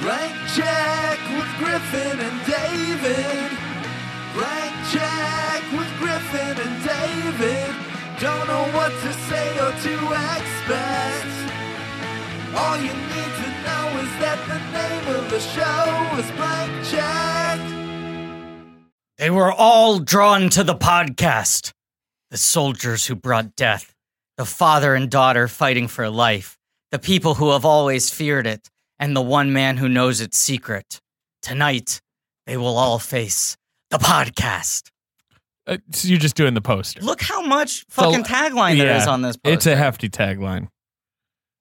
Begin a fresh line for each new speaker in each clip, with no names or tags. Blank check with Griffin and David. Blank check with Griffin and David. Don't know what to say or to expect. All you need to know is that the name of the show is Blank Check.
They were all drawn to the podcast. The soldiers who brought death, the father and daughter fighting for life, the people who have always feared it, and the one man who knows its secret. Tonight, they will all face the podcast.
Uh, so you're just doing the poster.
Look how much fucking tagline there
yeah,
is on this poster.
It's a hefty tagline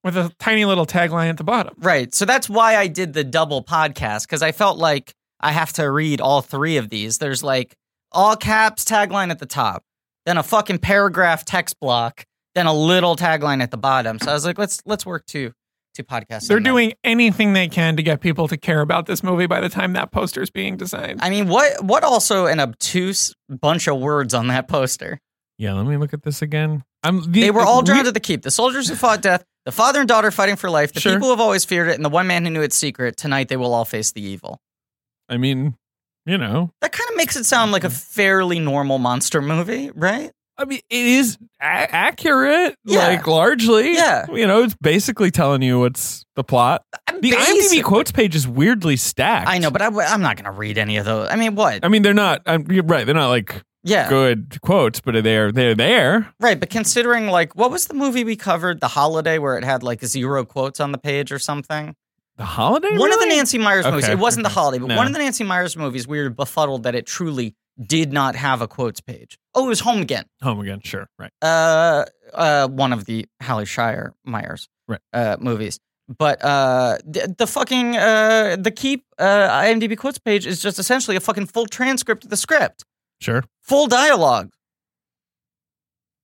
with a tiny little tagline at the bottom.
Right. So that's why I did the double podcast because I felt like I have to read all three of these. There's like all caps tagline at the top, then a fucking paragraph text block, then a little tagline at the bottom. So I was like, let's let's work two two podcasts.
They're
in there.
doing anything they can to get people to care about this movie by the time that poster's being designed.
I mean, what what also an obtuse bunch of words on that poster.
yeah, let me look at this again. I'm
They were all drawn to the keep. The soldiers who fought death, the father and daughter fighting for life, the
Sure.
people who have always feared it, and the one man who knew its secret. Tonight they will all face the evil.
I mean, you know,
That kind of makes it sound
Mm-hmm.
like a fairly normal monster movie, right?
I mean, it is a- accurate,
Yeah.
like largely.
Yeah.
you know, it's basically telling you what's the plot. The
Basic-
IMDb quotes page is weirdly stacked.
I know, but I, am not going to read any of those. I mean, what?
I mean, they're not. I'm, you're right. They're not like
yeah,
good quotes, but they're they're there.
right. But considering, like, what was the movie we covered, The Holiday, where it had like zero quotes on the page or something?
The holiday.
one of the
really?
Nancy Myers movies.
Okay,
It wasn't
okay.
The Holiday, but
No.
one of the Nancy Myers movies. We were befuddled that it truly did not have a quotes page. Oh, it was Home Again.
Home again. Sure. Right.
uh, uh, one of the Hallie Shire Myers
Right.
uh, movies. But uh, the, the fucking uh, the keep uh, IMDb quotes page is just essentially a fucking full transcript of the script,
Sure.
full dialogue.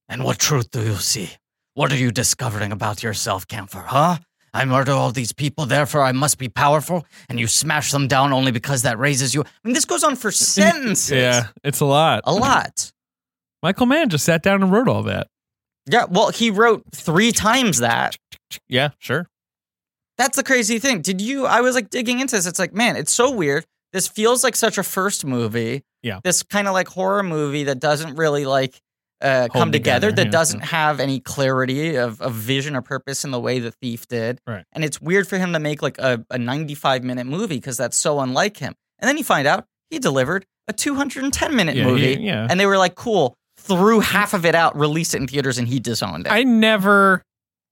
And what truth do you see? What are you discovering about yourself, Camphor? Huh? I murder all these people, therefore I must be powerful, and you smash them down only because that raises you. I mean, this goes on for sentences.
Yeah, it's a lot.
A lot.
Michael Mann just sat down and wrote all that.
Yeah, well, he wrote three times that.
Yeah, sure.
That's the crazy thing. Did you? I was like digging into this. It's like, man, it's so weird. This feels like such a first movie.
Yeah.
This kind of like horror movie that doesn't really like uh, come together,
together,
that
yeah,
doesn't have any clarity of, of vision or purpose in the way the thief did.
Right.
And it's weird for him to make like a, a 95 minute movie because that's so unlike him. And then you find out he delivered a 210 minute
Yeah,
movie.
he- yeah.
And they were like, cool, threw half of it out, released it in theaters, and he disowned it.
I never,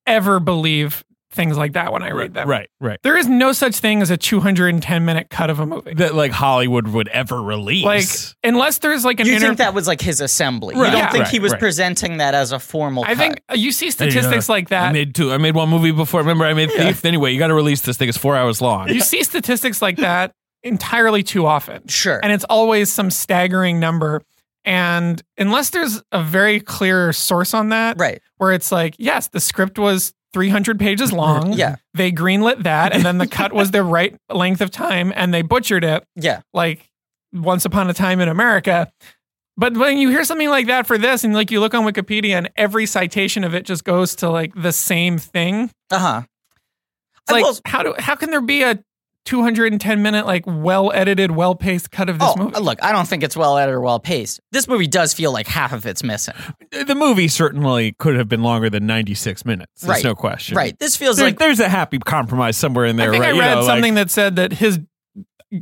ever believe things like that when I read them.
Right, right.
There is no such thing as a 210 minute cut of a movie.
That like Hollywood would ever release.
Like, unless there's like an
you
inter-
think that was like his assembly. You
Right.
don't
Yeah.
think he
Right,
was
right.
presenting that as a formal.
I think
cut.
uh, you see statistics like
I
that.
made two. I made one movie before. Remember, I made Thief. Anyway, you got to release this thing. It's four hours long.
you see statistics like that entirely too often.
sure.
And it's always some staggering number. And unless there's a very clear source on that,
right.
where it's like, yes, the script was 300 pages long.
Yeah.
They greenlit that. And then the cut was the right length of time and they butchered it.
Yeah.
like Once Upon a Time in America. But when you hear something like that for this, and like you look on Wikipedia, and every citation of it just goes to like the same thing.
Uh huh.
It's like
Well-
how do how can there be a 210 minute like well edited, well paced cut of this
oh,
movie?
look, I don't think it's well edited or well paced. This movie does feel like half of it's missing.
The movie certainly could have been longer than ninety six minutes. There's
Right.
no question.
Right. This feels
There-
like
there's a happy compromise somewhere in there.
I think
right?
I
You
read
know, like-
something that said that his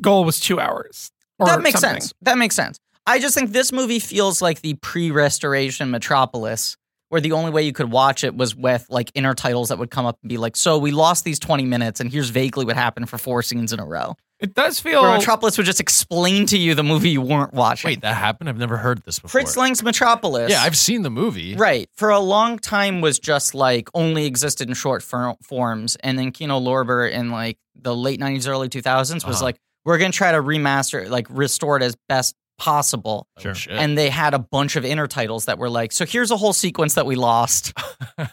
goal was two hours. Or
that makes
something.
sense. That makes sense. I just think this movie feels like the pre-restoration Metropolis, where the only way you could watch it was with like inner titles that would come up and be like, "So we lost these twenty minutes, and here's vaguely what happened for four scenes in a row."
It does feel
Where Metropolis would just explain to you the movie you weren't watching.
Wait, that happened? I've never heard this before.
Fritz Lang's Metropolis.
Yeah, I've seen the movie.
Right. For a long time was just like only existed in short for- forms. And then Kino Lorber in like the late 90s, early 2000s was
Uh-huh.
like, we're going to try to remaster, it, like restore it as best possible.
Oh,
Sure.
shit.
And they had a bunch of inner titles that were like, so here's a whole sequence that we lost.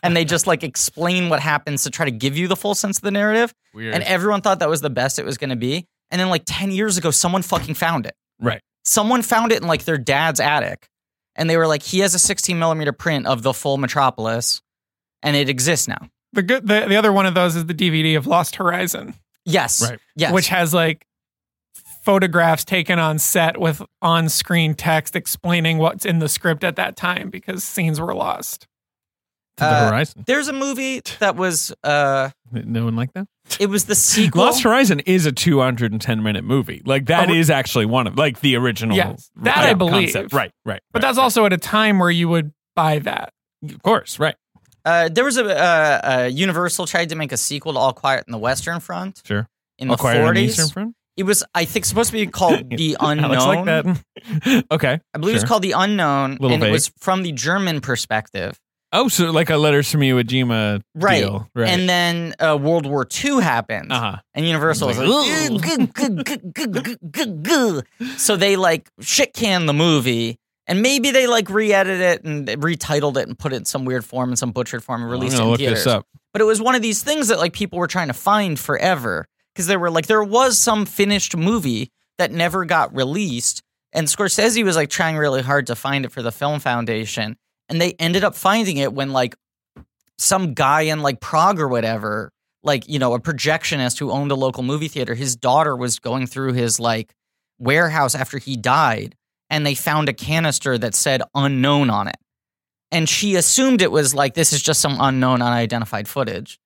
and they just like explain what happens to try to give you the full sense of the narrative.
Weird.
And everyone thought that was the best it was going to be. And then like 10 years ago, someone fucking found it.
Right.
Someone found it in like their dad's attic. And they were like, he has a 16 millimeter print of the full Metropolis and it exists now.
the good the, the other one of those is the DVD of Lost Horizon.
Yes.
Right.
Yes.
which has like photographs taken on set with on screen text explaining what's in the script at that time because scenes were lost.
To the
Uh,
Horizon.
There's a movie that was uh
No one like that.
it was the sequel.
Lost Horizon is a 210 minute movie. Like that
Oh,
is actually one of like the original.
Yes, that I
uh,
believe.
concept. Right, right.
But
right.
that's also at a time where you would buy that.
of course, right.
Uh, there was a uh, uh, Universal tried to make a sequel to All Quiet in the Western Front.
Sure.
In the
Acquired an
forties,
Eastern Front?
it was I think supposed to be called The Unknown.
Alex like that. okay.
I believe it's
Sure.
called The Unknown,
Little
and it
vague.
was from the German perspective,
Oh, so like a letters from Iwo Jima
right?
deal. Right.
And then uh, World War II happened,
uh-huh.
and Universal was like, "Ooh, guh, guh, guh, guh, guh, guh, guh." so they like shit canned the movie. And maybe they like re-edit it and they retitled it and put it in some weird form and some butchered form and
I'm
released
gonna
it in
look
theaters.
this up.
but it was one of these things that like people were trying to find forever because they were like there was some finished movie that never got released and Scorsese was like trying really hard to find it for the Film Foundation and they ended up finding it when like some guy in like Prague or whatever like you know a projectionist who owned a local movie theater his daughter was going through his like warehouse after he died and they found a canister that said unknown on it and she assumed it was like this is just some unknown unidentified footage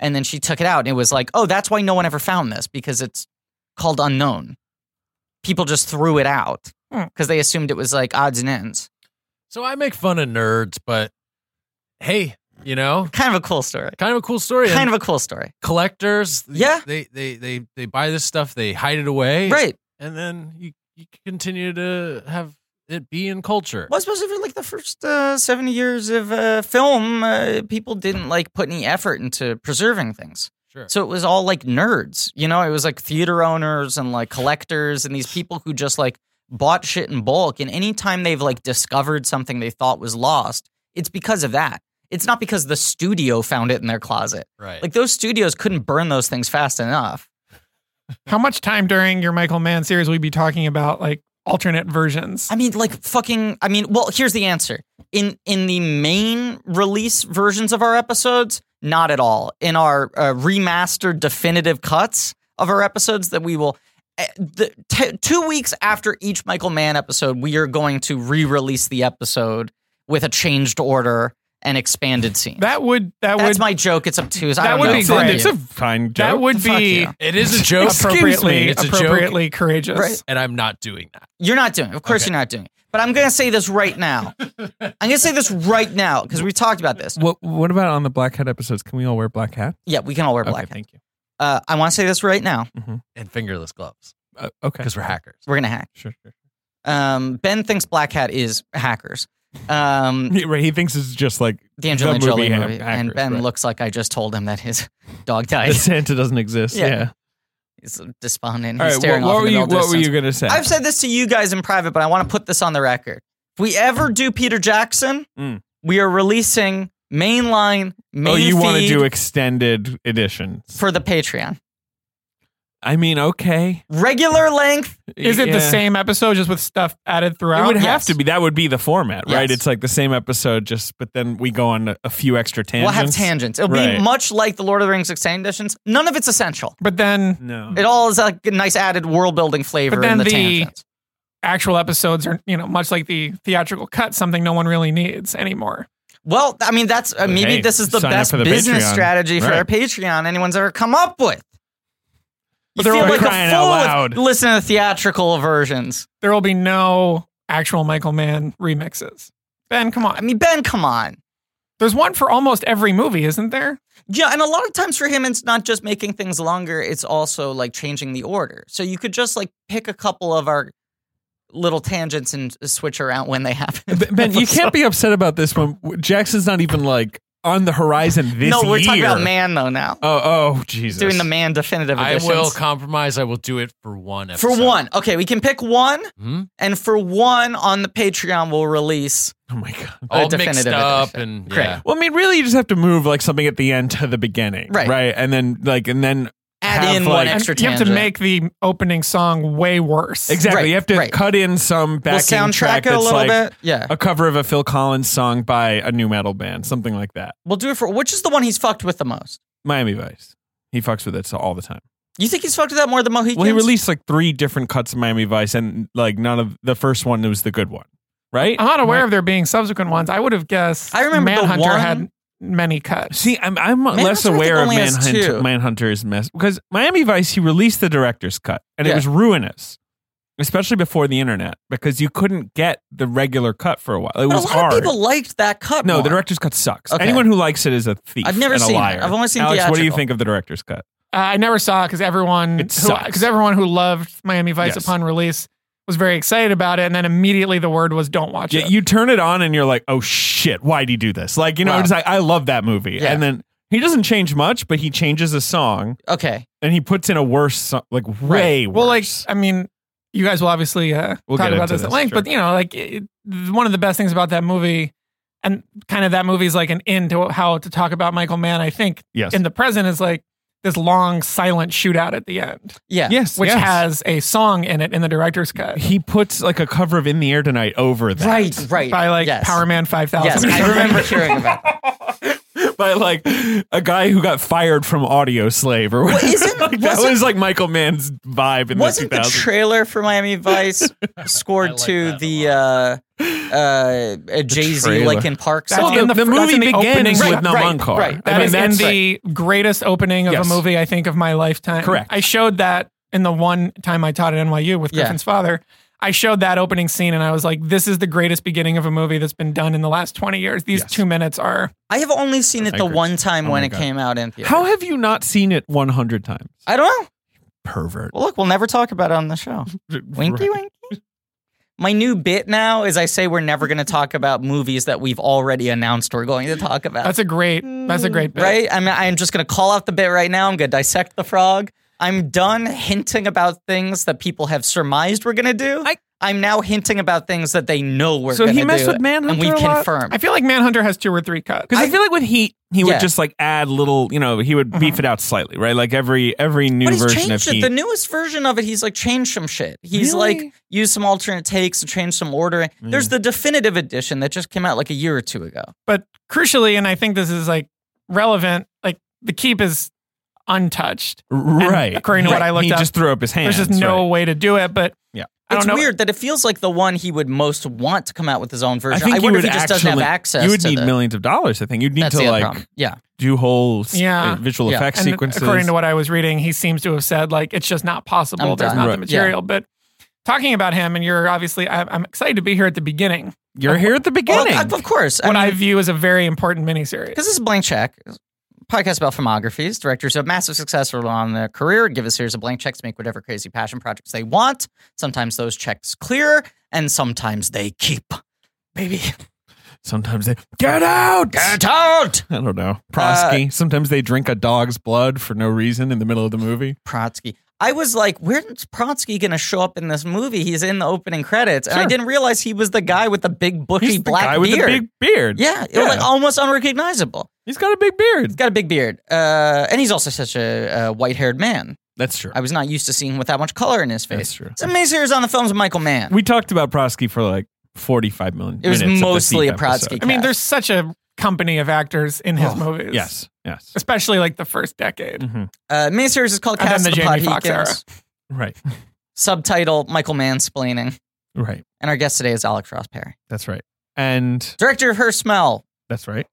and then she took it out and it was like oh that's why no one ever found this because it's called unknown people just threw it out
Hmm.
because they assumed it was like odds and ends
So I make fun of nerds, but hey, you know,
kind of a cool story
kind of a cool story.
kind of a cool story
collectors.
Yeah.
They, they they they buy this stuff, they hide it away.
right
And then you, you continue to have it be in culture.
well especially for like the first uh, 70 years of uh, film uh, people didn't like put any effort into preserving things
Sure.
So it was all like nerds, you know. It was like theater owners and like collectors and these people who just like bought shit in bulk. And anytime they've like discovered something they thought was lost, it's because of that. It's not because the studio found it in their closet.
right.
Like those studios couldn't burn those things fast enough.
How much time during your Michael Mann series we be talking about like alternate versions?
I mean, like fucking. I mean, well, here's the answer. In in the main release versions of our episodes, not at all. In our uh, remastered definitive cuts of our episodes, that we will. eh, The, t- two weeks after each Michael Mann episode, we are going to re-release the episode with a changed order and expanded scene.
That would that
That's
would
my joke. It's obtuse. I
That
don't
would
know.
be
It's,
Fuck
great.
you.
it's a fine joke.
that would
Fuck
be
you.
it is a joke.
appropriately
It's a joke.
appropriately courageous.
Right.
And I'm not doing that.
You're not doing it. Of course you're not doing it. But I'm going to say this right now. I'm going to say this right now because we talked about this.
What what about on the black hat episodes? Can we all wear black hat?
Yeah, we can all wear black.
okay,
hats.
thank you. Mm-hmm.
uh, I want to say this right now.
And fingerless gloves.
Uh, okay.
Because we're hackers.
We're gonna hack.
Sure, sure.
Um, ben thinks Black Hat is hackers. Um,
Yeah, right, he thinks it's just like
the Angelina
movie
Jolie
ha-
movie, and
hackers,
Ben
right.
looks like I just told him that his dog
the
died.
Santa doesn't exist.
Yeah.
Yeah.
He's despondent.
All
He's
right. What,
staring
what
off
were
into
you
the
What were you gonna say?
I've said this to you guys in private, but I want to put this on the record. If we ever do Peter Jackson,
Mm.
we are releasing mainline main
oh, you want to
feed
do extended editions?
for the Patreon.
I mean, okay.
Regular length.
Is it the
Yeah.
same episode just with stuff added
It
throughout?
would have
Yes.
to be. That would be the format, right?
Yes.
It's like the same episode, just but then we go on a, a few extra
We'll
tangents.
have tangents. It'll
Right.
be much like the Lord of the Rings extended editions. None of it's essential.
But then
No.
It all is like a nice added world building flavor
But
in
then
the,
the-
tangents.
actual episodes are, you know, much like the theatrical cut, something no one really needs anymore.
Well, I mean, that's uh, maybe
hey,
this is the
sign up
best
for the
business
Patreon.
strategy for
Right.
our Patreon anyone's ever come up with. You
But they're
feel
all
like a
crying
fool
out
if-
loud.
Listen to the theatrical versions.
There will be no actual Michael Mann remixes. Ben, come
I
on.
mean, Ben, come on.
There's one for almost every movie, isn't there?
Yeah, and a lot of times for him, it's not just making things longer; it's also like changing the order. So you could just like pick a couple of our little tangents and switch around when they happen.
B- Ben, you can't be upset about this one. W- Jackson's not even like on the horizon this
no, we're talking
year.
about man though now.
Oh, oh, Jesus!
Doing the man definitive
I
editions.
will compromise. I will do it for one
For
episode.
one. Okay, we can pick one.
Hmm?
And for one on the Patreon, we'll release.
Oh my God.
All mixed
definitive
up
edition.
and
Great.
yeah.
Well, I mean, really, you just have to move like something at the end to the beginning,
Right.
Right, and then like, and then
Add
Have,
in
like-
one
And
And
extra
you have to
tangent.
make the opening song way worse.
exactly
Right,
you have to
right.
cut in some
we'll
backing
soundtrack
track
it a
that's
little
like
bit. Yeah,
a cover of a Phil Collins song by a new metal band, something like that.
we'll do it for which is the one he's fucked with the most.
Miami Vice. He fucks with it so all the time.
You think he's fucked with that more than Mohicans?
Well, he released like three different cuts of Miami Vice, and like none of the first one was the good one, right?
Oh.
I'm not aware of there being subsequent ones. I would have guessed.
I remember the
Manhunter
one-
had many cuts.
See, I'm I'm less
Manhunter, I think,
aware of
only has
Manhunter,
two.
Manhunter's mess because Miami Vice he released the director's cut, and it
Yeah.
was ruinous, especially before the internet because you couldn't get the regular cut for a while.
But
It
a
was
lot
hard.
of people liked that cut.
no, the
more.
director's cut sucks.
Okay.
Anyone who likes it is a thief.
I've never
and a
seen it.
liar.
I've only seen
Alex. What do you
theatrical.
think of the director's cut?
Uh, I never saw because everyone
It sucks.
because everyone who loved Miami Vice
Yes.
upon release was very excited about it, and then immediately the word was don't watch
Yeah,
it.
you turn it on and you're like, oh shit, why'd he do this? Like, you know,
Wow.
it's like I love that movie,
Yeah.
and then he doesn't change much, but he changes a song
Okay.
and he puts in a worse, so- like way worse.
well, like I mean, you guys will obviously uh,
We'll
talk
get
about
into
this at
this,
length,
sure.
but you know, like it, one of the best things about that movie, and kind of that movie is like an end to how to talk about Michael Mann. I think
yes,
in the present is like this long silent shootout at the end,
Yeah.
yes,
which
yes.
has a song in it in the director's cut
he puts like a cover of In the Air Tonight over that
Right. Right.
by like
yes.
Power Man Five
Yes,
Thousand.
I remember hearing about. That.
by like a guy who got fired from Audio Slave or whatever.
isn't-
like, that
wasn't-
was like Michael Mann's vibe in
Wasn't
the
the
2000s.
trailer for Miami Vice scored
I like
to
that a
the uh, uh, Jay Z
trailer.
Lincoln Park
That's
song?
in
well, the,
the
the
fr- that's
movie
in the
begins
opening
Right,
shot.
with Namankar.
right.
I
That
mean,
is
that's
in the greatest opening of
Yes.
a movie I think of my lifetime.
Correct.
I showed that in the one time I taught at NYU with
Yeah.
Griffin's father. I showed that opening scene and I was like, this is the greatest beginning of a movie that's been done in the last 20 years. These
Yes.
two minutes are.
I have only seen it
I
the
agree.
one time
Oh
when
my
it
God.
came out in theater.
How have you not seen it 100 times?
I don't know.
Pervert.
Well, look, we'll never talk about it on the show. Winky winky. My new bit now is I say we're never going to talk about movies that we've already announced we're going to talk about.
That's a great, that's a great bit.
right? I'm, I'm just going to call out the bit right now. I'm going to dissect the frog. I'm done hinting about things that people have surmised we're going to do.
I-
I, am now hinting about things that they know we're
So
going to
he
do.
messed with Manhunter
And we've
a lot?
confirmed.
I feel like Manhunter has two or three cuts.
Because I, feel like with Heat, he
Yeah. Uh-huh.
would just like add little, you know, he would beef it out slightly, right? Like every every new
but he's
version of
changed it.
Heat.
The newest version of it, he's like changed some shit. He's
Really?
like used some alternate takes and changed some ordering. There's the definitive edition that just came out like a year or two ago.
but crucially, and I think this is like relevant, like the keep is untouched. And
right.
according to what
Right.
I looked
he
up,
just threw up his hands.
There's just no
right.
way to do it. But
Yeah.
I don't
It's
know.
weird that it feels like the one he would most want to come out with his own
I
version.
think
I
you
wonder
would
if he just
actually,
doesn't have access
You would
to
need
the-
millions of dollars, I think. You'd need
That's
to
the other
like
problem. Yeah.
do whole s-
Yeah.
uh, visual
Yeah.
effects
And
sequences.
According to what I was reading, he seems to have said like it's just not possible.
I'm
There's
done.
not the
Right.
material. But talking about him, and you're obviously, I, I'm excited to be here at the beginning.
You're here at the
Well,
beginning.
of course. I
what I
mean,
view as a very important miniseries.
Because this is Blank Check, podcast about filmographies. Directors who have massive success early on in their career give a series of blank checks to make whatever crazy passion projects they want. Sometimes those checks clear, and sometimes they keep. Baby,
Sometimes they get out.
get Uh, out!
I don't know. Prosky. Sometimes they drink a dog's blood for no reason in the middle of the movie.
Protsky. I was like, where's Protsky going to show up in this movie? He's in the opening credits, and I didn't realize he was the guy with the big bushy
He's the
black
guy with
beard.
a big beard.
yeah, it was like
Yeah.
almost unrecognizable.
He's got a big beard.
He's got a big beard, uh, and he's also such a, uh white-haired man.
That's true.
I was not used to seeing him with that much color in his face.
That's true.
It's a mini series on the films of Michael Mann.
We talked about Prosky for like 45 million.
It was
minutes of the
mostly
Thief
a Protsky
episode.
I mean,
cast.
there's such a company of actors in his
Oh,
movies.
Yes. Yes.
Especially like the first decade.
Mhm.
uh, miniseries is called
And
Cast
then
of
the
the
Jamie Foxx era.
Podhekins.
Right.
Subtitle: Michael Mansplaining.
Right.
And our guest today is Alex Ross Perry,
That's right. And
director of Her Smell.
that's right.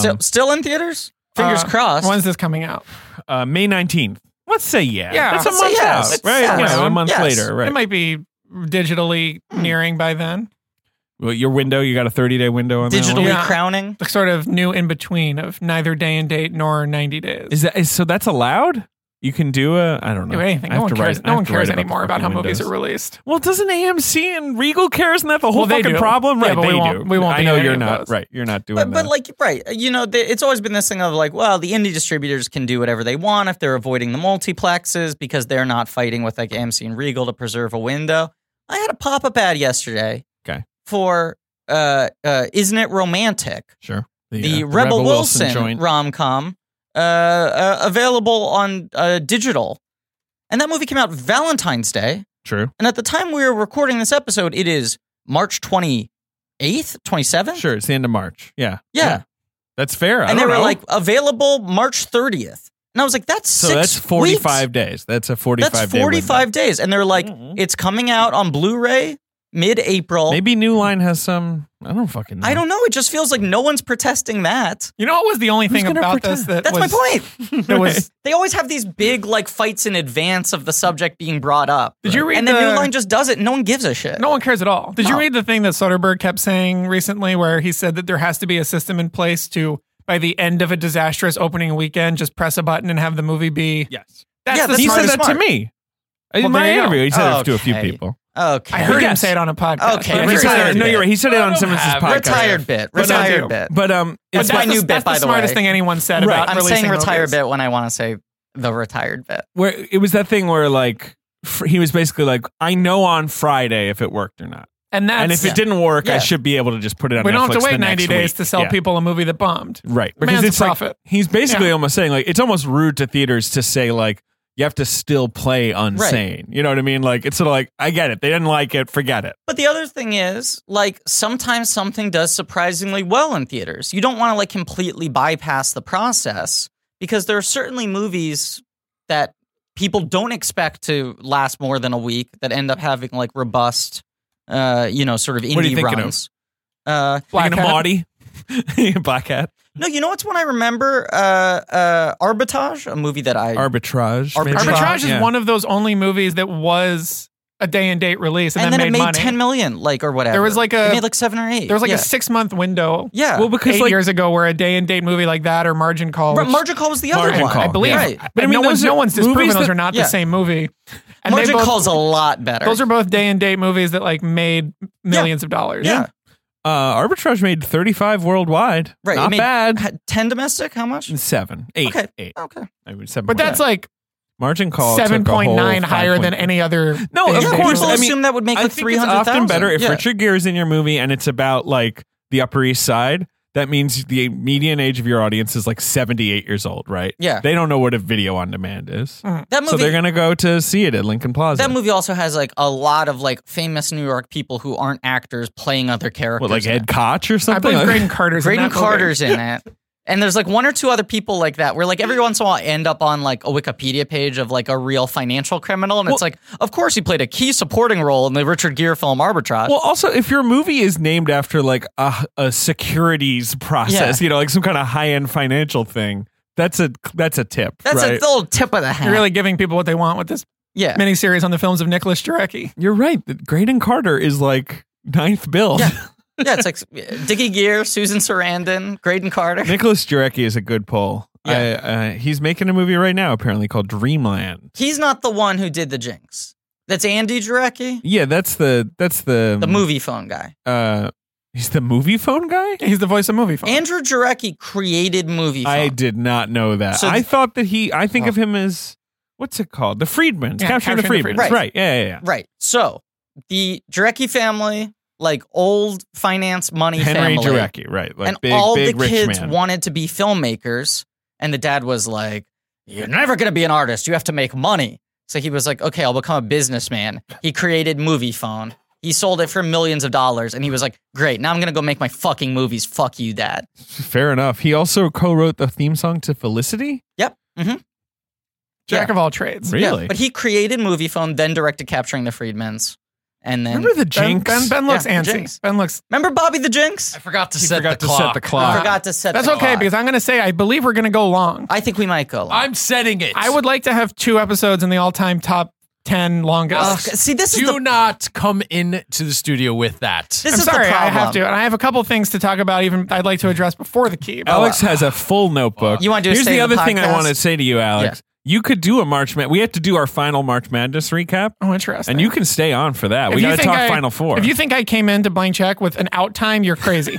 still,
Um,
still in theaters? Fingers
Uh,
crossed.
When's this coming out?
uh, May 19th. Let's say yeah.
Yeah.
That's a
Let's say
month
yes.
out. Right.
Yes.
You know, a month
Yes.
later. Right.
It might be digitally
Mm.
nearing by then.
Well, your window, you got a 30 day window on that
digitally
one?
Yeah.
crowning.
The sort of new in between of neither day and date nor 90 days.
Is that is, so that's allowed? You can do a I don't know.
do anything.
I
No
have
one
to write-
cares.
I have
no one
to write
cares
about the
anymore about how
fucking
movies
windows.
are released.
Well, doesn't AMC and Regal care? Isn't that the whole
Well, they
fucking
do.
problem?
Yeah,
Right,
but we
they
won't-
do.
we won't
I
be
know
in any
you're
of
not
those.
right. You're not doing
But, but
that.
like right, uh, you know, the, it's always been this thing of like, well, the indie distributors can do whatever they want if they're avoiding the multiplexes because they're not fighting with like AMC and Regal to preserve a window. I had a pop up ad yesterday.
Okay.
For uh, uh, isn't it romantic?
sure.
The,
uh,
Rebel, Wilson, rom com, uh, uh, available on uh, digital, and that movie came out Valentine's Day.
True.
And at the time we were recording this episode, it is March twenty eighth, twenty seventh.
Sure. It's the end of March. Yeah.
Yeah.
That's fair. I
and they
don't
were
know.
like available March 30th. And I was like, that's
So
six
that's
weeks.
45 days. That's a 45
That's
day window.
45 days. And they're like,
Mm-hmm.
Mhm.
it's coming out on Blu ray mid April.
Maybe New Line has some. I don't fucking know.
I don't know. It just feels like no one's protesting that.
You know what was the only thing
gonna
about this that
That's
was,
my point.
That was
They always have these big like fights in advance of the subject being brought up.
Did you read
And then
the-
New Line just does it. And no one gives a shit.
no one cares at all. Did
No.
you read the thing that Soderbergh kept saying recently, where he said that there has to be a system in place to, by the end of a disastrous opening weekend, just press a button and have the movie be.
Yes.
That's
Yeah,
the
that's
He said
Smart
smartest
is
that
smart.
to me. In
Well,
my
there you go.
interview, he said it to a few
Okay.
people.
Okay.
I heard him
Yes.
say it on a podcast.
Okay,
but
He
he
retired
said it-
said-
no,
bit.
you're right. He said it
I
on
don't
Simmons'
have-
podcast.
Retired bit.
But, um,
Retired bit.
But um,
It's
it's
my
that's
new
the,
bit,
that's
by
the
the
smartest
way.
thing anyone said
Right.
about
I'm
releasing
saying retire
movies.
bit when I want to say the retired bit.
where it was that thing where like fr- he was basically like, I know on Friday if it worked or not,
and that's
and if
yeah.
it didn't work,
Yeah.
I should be able to just put it on.
we don't have
Netflix
to
the
wait
next
90 days
week.
to sell
Yeah.
people a movie that bombed.
right? Because
Man's
it's
a
like
prophet.
he's basically
Yeah.
almost saying like it's almost rude to theaters to say like you have to still play unsane. You know what I mean? Like it's sort of like I get it. They didn't like it. Forget it.
But the other thing is, like, sometimes something does surprisingly well in theaters. You don't want to, like, completely bypass the process because there are certainly movies that people don't expect to last more than a week that end up having, like, robust, uh, you know, sort of indie
What are you thinking of?
runs. Uh,
Black
Thinking of
Hat.
Maudie, Black Hat,
no, you know what's one I remember? Uh, uh, Arbitrage, a movie that I.
Arbitrage. maybe?
Arbitrage is
Yeah.
one of those only movies that was a day and date release and,
and
then,
then it made
money.
10 million, like, or whatever.
There was like
It
a
made, like, seven or eight.
there was like
yeah.
a six month window
Yeah.
Well, because
eight
like
years ago where a day and date movie like that or Margin Call,
But
which-
Margin Call was the other
Margin
one.
Call,
I believe,
Right.
but I mean, no, one's,
those are
no one's disproven
movies
those
that-
are not
yeah.
the same movie. And they
Margin
both,
Call's a lot better.
those are both day and date movies that like made millions of dollars.
yeah,
uh, Arbitrage made thirty-five worldwide.
right.
not
it made
bad.
ha- Ten domestic? How much?
Seven, eight,
Okay.
eight.
Okay.
I mean, seven.
but
point-
that's like
margin call. took a whole
seven point nine
five
higher than
point-
any other. day
No, of
and
yeah,
date
course.
movie.
people
I mean,
assume that would make
I
like
think
three
it's
hundred
often
thousand.
better if
yeah.
Richard Gere is in your movie and it's about like the Upper East Side. That means the median age of your audience is like seventy-eight years old, right?
Yeah.
They don't know what a video on demand is,
that Mm.
so
movie.
they're gonna go to see it at Lincoln Plaza.
that movie also has like a lot of like famous New York people who aren't actors playing other characters.
what, like
in
Ed
it.
Koch or
I
something?
believe
Like-
Graydon Carter's in
Graydon
that movie.
Carter's in it. And there's like one or two other people like that where like every once in a while I end up on like a Wikipedia page of like a real financial criminal and it's like of course he played a key supporting role in the Richard Gere film Arbitrage.
Well, also, if your movie is named after like a, a securities process, you know, like some kind of high end financial thing, that's a that's a tip.
That's
right?
a little tip of the hat.
You're really giving people what they want with this
yeah.
miniseries on the films of Nicholas Jarecki.
You're right. Graydon Carter is like ninth bill.
Yeah. Yeah, it's like Dickie Gear, Susan Sarandon, Graydon Carter.
Nicholas Jarecki is a good poll.
Yeah.
I, uh, he's making a movie right now, apparently called Dreamland.
He's not the one who did the jinx. That's Andy Jarecki,
Yeah, that's the that's the
the movie phone guy.
Uh, he's the movie phone guy.
He's the voice of movie phone.
Andrew Jarecki created movie phone.
I did not know that.
So
I
th-
thought that he. I think of him as what's it called? The Freedmans.
Oh. Yeah,
Capturing, the
Capturing the
Freedmans.
Freedmans.
Right. Yeah, yeah, yeah.
right. So the Jarecki family, like old finance money
Henry
family,
Jarecki, right? Like
and
big,
all
big
the
rich
kids
man.
wanted to be filmmakers, and the dad was like, "You're never going to be an artist. You have to make money." So he was like, "Okay, I'll become a businessman." He created movie phone. He sold it for millions of dollars, and he was like, "Great, now I'm going to go make my fucking movies. Fuck you, dad."
Fair enough. He also co-wrote the theme song to Felicity.
Yep. hmm
Jack of all trades.
Yeah,
Really?
but he created Movie Phone, then directed Capturing the Freedmans. And then
Remember the
Ben,
jinx?
ben, ben looks
Yeah,
antsy.
Jinx.
Ben looks.
Remember Bobby the Jinx?
I forgot to,
He
set,
forgot
the
to set the clock.
I forgot to set
That's
the
okay
clock.
because I'm going to say I believe we're going to go long.
I think we might go. long.
I'm setting it.
I would like to have two episodes in the all-time top ten longest.
Ugh, see, this
do
is the
not come in to the studio with that.
this
I'm
is
sorry,
the
I
problem.
have to, and I have a couple things to talk about. Even I'd like to address before the key. but-
Alex has a full notebook.
You wanna do a
Here's
state
the
of the
other thing I
podcast?
want to say to you, Alex. You could do a March. Mad- we have to do our final March Madness recap,
oh, interesting.
and you can stay on for that.
If
we
you
got to
think
talk
I-
Final Four.
If you think I came in to blank check with an out time, you're crazy.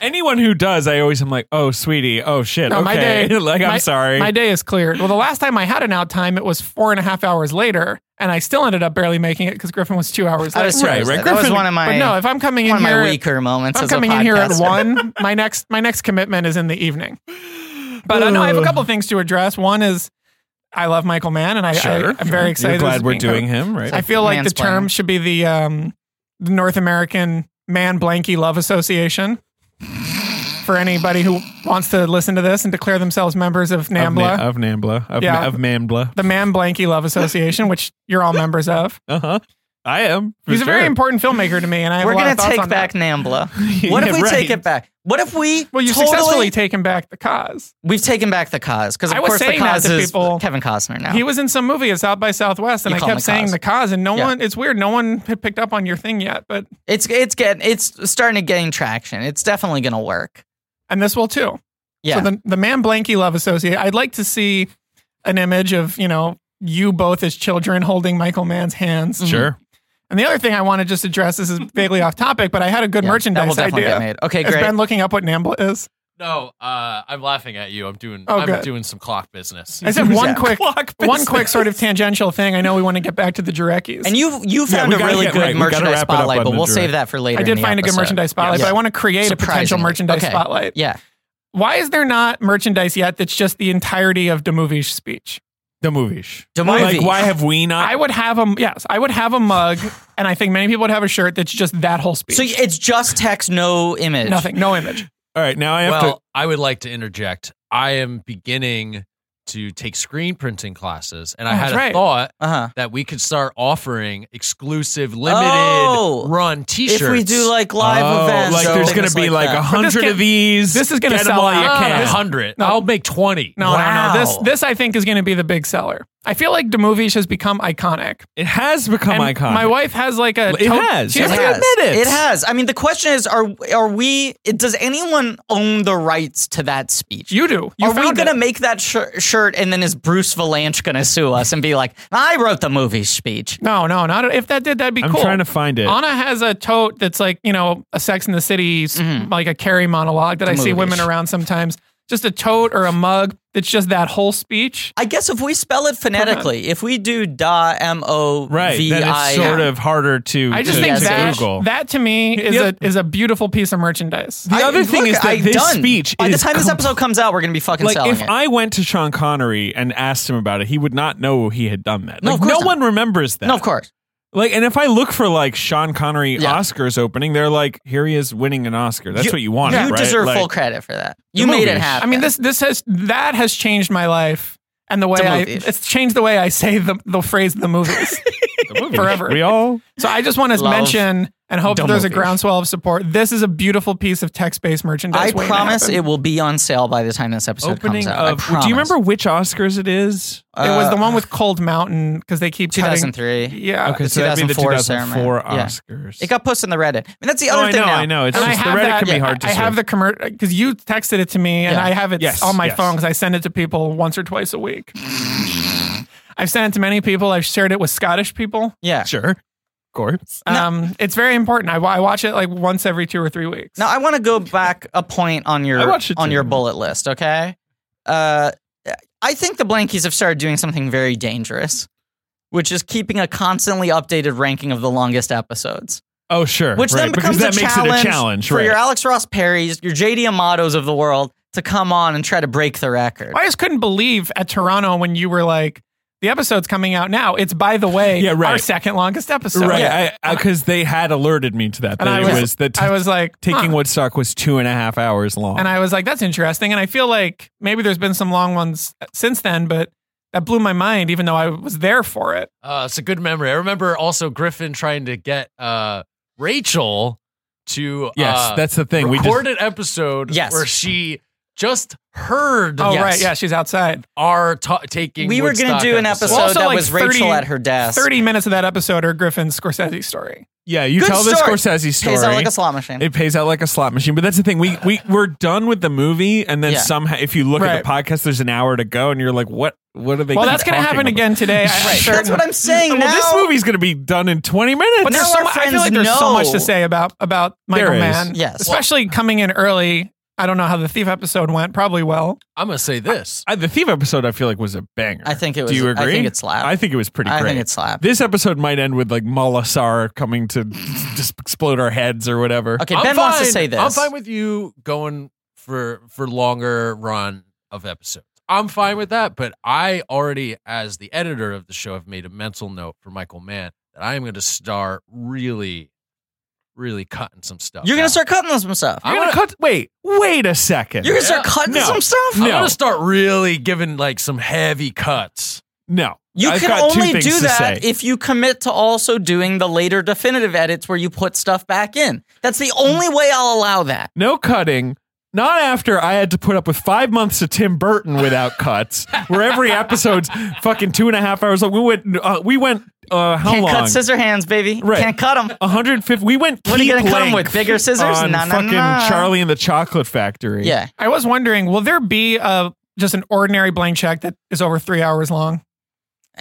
Anyone who does, I always am like, oh, sweetie, oh shit.
No,
okay.
my day.
like
my-
I'm sorry.
My day is cleared. Well, the last time I had an out time, it was four and a half hours later, and I still ended up barely making it because Griffin was two hours
I
late.
was too
Right,
right,
right.
That was
Griffin-
one of my
But no, if I'm coming
one
in
of my
here,
weaker moments.
if I'm
as a
coming in here at
podcaster.
one. My next my next commitment is in the evening. But I know I have a couple things to address. One is I love Michael Mann, and I, I am very excited.
You're
this
glad
is
we're
being covered.
doing him, right?
I feel like the
Mansplaining.
term should be the um, the North American Man Blanky Love Association. for anybody who wants to listen to this and declare themselves members of
Of,
NAMBLA,
Na- of Nambla. Of,
Yeah.
yeah. of Mambla.
the Man Blanky Love Association, which you're all members of.
Uh huh. I am. for
He's a very
sure.
important filmmaker to me, and I have
We're
a lot
gonna
of thoughts
take
on
back
that.
NAMBLA. What if
Yeah,
we
right.
take it back? What if we?
Well, you've
totally,
successfully taken back the cause.
We've taken back the cause because of
I was
course the
saying that
cause
to
is
people.
Kevin Costner now.
He was in some movie at South by Southwest, and
You
I
call him
kept
the
saying
cause.
the cause, and no
Yeah.
one. It's weird. No one had picked up on your thing yet, but
it's it's getting it's starting to gain traction. It's definitely gonna work.
and this will too.
Yeah.
So the the man Blanky Love Associate. I'd like to see an image of you know you both as children holding Michael Mann's hands.
Mm-hmm.
Sure.
And the other thing I want to just address this is vaguely off topic, but I had a good
Yeah, that will
merchandise
definitely
idea.
get made. Okay,
Has
great.
Ben looking up what Nambla is?
No, uh, I'm laughing at you. I'm doing.
Oh,
I'm
good.
doing some clock business.
I said one
Yeah.
quick,
Clock
one
business.
quick sort of tangential thing. I know we want to get back to the Jurekis.
and you you
Yeah,
found
we
a
gotta
really
get
good
right. We gotta
merchandise
wrap it up
spotlight,
on
but
the
we'll
direct.
save that for later.
I
in
did
the
find a good
episode.
merchandise spotlight,
Yeah.
but I want to create a potential
Surprisingly.
merchandise
Okay.
spotlight.
Yeah,
Why is there not merchandise yet that's just the entirety of Demovie's speech?
The movies.
The
Like,
movies.
why have we not?
I would have a yes, I would have a mug, and I think many people would have a shirt that's just that whole speech.
so it's just text, no image.
Nothing, no image.
All right. Now I have
Well,
to.
I would like to interject. I am beginning to take screen printing classes, and I
Oh,
had
that's
a
right.
thought
Uh huh.
that we could start offering exclusive, limited
Oh!
run T-shirts.
If we do like live
Oh,
events,
like
or
there's
things
gonna be
like
like
that.
a hundred
can-
of these.
this is gonna
Get 'em
sell
all you
out.
can.
a hundred,
Uh, No.
I'll make twenty.
No, no, no. This
Wow.
this I think is going to be the big seller. I feel like Demovies has become iconic.
It has become
And
iconic.
My wife has like a.
It has.
She has
It
like a-
has. admit it.
It has. I mean, the question is: Are are we? Does anyone own the rights to that speech?
you do. You
are we
found
gonna
it.
make that shir- shirt, and then is Bruce Valanche gonna sue us and be like, "I wrote the movie speech"?
No, no, not if that did. That'd be
I'm
cool.
trying to find it.
Anna has a tote that's like you know a Sex in the City, s- like a Carrie monologue that I
Mm-hmm.
see
movies.
women around sometimes. Just a tote or a mug that's just that whole speech.
I guess if we spell it phonetically, if we do da m o
right.
v
then
i,
it's sort of harder to.
I just
to,
think
to
that
Google.
that to me is
Yep.
a is a beautiful piece of merchandise.
The other thing
look,
is that
I
this
done.
speech
by
is
the time this episode comes out, we're gonna be fucking
like
selling
if
it.
I went to Sean Connery and asked him about it, he would not know he had done that.
No,
Like,
of course
no
not.
one remembers that.
no, of course.
Like, and if I look for like Sean Connery
Yeah.
Oscars opening, they're like, here he is winning an Oscar. That's
You-
what you want.
you
right?
deserve
Like,
full credit for that. You made it
movies.
happen.
I mean, this this has that has changed my life and the way
The
I
movies.
it's changed the way I say the the phrase the movies
the movie.
forever.
We all
So I just want to
Love
mention and hope
the
that there's a
movies.
groundswell of support. This is a beautiful piece of text based merchandise.
I
waiting to
promise
happen.
it will be on sale by the time this episode
opening
comes out. I
of. Do
promise.
you remember which Oscars it is?
Uh,
it was the one with Cold Mountain because they keep cutting.
2003?
Yeah.
Okay,
the
so that'd be the
2004
2004
ceremony. Yeah.
Oscars.
It got posted on the Reddit. I mean, that's the
Oh,
other
I
thing
know,
now.
I know. It's
And I
just the
have
Reddit
that,
can be
yeah,
hard to
I have
search.
the commercial because you texted it to me, and
Yeah.
I have it
Yes,
on my
yes.
phone because I send it to people once or twice a week. I've sent it to many people. I've shared it with Scottish people.
Yeah.
sure, of course.
No.
Um, it's very important. I, I watch it like once every two or three weeks.
Now I want to go back a point on your
I watched it
on
too.
your bullet list. Okay. Uh, I think the Blankies have started doing something very dangerous, which is keeping a constantly updated ranking of the longest episodes.
Oh, sure.
Which
right,
then
because
becomes a
that makes
challenge
it a challenge,
for
right?
your Alex Ross Perrys, your JD Amatos of the world to come on and try to break the record.
I just couldn't believe at Toronto when you were like, the episode's coming out now. It's by the way,
Yeah, right.
our second longest episode.
right, because they had alerted me to that.
And
that
I
it
was-
was that
I was like,
taking
huh.
Woodstock was two and a half hours long.
and I was like, that's interesting. And I feel like maybe there's been some long ones since then, but that blew my mind, even though I was there for it.
Uh, it's a good memory. I remember also Griffin trying to get uh, Rachel to
yes,
uh,
that's the thing. We just
record an episode
Yes.
where she just heard
Oh,
Yes.
right. Yeah, she's outside.
our ta taking.
we were going
Woodstock
to do an episode
Well, also,
that
like,
was
30
Rachel at her desk.
30 minutes of that episode are Griffin's Scorsese story.
yeah. You
Good
tell the
story.
Scorsese story.
Pays out like a slot machine.
It pays out like a slot machine, but that's the thing. We we we're done with the movie, and then
Yeah.
somehow, if you look at the podcast, there's an hour to go, and you're like, what? What are they?
Well,
keep
that's going to
talking
happen
about?
again today. I- I'm certain.
That's what I'm saying.
Well,
now,
this movie's going to be done in 20 minutes.
But
Now
there's
our
so much, I feel
friends
like there's so much
know.
to say about about Michael
There is.
Mann.
Yes.
especially coming in early. I don't know how the thief episode went. Probably well.
I'm gonna say this.
I, the Thief episode, I feel like, was a banger.
I think it was.
Do you agree?
I think it slapped.
I think it was pretty
I
great.
think it slapped.
this episode might end with like Malasar coming to just explode our heads or whatever.
Okay,
I'm
Ben wants to
fine-
say this.
I'm fine with you going for for longer run of episodes. I'm fine with that, but I already, as the editor of the show, have made a mental note for Michael Mann that I am going to start really really cutting some stuff.
You're gonna
out.
start cutting some stuff.
I'm
You're gonna
gonna-
cut. Wait, wait a second.
You're gonna start
Yeah.
cutting
No.
some stuff.
I'm
No.
gonna start really giving like some heavy cuts.
no,
You
I've
can
got two
only
things
do
to
that
say.
if you commit to also doing the later definitive edits where you put stuff back in. That's the only way I'll allow that.
no cutting. Not after I had to put up with five months of Tim Burton without cuts, where every episode's fucking two and a half hours. long. We went. Uh, we went. Uh, how
Can't
long?
cut scissor hands, baby.
Right.
Can't cut them.
150. We went.
What are you
keep
gonna cut 'em
length
with, bigger scissors?
On
Nah, nah,
fucking
nah.
Charlie and the Chocolate Factory.
Yeah.
I was wondering, will there be a just an ordinary blank check that is over three hours long?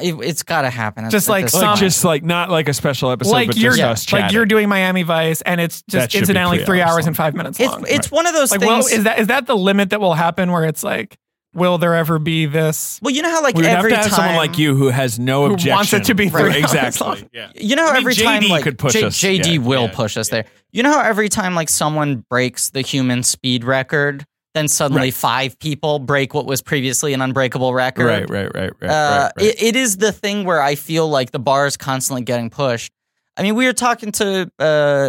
It, has gotta happen. at-
Just
at
like
this
like
some-
point.
just like not like a special episode,
like
but
you're
just us chatting.
like you're doing Miami Vice, and it's
That
just
should be
incidentally
three
three,
hours
hours,
long.
and five minutes
it's
long.
it's one of those
like,
things.
well, is that is that the limit that will happen where it's like, will there ever be this?
Well, you know how like
we would have
every
to have
time
someone like you who has no
Who wants
objection.
it to be
Right,
three hours
exactly.
long.
Yeah.
You know how
I mean,
every
JD
time like
could push us.
JD
Yeah,
will
yeah,
push us there. You know how every time like someone breaks the human speed record, then suddenly five people break what was previously an unbreakable record.
Right, right, right, right.
Uh,
right, right.
It, it is the thing where I feel like the bar is constantly getting pushed. I mean, we were talking to uh,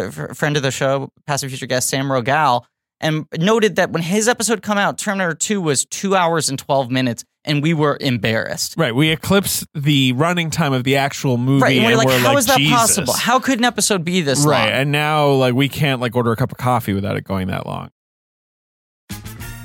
f- a friend of the show, past and future guest Sam Rogal, and noted that when his episode come out, Terminator 2 was two hours and 12 minutes, and we were embarrassed.
Right, we eclipse the running time of the actual movie,
Right. And
and
we're like, how is that
Jesus.
possible? How could an episode be this long?
right, and now like we can't like order a cup of coffee without it going that long.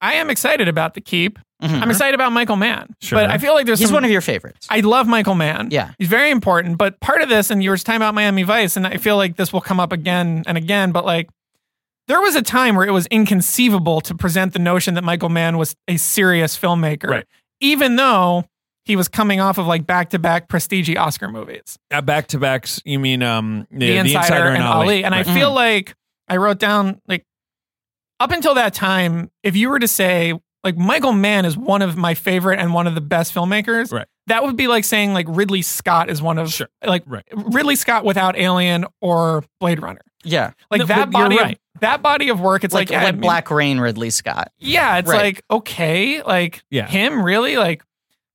I am excited about the keep.
Mhm.
I'm excited about Michael Mann,
Sure.
but I feel like there's
He's
some,
one of your favorites.
I love Michael Mann.
Yeah.
He's very important. But part of this, and you were talking about Miami Vice, and I feel like this will come up again and again, but like there was a time where it was inconceivable to present the notion that Michael Mann was a serious filmmaker.
Right.
Even though he was coming off of like back to back prestige Oscar movies.
Uh, back to backs, you mean um the,
the, Insider and Ali. And
Right. Mm.
I feel like I wrote down like up until that time, if you were to say like Michael Mann is one of my favorite and one of the best filmmakers,
Right.
that would be like saying like Ridley Scott is one of
Sure.
like
Right.
Ridley Scott without Alien or Blade Runner.
Yeah.
Like
No,
that
but you're
body
right.
of, that body of work, it's
like,
like, yeah, I
like
mean,
Black Rain, Ridley Scott.
Yeah, it's
Right.
like okay, like
Yeah.
him really like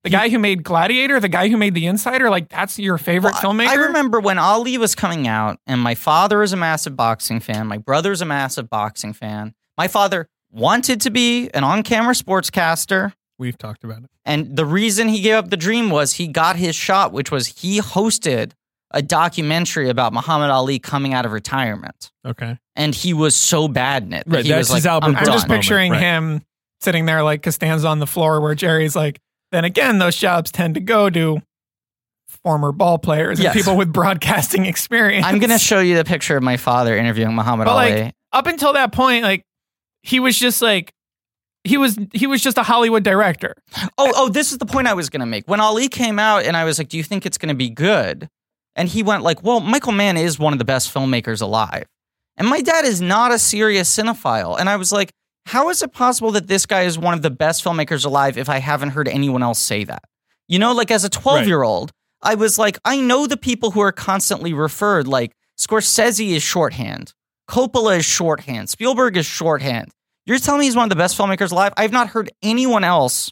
the guy who made Gladiator, the guy who made The Insider, like that's your favorite
Well,
filmmaker.
I remember when Ali was coming out, and my father is a massive boxing fan. My brother's a massive boxing fan. My father wanted to be an on camera sportscaster.
we've talked about it.
And the reason he gave up the dream was he got his shot, which was he hosted a documentary about Muhammad Ali coming out of retirement.
Okay,
And he was so bad in it. that
Right,
he
that's
was
his
like,
Albert
I'm
I'm
Broccoli
done.
just picturing
moment, right.
him sitting there like Costanza on the floor where Jerry's like, then again, those jobs tend to go to former ball players
Yes.
and people with broadcasting experience.
I'm going to show you the picture of my father interviewing Muhammad
But,
Ali.
like, up until that point, like he was just like he was he was just a Hollywood director.
Oh, oh, this is the point I was going to make. When Ali came out and I was like, "Do you think it's going to be good?" And he went like, "Well, Michael Mann is one of the best filmmakers alive." And my dad is not a serious cinephile, and I was like, "How is it possible that this guy is one of the best filmmakers alive if I haven't heard anyone else say that?" You know, like as a 12-year-old, I was like, "I know the people who are constantly referred like Scorsese is shorthand, Coppola is shorthand, Spielberg is shorthand." You're telling me he's one of the best filmmakers alive? I've not heard anyone else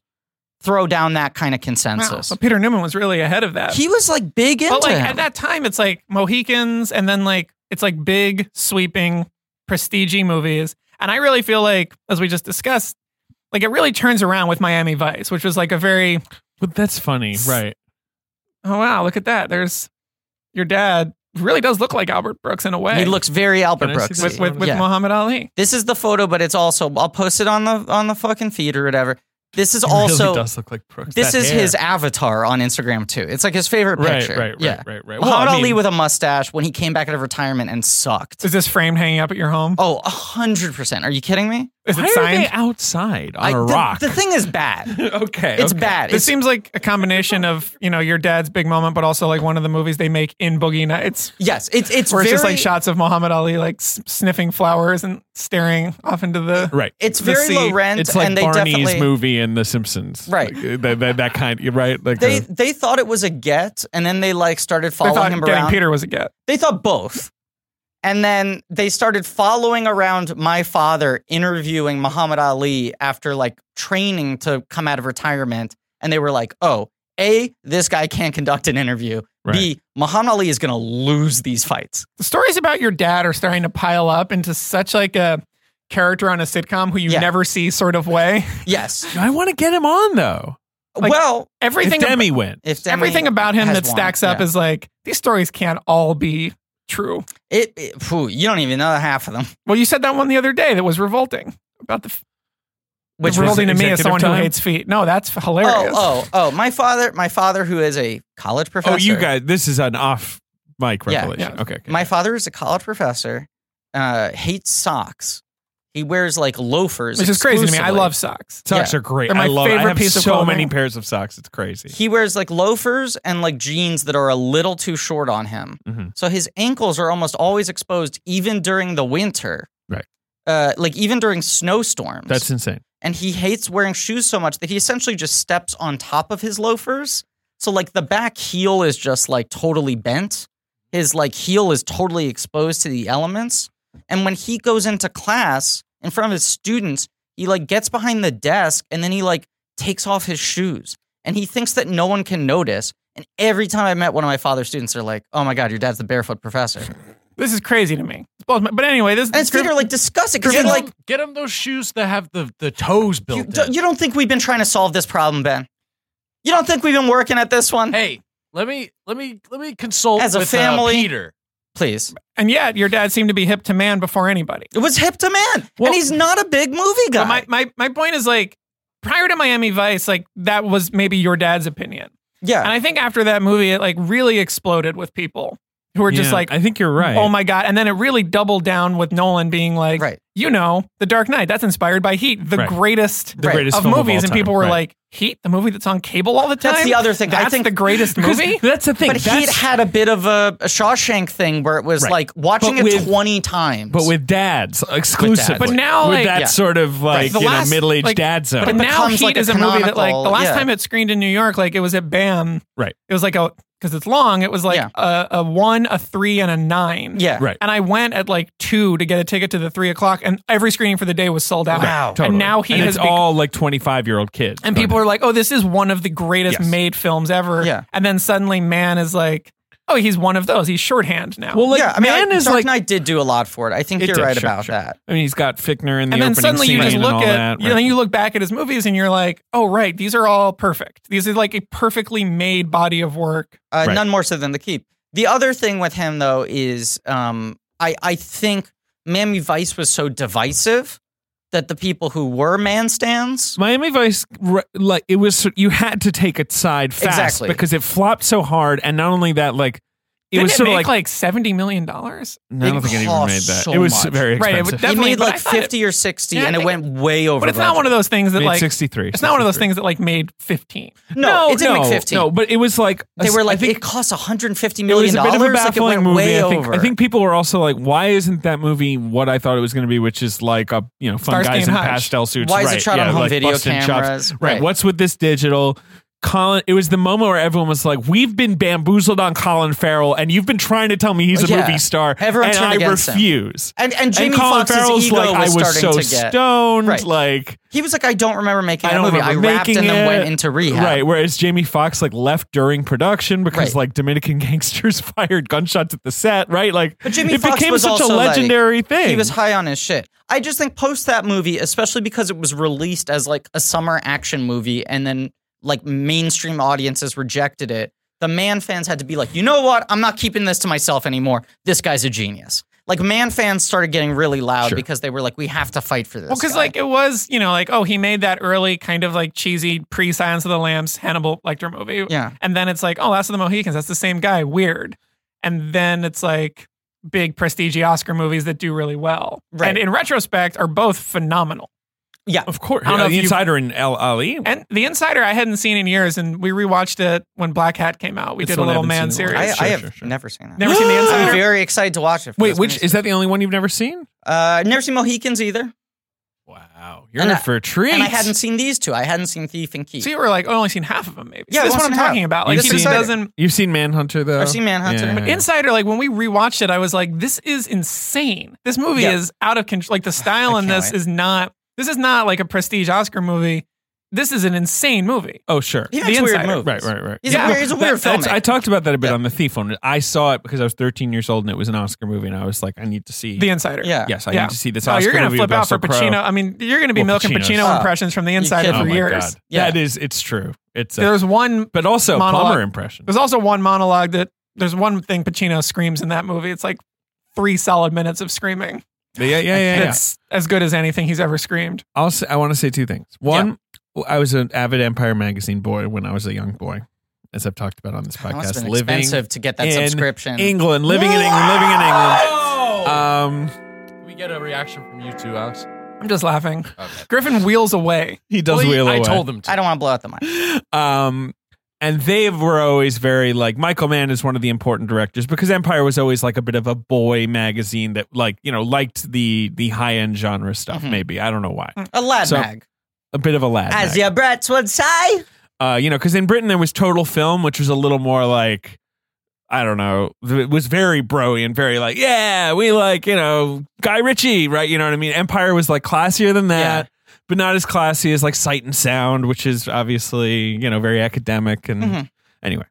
throw down that kind of consensus.
So Peter Newman was really ahead of that.
He was like big into
but like
him.
at that time, it's like Mohicans, and then like it's like big sweeping prestige movies. And I really feel like, as we just discussed, like it really turns around with Miami Vice, which was like a very
but that's funny, right?
oh wow, look at that. There's your dad really does look like Albert Brooks in a way.
he looks very Albert
Can I see
Brooks.
that?
with with, with
Yeah.
Muhammad Ali.
This is the photo, but it's also I'll post it on the on the fucking feed or whatever. This is also
does look like Brooks.
this
That
is
hair.
his avatar on Instagram too. It's like his favorite
right,
picture.
right, right,
yeah.
right, right,
Muhammad
I
Ali
mean,
with a mustache when he came back out of retirement and sucked.
Is this framed hanging up at your home?
Oh, a hundred percent. Are you kidding me?
Is
Why
it
are
signed?
they outside on
I-
a
the,
rock?
the thing is bad.
okay,
It's
okay.
bad.
This
It's,
seems like a combination of you know your dad's big moment, but also like one of the movies they make in Boogie Nights,
yes, it's it's
where
very
it's just like shots of Muhammad Ali like s- sniffing flowers and staring off into the
Right.
It's
the
very
sea.
low rent,
it's like
and they
Barney's
definitely
movie and The Simpsons,
Right.
Like, uh, that, that, that kind, right? Like
they
the-
they thought it was a get, and then they like started
They
following
thought
him
getting
around.
Peter was a get.
They thought both. And then they started following around my father interviewing Muhammad Ali after like training to come out of retirement. And they were like, oh, A, this guy can't conduct an interview. B, Muhammad Ali is going to lose these fights.
The stories about your dad are starting to pile up into such like a character on a sitcom who you
Yeah.
never see sort of way.
Yes.
I want to get him on though.
Like,
well,
Everything
if Demi went,
if Demi
everything about him
has
that
won,
stacks up
yeah.
is like these stories can't all be true.
It, it- phew, you don't even know half of them.
Well, you said that one the other day that was revolting about the f-
Which
the
was
revolting to me as
executive
someone
time?
who hates feet. No, that's hilarious.
Oh, oh, oh! My father, my father, who is a college professor.
oh, you guys, this is an off mic
Yeah.
revelation. Okay, okay.
My father is a college professor. Uh, hates socks. He wears like loafers,
which is crazy to me. I
exclusively.
love socks.
socks
yeah.
are great.
They're my
I love.
favorite
I have
piece of
so
clothing.
many pairs of socks. It's crazy.
He wears like loafers and like jeans that are a little too short on him.
Mm-hmm.
Mhm.
So his ankles are almost always exposed, even during the winter.
Right.
Uh, like even during snowstorms.
That's insane.
and he hates wearing shoes so much that he essentially just steps on top of his loafers. So like the back heel is just like totally bent. His like heel is totally exposed to the elements. And when he goes into class in front of his students, he like gets behind the desk and then he like takes off his shoes. And he thinks that no one can notice. And every time I met one of my father's students, they're like, "Oh my god, your dad's the barefoot professor." And
This is crazy to me. It blows my- But anyway, this
it's they're like disgusting because
Get
they're
him,
like,
get him those shoes that have the, the toes
you,
built in.
don't- "You don't think we've been trying to solve this problem, Ben? You don't think we've been working at this one?"
hey, let me let me let me consult
As a
with, uh,
family-
Peter.
please.
and yet your dad seemed to be hip to man before anybody.
It was hip to man,
Well-
and he's not a big movie guy.
But my, my my point is like prior to Miami Vice, like that was maybe your dad's opinion.
yeah,
And I think after that movie, it like really exploded with people who were just
Yeah,
like,
I think you're right.
oh my God. And then it really doubled down with Nolan being like,
Right.
you know, The Dark Knight, that's inspired by Heat, the
Right.
greatest
the
Right.
greatest
of
film
movies.
all
and people
time.
were
Right.
like, Heat, the movie that's on cable all the time?
That's the other thing. I
That's
think-
the greatest movie?
That's the thing.
but he
That's-
had a bit of a, a Shawshank thing where it was
Right.
like watching
But
it
with-
twenty times.
but with dads exclusively.
But now,
with
like-
that
Yeah.
sort of like
the
you
last-
know middle aged
like-
dad zone.
But now
becomes,
Heat
like, a
is a movie that like the
canonical-
last
yeah.
time it screened in New York, like it was at BAM.
Right.
It was like a because it's long. It was like
Yeah.
a, a one, a three, and a nine.
yeah,
Right.
And I went at like two to get a ticket to the three o'clock, and every screening for the day was sold out.
Wow.
Totally.
And now he
and
has
it's
become-
all like twenty five year old kids.
and people are like, "Oh, this is one of the greatest
Yes.
made films ever."
Yeah.
And then suddenly, man is like, "Oh, he's one of those. He's shorthand now."
well, like,
yeah. I mean,
man
I,
is
Dark
like.
Knight did do a lot for it. I think
It
you're
did,
right
sure,
about
sure.
that.
I mean, he's got Fickner in the
and then
opening
suddenly you
scene
just
and
look
all
at
that,
you
right.
know you look back at his movies and you're like, "Oh, right, these are all perfect. These are like a perfectly made body of work."
Uh,
Right.
None more so than the keep. The other thing with him though is um, I I think Mammy Vice was so divisive that the people who were man stands
Miami Vice, re- like it was, you had to take a side fast
Exactly.
because it flopped so hard, and not only that, like it
Didn't
was sort
make
of
like,
like,
seventy million dollars.
No, I
it
don't think it even
cost
made that.
so
it was
much.
very
Right, it
expensive.
would
it
definitely
made
but I
like
thought it-
fifty or sixty,
Yeah, I
and it
think
went way over.
But it's not one of those things that
made
like
sixty three.
it's not one of those things that like made fifteen.
No, it didn't
no,
make fifteen.
No, but it was like a
they
s-
were
I
like,
think
it costs 150
it was
million
a bit
dollars.
of a
like it
baffling
went
movie.
way
I think,
over.
I think people were also like, why isn't that movie what I thought it was going to be, which is like a you know fun
Starsky
guys
and
in
Hutch.
pastel suits?
Why is it
right,
shot
yeah,
on home
like
video
busting chops.
cameras?
Right.
Right.
What's with this digital? Colin, it was the moment where everyone was like, "We've been bamboozled on Colin Farrell, and you've been trying to tell me he's a
Yeah.
movie star,
Everyone
and
turned
I
against him.
refuse."
and and Jamie
and Colin
Foxx's
Farrell's
ego
like,
was
"I was
starting
so
to get.
stoned,
Right.
like."
he was like, I don't remember making
I
that
don't
movie. I
remember
rapped
making
and then
it.
went into rehab.
Right, whereas Jamie Foxx like left during production because
Right.
like Dominican gangsters fired gunshots at the set, right? Like
But Jamie
it
Foxx
became
was
such a
also, like,
legendary thing.
He was high on his shit. I just think post that movie, especially because it was released as like a summer action movie, and then like mainstream audiences rejected it. The man fans had to be like, you know what? I'm not keeping this to myself anymore. This guy's a genius. Like man fans started getting really loud because they were like, we have to fight for this.
Well, because
guy.
like it was, you know, like oh, he made that early kind of like cheesy pre Silence of the Lambs Hannibal Lecter movie,
Yeah.
and then it's like oh, Last of the Mohicans, that's the same guy, weird, and then it's like big prestige Oscar movies that do really well,
Right.
and in retrospect are both phenomenal.
Yeah.
Of course. Uh,
I don't know if
the
you've-
insider in Al Ali.
And The Insider I hadn't seen in years, and we rewatched it when Black Hat came out. We
This
did a
one I
little
haven't
man
seen in a
series.
while.
I,
Sure,
I have
sure, sure.
never seen that.
Never seen The
I'm
Insider.
very excited to watch it. for
Wait,
this
which
mini-
is that the only one you've never seen?
Uh, I've never seen Mohicans either,
Wow, you're
And
in
I-
for a treat.
and I hadn't seen these two. I hadn't seen Thief and Key.
So you were like, oh, I only seen half of them, maybe.
Yeah,
Yeah,
I've
that's what
only
I'm
seen half.
talking about. Like,
You've
he
seen
just
Insider.
doesn't.
You've seen Manhunter though.
I've seen Manhunter.
Yeah.
Insider, like when we rewatched it, I was like, this is insane. This movie
Yeah.
is out of control. Like the style
I
in
can't
this
wait.
is not, this is not like a prestige Oscar movie. This is an insane movie.
Oh sure.
He
The
makes weird
Insider.
movies.
Right, right, right.
He's, a
Yeah.
weird, he's a weird
That's-
filmmaker.
I talked about that a bit on the Thief one. I saw it because I was 13 years old and it was an Oscar movie, and I was like, I need to see.
The Insider.
yeah.
yes, I
Yeah.
need to see this
Oh,
Oscar
you're gonna
movie
flip
with
out for
Russell Crowe.
Pacino. I mean, you're gonna be
Well,
milking
Pacino's-
Pacino
Oh.
impressions from the Insider
kidding.
for
Oh my
years.
God.
Yeah.
That is, it's true. It's a,
There's one,
but also a
monologue.
Plumber impression.
there's also one monologue that there's one thing Pacino screams in that movie. It's like three solid minutes of screaming.
Yeah, yeah, yeah. yeah.
That's as good as anything he's ever screamed.
I'll say, I want to say two things. One, I was an avid Empire magazine boy when I was a young boy, as I've talked about on this
It must
podcast.
have been
living
expensive to get that
in
subscription.
England, living in England, living in England. Um,
we get a reaction from you too, Alex.
I'm just laughing.
Okay.
Griffin wheels away.
he does
Well, he-
wheel
I
away.
told them to.
I don't want to blow out the mic.
Um, and they were always very like Michael Mann is one of the important directors because Empire was always like a bit of a boy magazine that like you know liked the the high end genre stuff.
Mhm.
Maybe I don't know why.
A lad
So-
mag.
A bit of a lad.
As
mag.
your Brits would say.
uh, you know, because in Britain there was Total Film, which was a little more like, I don't know, th- it was very broy and very like, yeah, we like you know Guy Ritchie, right? You know what I mean? Empire was like classier than that, but not as classy as like Sight and Sound, which is obviously you know very academic and
Mhm.
anyway.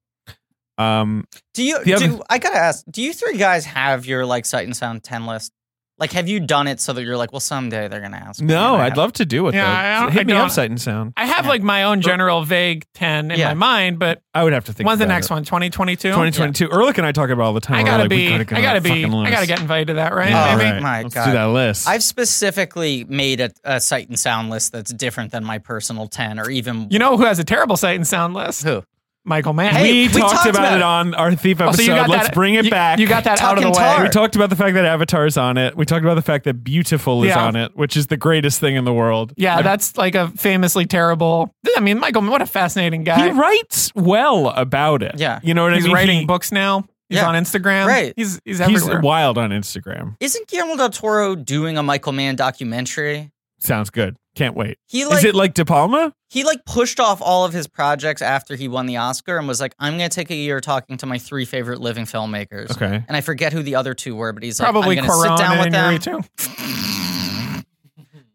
Um,
Do you?
The other-
do I gotta ask? Do you three guys have your like sight and sound ten list? Like, have you done it so that you're like, well, someday they're gonna ask? me,
no,
and I
I'd
have-
love to do it.
Yeah,
though.
I don't-
hit
I
me up,
don't-
Sight and Sound.
I have like my own general vague 10 in
Yeah.
my mind, but
I would have to think.
when's the
about
next
it.
one? 2022?
2022. Ehrlich and I talk about it all the time.
I
We're
gotta
like, we
be,
gotta get
I
on
gotta
that
be,
fucking
I gotta
list.
get invited to that, Oh, right?
Yeah.
Maybe.
right. My
Let's
God.
do that list.
I've specifically made a, a sight and sound list that's different than my personal ten, or even
You know who has a terrible sight and sound list?
Who?
Michael Mann.
Hey,
we,
we
talked,
talked
about,
about
it
it.
on our thief
Oh, so
episode.
you got
Let's
that-
bring it
you-
back.
You got that out of the
Talking
way.
tar.
We talked about the fact that Avatar's on it. We talked about the fact that Beautiful is
Yeah.
on it, which is the greatest thing in the world.
Yeah, that's like a famously terrible. I mean, Michael, what a fascinating
He
guy.
writes well about it.
Yeah.
you know what
he's
I mean.
writing
He-
books now. He's
Yeah.
on Instagram.
Right.
He's he's
He's
everywhere.
wild on Instagram.
Isn't Guillermo del Toro doing a Michael Mann documentary?
Sounds good. Can't wait.
He like
is it like De Palma?
he like pushed off all of his projects after he won the Oscar and was like, I'm gonna take a year talking to my three favorite living filmmakers.
Okay.
And I forget who the other two were, but he's
Probably
like, I'm gonna
Corona
sit down with
and Yuri
them.
too.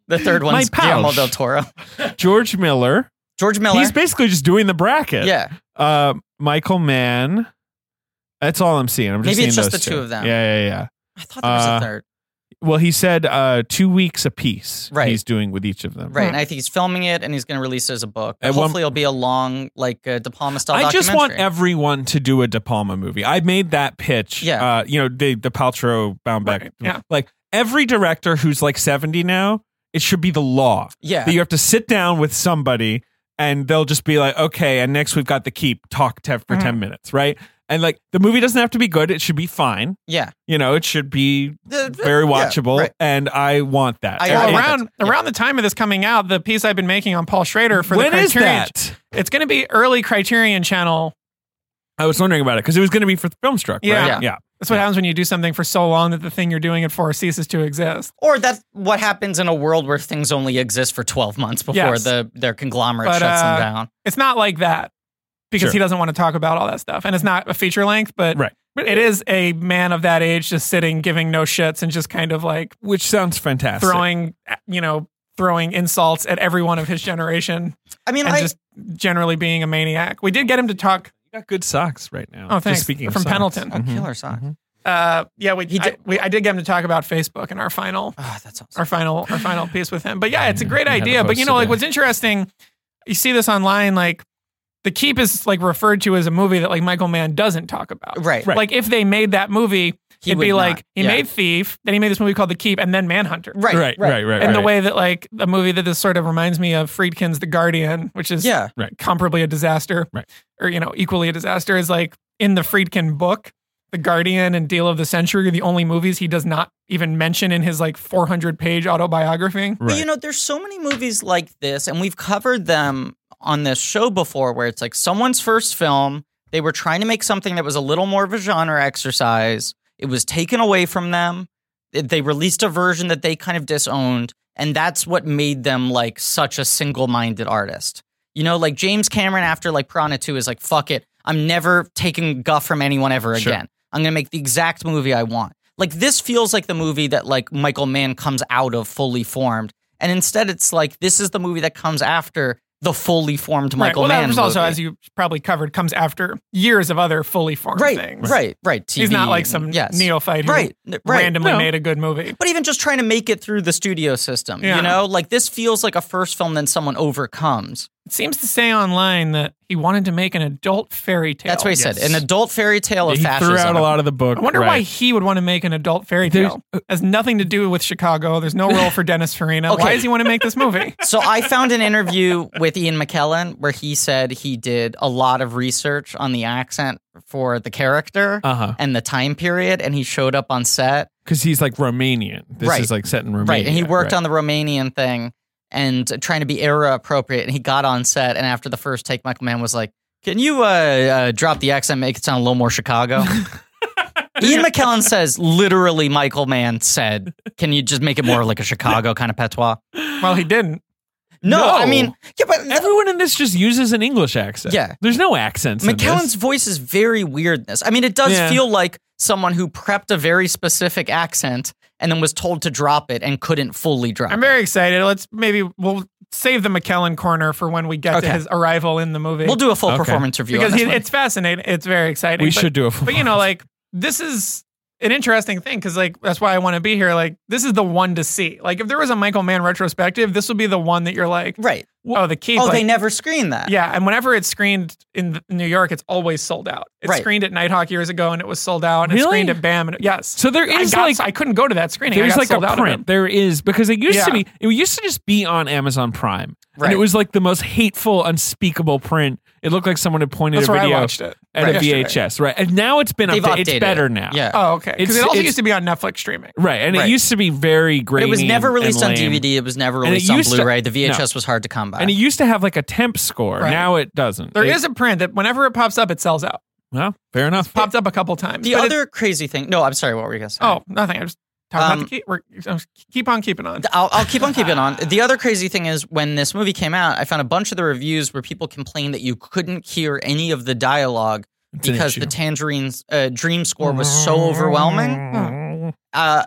The third one's
pouch.
Guillermo del Toro,
George Miller.
George Miller.
He's basically just doing the bracket.
yeah,
Uh, Michael Mann. That's all I'm seeing. I'm just
Maybe it's
seeing
just
those
the two of them.
Yeah, yeah, yeah.
I thought there was
Uh,
a third.
Well, he said uh, two weeks apiece.
Right.
He's doing with each of them.
Right, and I think he's filming it, and he's going to release it as a book.
At
But
one-
hopefully, it'll be a long, like uh, De Palma style.
I just want
documentary.
everyone to do a De Palma movie. I made that pitch.
Yeah.
Uh, you know, the, the Paltrow bound back.
Right, yeah.
Like every director who's like 70 now, it should be the law
yeah,
that you have to sit down with somebody and they'll just be like, okay, and next we've got the keep, talk te- for
Mhm.
10 minutes, right? And like the movie doesn't have to be good. It should be fine.
yeah,
You know, it should be
The- the-
very
yeah,
watchable.
right.
And I want that.
I-
And
I
Well,
it-
want
around around the time of this coming out, the piece I've been making on Paul Schrader for
when
the
is
Criterion,
that?
it's going to be early Criterion Channel.
I was wondering about it because it was going to be for Filmstruck.
Yeah.
Right? yeah.
That's what happens when you do something for so long that the thing you're doing it for ceases to exist.
Or that's what happens in a world where things only exist for twelve months before
Yes.
the their conglomerate
But,
shuts
uh,
them down.
It's not like that because
Sure.
he doesn't want to talk about all that stuff, and it's not a feature length, but
Right.
it is a man of that age just sitting, giving no shits, and just kind of like
which sounds fantastic.
throwing, you know, throwing insults at everyone of his generation
I mean,
and
I,
just generally being a maniac. We did get him to talk.
you got good socks right now.
Oh, thanks.
Just speaking of
From
socks.
Pendleton.
oh,
Mm-hmm.
killer sock.
Uh, yeah, we,
He
I-
did-
we I did get him to talk about Facebook in our final
Ah, that's awesome.
our final our final piece with him. But yeah, it's a great
Yeah,
idea.
the
But you
post
know, like
today.
what's interesting, you see this online, like the keep is like referred to as a movie that like Michael Mann doesn't talk about.
Right.
Right.
Like if they made that movie,
He
it'd be
would
like
not.
he
Yeah.
made Thief, then he made this movie called The Keep, and then Manhunter.
Right,
Right, right, right.
And the
right.
way that like a movie that this sort of reminds me of Friedkin's The Guardian, which is
Yeah,
Right.
comparably a disaster,
Right.
or you know equally a disaster, is like in the Friedkin book. The Guardian and Deal of the Century are the only movies he does not even mention in his like 400 page autobiography.
But you know, there's so many movies like this, and we've covered them on this show before where it's like someone's first film, they were trying to make something that was a little more of a genre exercise. It was taken away from them. It- They released a version that they kind of disowned, and that's what made them like such a single minded artist. You know, like James Cameron after like Piranha 2 is like, fuck it. I'm never taking guff from anyone ever again. I'm going to make the exact movie I want. Like this feels like the movie that like Michael Mann comes out of fully formed. And instead it's like this is the movie that comes after the fully formed Michael
right. Well,
Mann.
that was also,
movie.
as you probably covered, comes after years of other fully formed
right,
things.
right, right.
He's
TV
not like some
and- yes.
neophyte who
Right, n- right.
randomly
No.
made a good movie.
But even just trying to make it through the studio system,
Yeah.
you know, like this feels like a first film then someone overcomes.
It seems to say online that he wanted to make an adult fairy tale.
That's what he said, an adult fairy tale of
he
fascism.
threw out a lot of the book.
I wonder why he would want to make an adult fairy tale. Has nothing to do with Chicago. There's no role for Dennis Farina. Why
Okay.
does he want to make this movie?
So I found an interview with Ian McKellen where he said he did a lot of research on the accent for the character
Uh huh.
and the time period, and he showed up on set.
Because he's like Romanian. This
Right.
is like set in Romania.
Right, and he worked
right.
on the Romanian thing and trying to be era appropriate. And he got on set, and after the first take, Michael Mann was like, "Can you uh, uh, drop the accent, make it sound a little more Chicago?" Ian McKellen says literally, Michael Mann said, "Can you just make it more like a Chicago kind of patois?"
Well, he didn't.
No,
No.
I mean, yeah, but
Everyone in this just uses an English accent.
Yeah.
There's no accents. in this.
McKellen's voice is very weirdness. I mean, it does
Yeah.
feel like someone who prepped a very specific accent and then was told to drop it and couldn't fully drop
I'm
it.
very excited. Let's maybe we'll save the McKellen corner for when we get
Okay.
to his arrival in the movie.
We'll do a full
Okay.
performance review
because
on this
he,
one.
it's fascinating. It's very exciting.
We
But-
should do a full
But you know, like this is an interesting thing because like that's why I want to be here. Like this is the one to see. Like if there was a Michael Mann retrospective, this would be the one that you're like,
right.
oh, the key.
Oh,
like,
they never screen that.
Yeah, and whenever it's screened in th- New York, it's always sold out. It
Right.
screened at Nighthawk years ago, and it was sold out. And It
Really?
screened at BAM. And, yes.
So there
I,
is
got-
like
I couldn't go to that screening. I
There's
got
like
sold out
a
of
print.
it.
There is because it used to
Yeah.
be it used to just be on Amazon Prime. And
Right.
it was like the most hateful, unspeakable print. It looked like someone had pointed
That's
a
where I
video
watched it.
at
Right.
a VHS, right? And now it's been
They've updated
upda- It's better
it.
now.
Yeah.
Oh, okay. Because
It's-
it also
it's-
used to be on Netflix streaming.
Right. And
Right.
it used to be very great.
But it was never released on DVD. It was never
And it
released on
used to-
Blu-ray. The
no.
VHS was hard to come by.
And it used to have like a temp score.
Right.
Now it doesn't.
There
it,
is a print that whenever it pops up, it sells out.
Well, fair enough.
Popped up a couple times.
the
but it-
other crazy thing. No, I'm sorry. What were you going to say?
oh, nothing. I'm just talking
Um,
about the key. We're, I'm just keep on keeping on.
I'll, I'll keep on keeping on. The other crazy thing is when this movie came out, I found a bunch of the reviews where people complained that you couldn't hear any of the dialogue
an
because
issue.
the Tangerine's uh, dream score was so overwhelming. Uh,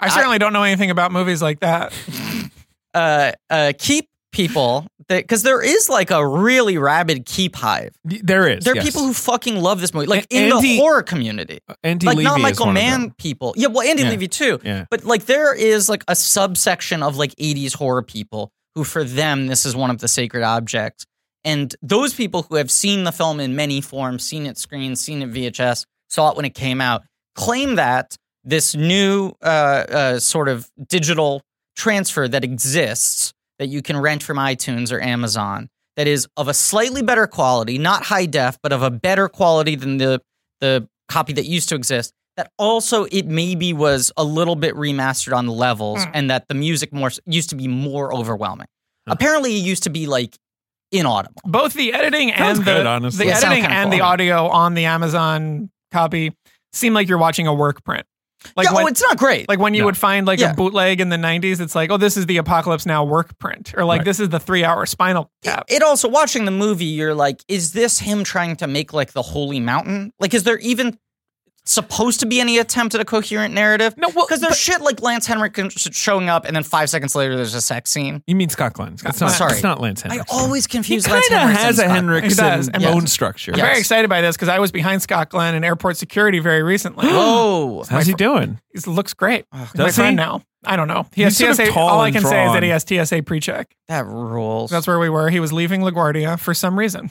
I certainly don't know anything about movies like that.
I, uh, uh, keep people because there is like a really rabid keep hive.
There is.
There are
yes.
people who fucking love this movie, like
A-
in
Andy-
the horror community,
Andy
like
Levy
not
is
Michael
one of them.
Mann people. Yeah, well, Andy
Yeah.
Levy too.
Yeah.
But like there is like a subsection of like 80s horror people who for them this is one of the sacred objects. And those people who have seen the film in many forms, seen it screened, seen it VHS, saw it when it came out, claim that this new uh, uh, sort of digital transfer that exists that you can rent from iTunes or Amazon that is of a slightly better quality, not high def, but of a better quality than the the copy that used to exist. That also it maybe was a little bit remastered on the levels,
Hmm.
and that the music more used to be more overwhelming. Apparently, it used to be like inaudible.
both the editing
Sounds
and
good,
the,
honestly.
the
It sounds
editing
kinda
and
cool.
the audio on the Amazon copy seem like you're watching a work print. Like
yeah,
when,
oh, it's not great.
like when you would find like
Yeah.
a bootleg in the 90s, it's like, oh, this is the Apocalypse Now work print, or like this is the three hour Spinal
it,
Tap.
it also watching the movie, you're like, is this him trying to make like the holy mountain? Like, is there even supposed to be any attempt at a coherent narrative?
No, well,
because there's shit like Lance Henrik showing up, and then five seconds later, there's a sex scene.
You mean Scott Glenn. It's not,
Sorry.
it's not Lance
I
Henriksen.
always
He
confuse
kind
Lance
of
Henriksen.
has a
Scott.
He does,
Henriksen
and-
bone structure.
I'm
Yeah.
very
Yes.
excited by this because I was behind Scott Glenn in airport security very recently.
Whoa.
How's he doing?
he looks great. He's my
Does
friend
he?
now. I don't know. He has
He's sort of
TSA.
tall
all I
and
can say is that
drawn.
he has TSA pre-check.
That rules.
That's where we were. He was leaving LaGuardia for some reason,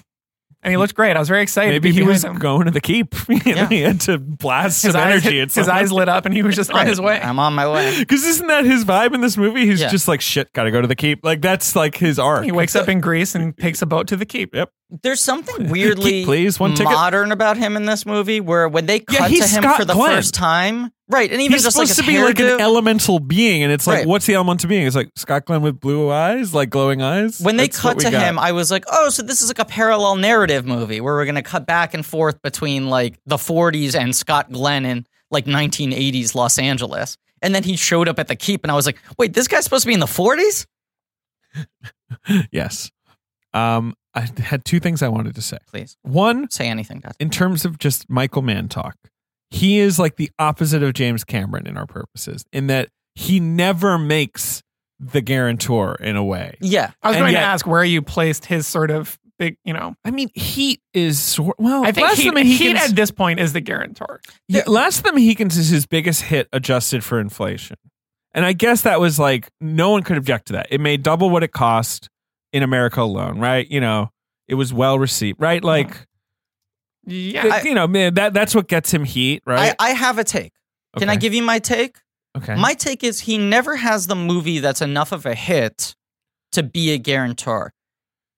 and he looked great. I was very excited. to
Maybe
be
he
behind
was
him.
going to the keep. You know,
Yeah.
He had to blast
his
some
eyes,
energy. at
his, eyes lit up, and he was just on his way.
I'm on my way.
Because isn't that his vibe in this movie? He's
Yeah.
just like, shit, gotta go to the keep. Like, that's like his arc.
He wakes up in Greece and takes a boat to the keep.
Yep.
There's something weirdly
please, one ticket.
modern about him in this movie, where when they
Yeah,
cut to
he's
him
Scott
for the
Glenn.
first time, right? And even
He's
just
supposed
like
to be
his
like an
hairdo.
elemental being, and it's like,
Right.
what's the elemental being? It's like Scott Glenn with blue eyes, like glowing eyes.
when they
That's what
cut
we
to
got.
him, I was like, oh, so this is like a parallel narrative movie where we're going to cut back and forth between like the 40s and Scott Glenn in like 1980s Los Angeles. And then he showed up at the keep, and I was like, wait, this guy's supposed to be in the 40s?
yes. Um, I had two things I wanted to say.
Please
One,
say anything, Dad.
in terms of just Michael Mann talk, he is like the opposite of James Cameron in our purposes, in that he never makes the guarantor in a way.
Yeah.
I was
And
going
yet-
to ask where you placed his sort of big, you know.
I mean, Heat is sort well.
I think
Last
Heat,
of the
Heat
Mohicans-
at this point is the guarantor.
Yeah, Last of the Mohicans is his biggest hit adjusted for inflation. And I guess that was like no one could object to that. It made double what it cost in America alone, right? You know, it was well received, right? Like
Yeah.
th- you know, man, that that's what gets him heat, right?
I, I have a take. Can I
Okay.
give you my take?
Okay.
My take is he never has the movie that's enough of a hit to be a guarantor.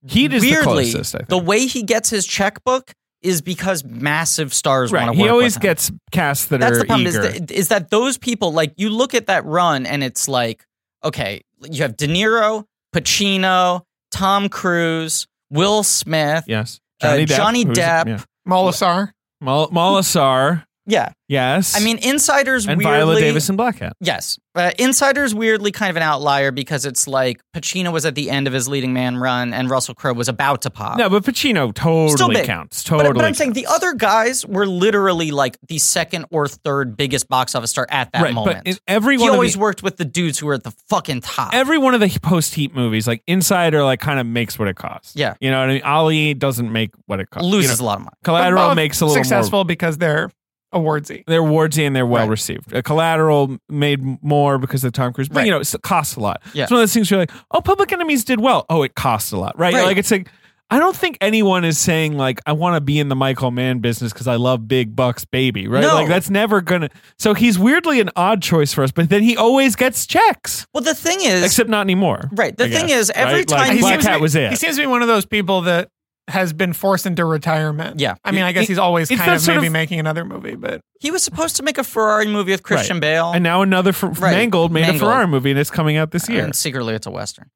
heat is the
Weirdly,
closest, I think.
the way he gets his checkbook is because massive stars want
right.
to work
He always
with him.
gets casts that
that's
are
the problem
eager.
is that, is that those people like you look at that run and it's like okay you have De Niro, Pacino, Tom Cruise, Will Smith,
yes.
uh, Johnny
who's-
Depp.
yeah.
Molasar.
Mol- Molasar.
yeah.
yes.
I mean insiders
and
weirdly
Viola Davis and Black Hat.
Yes. Uh, Insider's weirdly kind of an outlier because it's like Pacino was at the end of his leading man run and Russell Crowe was about to pop.
No, but Pacino totally
big.
counts.
But-
Totally.
But, I'm saying the other guys were literally like the second or third biggest box office star at that
right,
moment.
but in every
he
one of
always
the,
worked with the dudes who were at the fucking top.
every one of the post Heat movies, like Insider, like kind of makes what it costs.
Yeah.
you know what I mean. Ali doesn't make what it costs.
loses
You
a
know,
lot of money.
collateral
Both
makes a little
successful
more.
because they're awardsy.
They're awardsy and they're well received. A collateral made more because of Tom Cruise, but you
Right.
know it costs a lot.
Yeah.
It's one of those things where you're like, oh, Public Enemies did well. Oh, it costs a lot, right?
Right.
Like it's like. I don't think anyone is saying like I want to be in the Michael Mann business because I love big bucks, baby, right?
No.
Like that's never gonna. So he's weirdly an odd choice for us, but then he always gets checks,
Well, the thing is,
except not anymore.
right? The
I
thing
guess,
is, every
right?
time
Like,
he
Black
seems
Hat
to be-
was it.
He seems to be one of those people that has been forced into retirement.
Yeah.
I mean, I guess he's always
It's
kind
that
of
sort
maybe
of-
making another movie, but
he was supposed to make a Ferrari movie with Christian
Right.
Bale,
And now another fr-
Right.
Mangold made
Mangold.
a Ferrari movie, and it's coming out this year.
and secretly it's a western.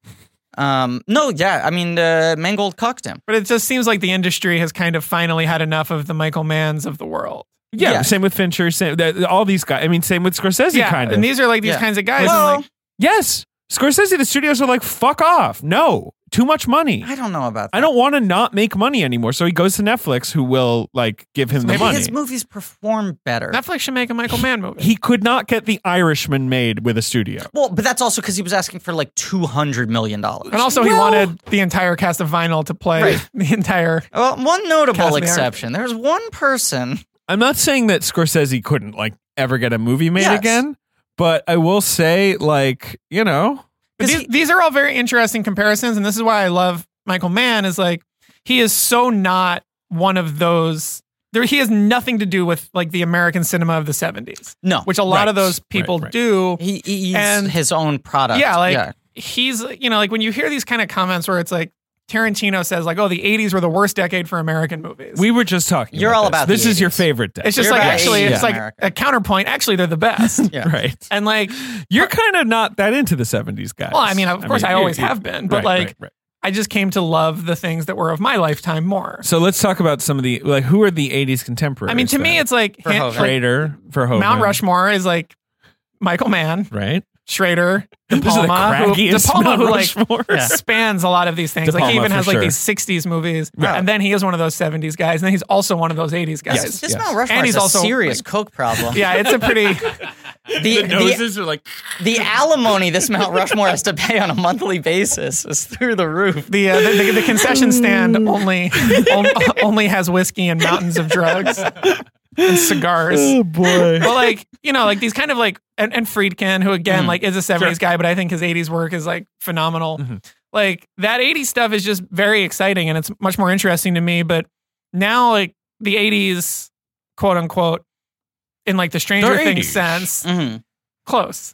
Um, no, yeah, I mean, uh, Mangold cucked him.
but it just seems like the industry has kind of finally had enough of the Michael Manns of the world.
Yeah,
Yeah.
same with Fincher. Same, that, all these guys. I mean, same with Scorsese.
Yeah,
kind of.
and these are like these
Yeah.
kinds of guys.
Well,
and, like,
yes, Scorsese. The studios are like, fuck off. No, too much money.
I don't know about that.
I don't want to not make money anymore. So he goes to Netflix, who will like give him the
Maybe
money.
his movies perform better.
Netflix should make a Michael Mann movie.
he could not get The Irishman made with a studio.
well, but that's also because he was asking for like two hundred million dollars.
and also, he wanted the entire cast of Vinyl to play
Right.
the entire.
Well, one
Cast
notable
me out.
exception. There's one person.
I'm not saying that Scorsese couldn't like ever get a movie made
Yes.
again, but I will say, like, you know,
But
'Cause
these,
he-
these are all very interesting comparisons, and this is why I love Michael Mann. Is like he is so not one of those. There, he has nothing to do with like the American cinema of the '70s,
No,
which a lot
Right.
of those people
Right, right.
do.
he, he's
And-
his own product.
Yeah, like he's you know like when you hear these kind of comments where it's like Tarantino says like, "Oh, the '80s were the worst decade for American movies."
we were just talking.
You're all
this.
about
This
the
is your
80s.
favorite day.
it's just
You're
like
right.
actually,
Yeah.
it's like
America.
a counterpoint. Actually, they're the best.
yeah.
right.
And like,
You're kind of not that into the 70s, guys.
well, I mean, of course, I,
you-
always
you-
have been, but
right,
like,
right, right.
I just came to love the things that were of my lifetime more.
so let's talk about some of the like who are the 80s contemporaries?
I mean, to me,
then?
it's like, Han-
Verhoeven.
like,
Schrader for Hope
Mount Rushmore is like Michael Mann,
Oh, right?
Schrader, De
These are the
Palma, who, De
crackiest
Palma,
Mount
who like
Rushmores. Yeah.
spans a lot of these things.
De
like he
Palma,
even
for
has like
sure.
these '60s movies,
Yeah.
and then he is one of those '70s guys, and then he's also one of those '80s guys.
Yes.
This Mount Rushmore
And he's
is a
also,
serious coke problem.
Yeah, it's a pretty.
the, the,
are like
the alimony this Mount Rushmore has to pay on a monthly basis is through the roof.
The, uh, the, the the concession
Mm.
stand only on, only has whiskey and mountains of drugs and cigars.
oh boy.
Well, like you know, like these kind of like and, and Friedkin, who again like is a '70s guy, but I think his '80s work is like phenomenal. Like that '80s stuff is just very exciting, and it's much more interesting to me. But now, like the '80s, quote unquote, in like the Stranger
They're
Things
80s.
sense,
Mhm.
close.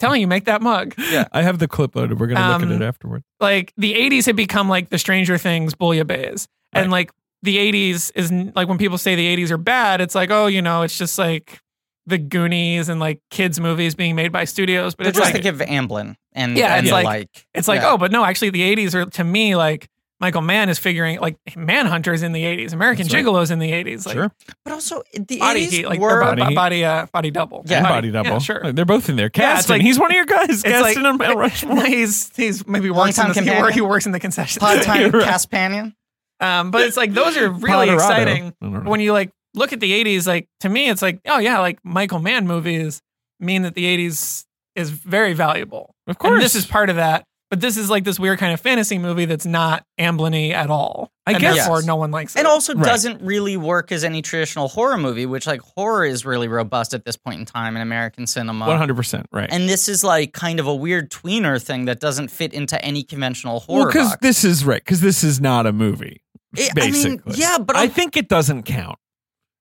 Telling you, make that mug.
I have the clip loaded. We're going to look
Um,
at it afterward.
Like the '80s had become like the Stranger Things bouillabaisse, And like the 80s is like when people say the 80s are bad, it's like, oh, you know, it's just like the Goonies and like kids movies being made by studios, but
They're
it's
just
like
to give Amblin and
Yeah,
and
it's
the
like-
like
it's like,
Yeah.
oh, but no, actually, the 80s are to me like Michael Mann is figuring like Manhunter's in the 80s, American
That's right.
Gigolo's in the 80s, like
Sure.
But also the
body
80s
heat, like
were
or
Body
body,
Heat.
body, uh, body double,
Yeah.
And body double.
yeah, sure.
Like, they're both in there.
Yeah, it's
Caston,
like-
he's one of your guys.
it's like,
Caston on Mount Rushmore.
he's he's maybe works in
Longtime
the, he, wor-
companion.
he works in the concession
Pod
stand.
Time
Right.
Caspanian.
Um, but it's like those are really
Colorado.
exciting
I don't know.
when you like look at the 80s. Like to me, it's like oh yeah, like Michael Mann movies mean that the 80s is very valuable.
of course,
And this is part of that. But this is like this weird kind of fantasy movie that's not Amblin-y at all.
I
and
guess-
therefore
Yes.
no one likes it.
And also
Right.
doesn't really work as any traditional horror movie, which like horror is really robust at this point in time in American cinema.
one hundred percent right.
And this is like kind of a weird tweener thing that doesn't fit into any conventional
well,
horror.
because
box.
this is right. Because this is not a movie.
It- I mean,
basically,
yeah, but
I
I'm-
think it doesn't count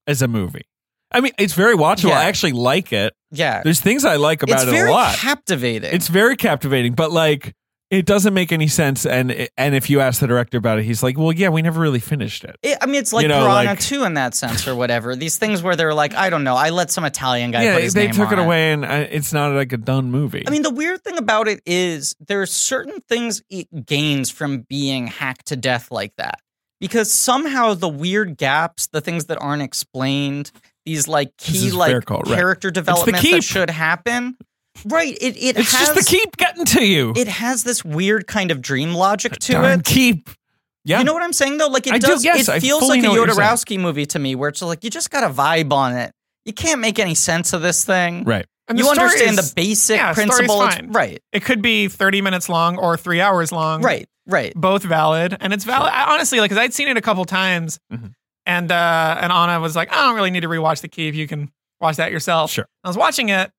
as a movie. I mean, it's very watchable.
Yeah.
I actually like it.
yeah,
There's things I like about
it's
it
very
a lot.
captivating.
It's very captivating, but like it doesn't make any sense. And and if you ask the director about it, he's like, "Well, yeah, we never really finished it."
It- I mean, it's like
you know,
Piranha
like-
2 in that sense, or whatever. These things where they're like, I don't know, I let some Italian guy
yeah,
put his
they
name
took
on
it away, and I, it's not like a done movie.
I mean, the weird thing about it is there are certain things it gains from being hacked to death like that. Because somehow the weird gaps, the things that aren't explained, these like key
is fair
like
call, right.
character developments that
keep.
should happen. Right. It it
it's
has
just the keep getting to you.
it has this weird kind of dream logic to
Darn
it.
keep. Yeah,
You know what I'm saying though? Like it
I do,
does
yes, I
it feels
fully
like a
know what you're
Yodorowski movie to me where it's like you just got a vibe on it. You can't make any sense of this thing.
right.
And
You
the story
understand
is-
the basic
yeah, story's
principle. It's-
fine.
right.
it could be 30 minutes long or three hours long.
Right. Right.
Both valid. And it's valid. I, honestly, like, because I'd seen it a couple times
Mhm.
and uh, and Anna was like, I don't really need to rewatch The Key if you can watch that yourself.
Sure.
I was watching it.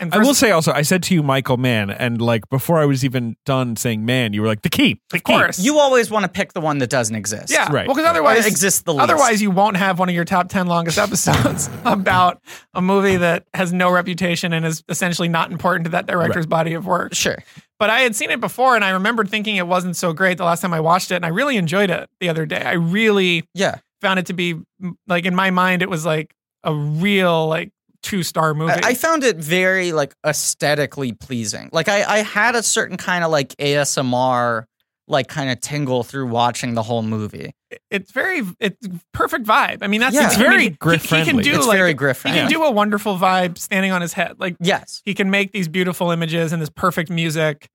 And
I
first-
will say also, I said to you, Michael Mann, and like before I was even done saying man, you were like the keep, the
of course.
You always want to pick the one that doesn't exist.
yeah.
right,
Well, because
right.
Or
otherwise,
exists the least.
Otherwise, you won't have one of your top 10 longest episodes about a movie that has no reputation and is essentially not important to that director's body of work.
sure.
But I had seen it before and I remembered thinking it wasn't so great the last time I watched it. And I really enjoyed it the other day. I really
Yeah.
found it to be, m- like, in my mind, it was like a real, like, two star movie.
I, I found it very like aesthetically pleasing. Like I, I had a certain kind of like ASMR like kind of tingle through watching the whole movie.
it's very, it's perfect vibe. I mean, that's
Yeah.
it's
It's
very
very, he, he can
grid-friendly.
do
It's
like,
very
he
Griffin.
can do a wonderful vibe standing on his head. Like,
yes.
he can make these beautiful images and this perfect music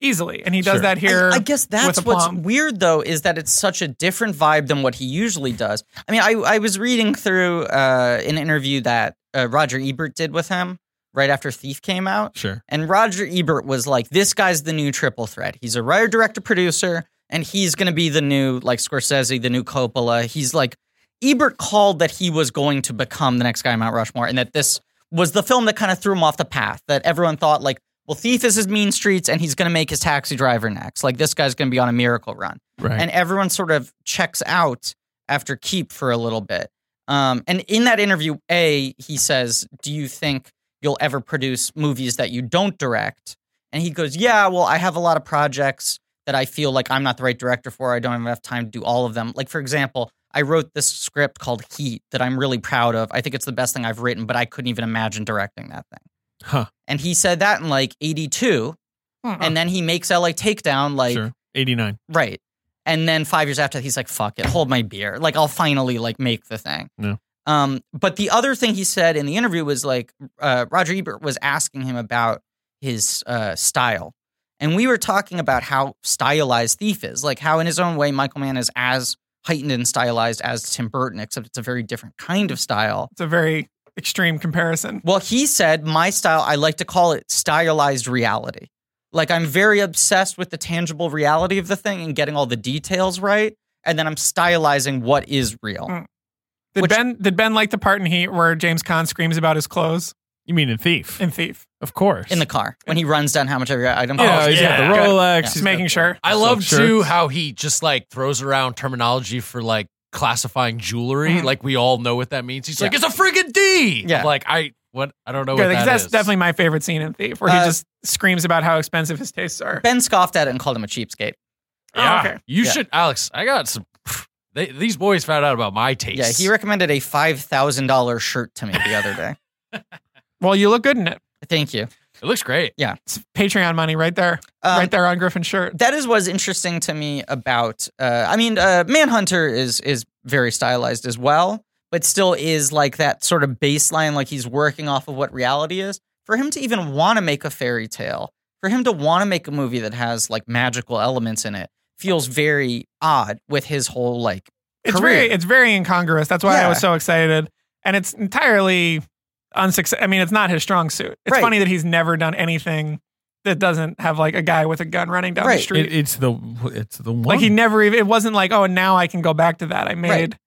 easily and he does
Sure.
that here
I, I guess that's
with
what's
aplomb.
weird though is that it's such a different vibe than what he usually does. I mean, I I was reading through uh, an interview that uh, Roger Ebert did with him right after Thief came out.
Sure.
And Roger Ebert was like, "This guy's the new triple threat. He's a writer, director, producer, and he's going to be the new like Scorsese, the new Coppola. He's like." Ebert called that he was going to become the next guy on Mount Rushmore, and that this was the film that kind of threw him off the path. That everyone thought like, well, Thief is his mean streets, and he's going to make his Taxi Driver next. Like this guy's going to be on a miracle run,
Right.
and everyone sort of checks out after Keep for a little bit. Um, and in that interview, A, he says, "Do you think you'll ever produce movies that you don't direct?" And he goes, "Yeah, well, I have a lot of projects that I feel like I'm not the right director for. I don't have enough time to do all of them. Like for example, I wrote this script called Heat that I'm really proud of. I think it's the best thing I've written, but I couldn't even imagine directing that thing."
Huh.
And he said that in like 82, and then he makes LA Takedown like
sure. 89.
Right. And then five years after, he's like, fuck it, hold my beer. Like, I'll finally, like, make the thing.
Yeah.
Um, but the other thing he said in the interview was, like, uh, Roger Ebert was asking him about his uh, style. And we were talking about how stylized Thief is. Like, how in his own way, Michael Mann is as heightened and stylized as Tim Burton, except it's a very different kind of style.
it's a very extreme comparison
Well, he said, my style, I like to call it stylized reality. Like, I'm very obsessed with the tangible reality of the thing and getting all the details right. And then I'm stylizing what is real.
Mm. did
Which-
ben did ben like the part in heat where james Caan screams about his clothes
You mean in Thief?
in thief
of course.
In the car, when he runs down how much every item
yeah,
costs.
he's got
yeah.
the Rolex.
Good.
he's
just making
got-
sure
I
Silk
love too
shirts.
how he just like throws around terminology for like classifying jewelry.
Mhm.
Like we all know what that means. He's like,
Mm-hmm. Yeah.
it's a friggin' D.
Yeah.
Like I what I don't know
Yeah,
what that
like, that's
is.
definitely my favorite scene in thief where he
Uh,
just screams about how expensive his tastes are
Ben scoffed at it and called him a cheapskate.
Oh,
yeah.
okay.
You
Yeah.
should Alex. I got some. pff, They, these boys found out about my taste.
Yeah, he recommended a five thousand dollar shirt to me the other day.
Well, you look good in it.
Thank you.
it looks great.
It's Patreon money right there,
Um,
right there on Griffin's shirt.
That is what's interesting to me about. Uh, I mean, uh, Manhunter is is very stylized as well, but still is like that sort of baseline. Like he's working off of what reality is. For him to even want to make a fairy tale, for him to want to make a movie that has like magical elements in it, feels very odd with his whole like.
It's
career.
very, it's very incongruous. That's why
Yeah.
I was so excited, and it's entirely unsuccessful. I mean, it's not his strong suit. It's
Right.
funny that he's never done anything that doesn't have like a guy with a gun running down
Right.
the street.
it's the it's the one.
like he never even. It wasn't like, oh, now I can go back to that. I made,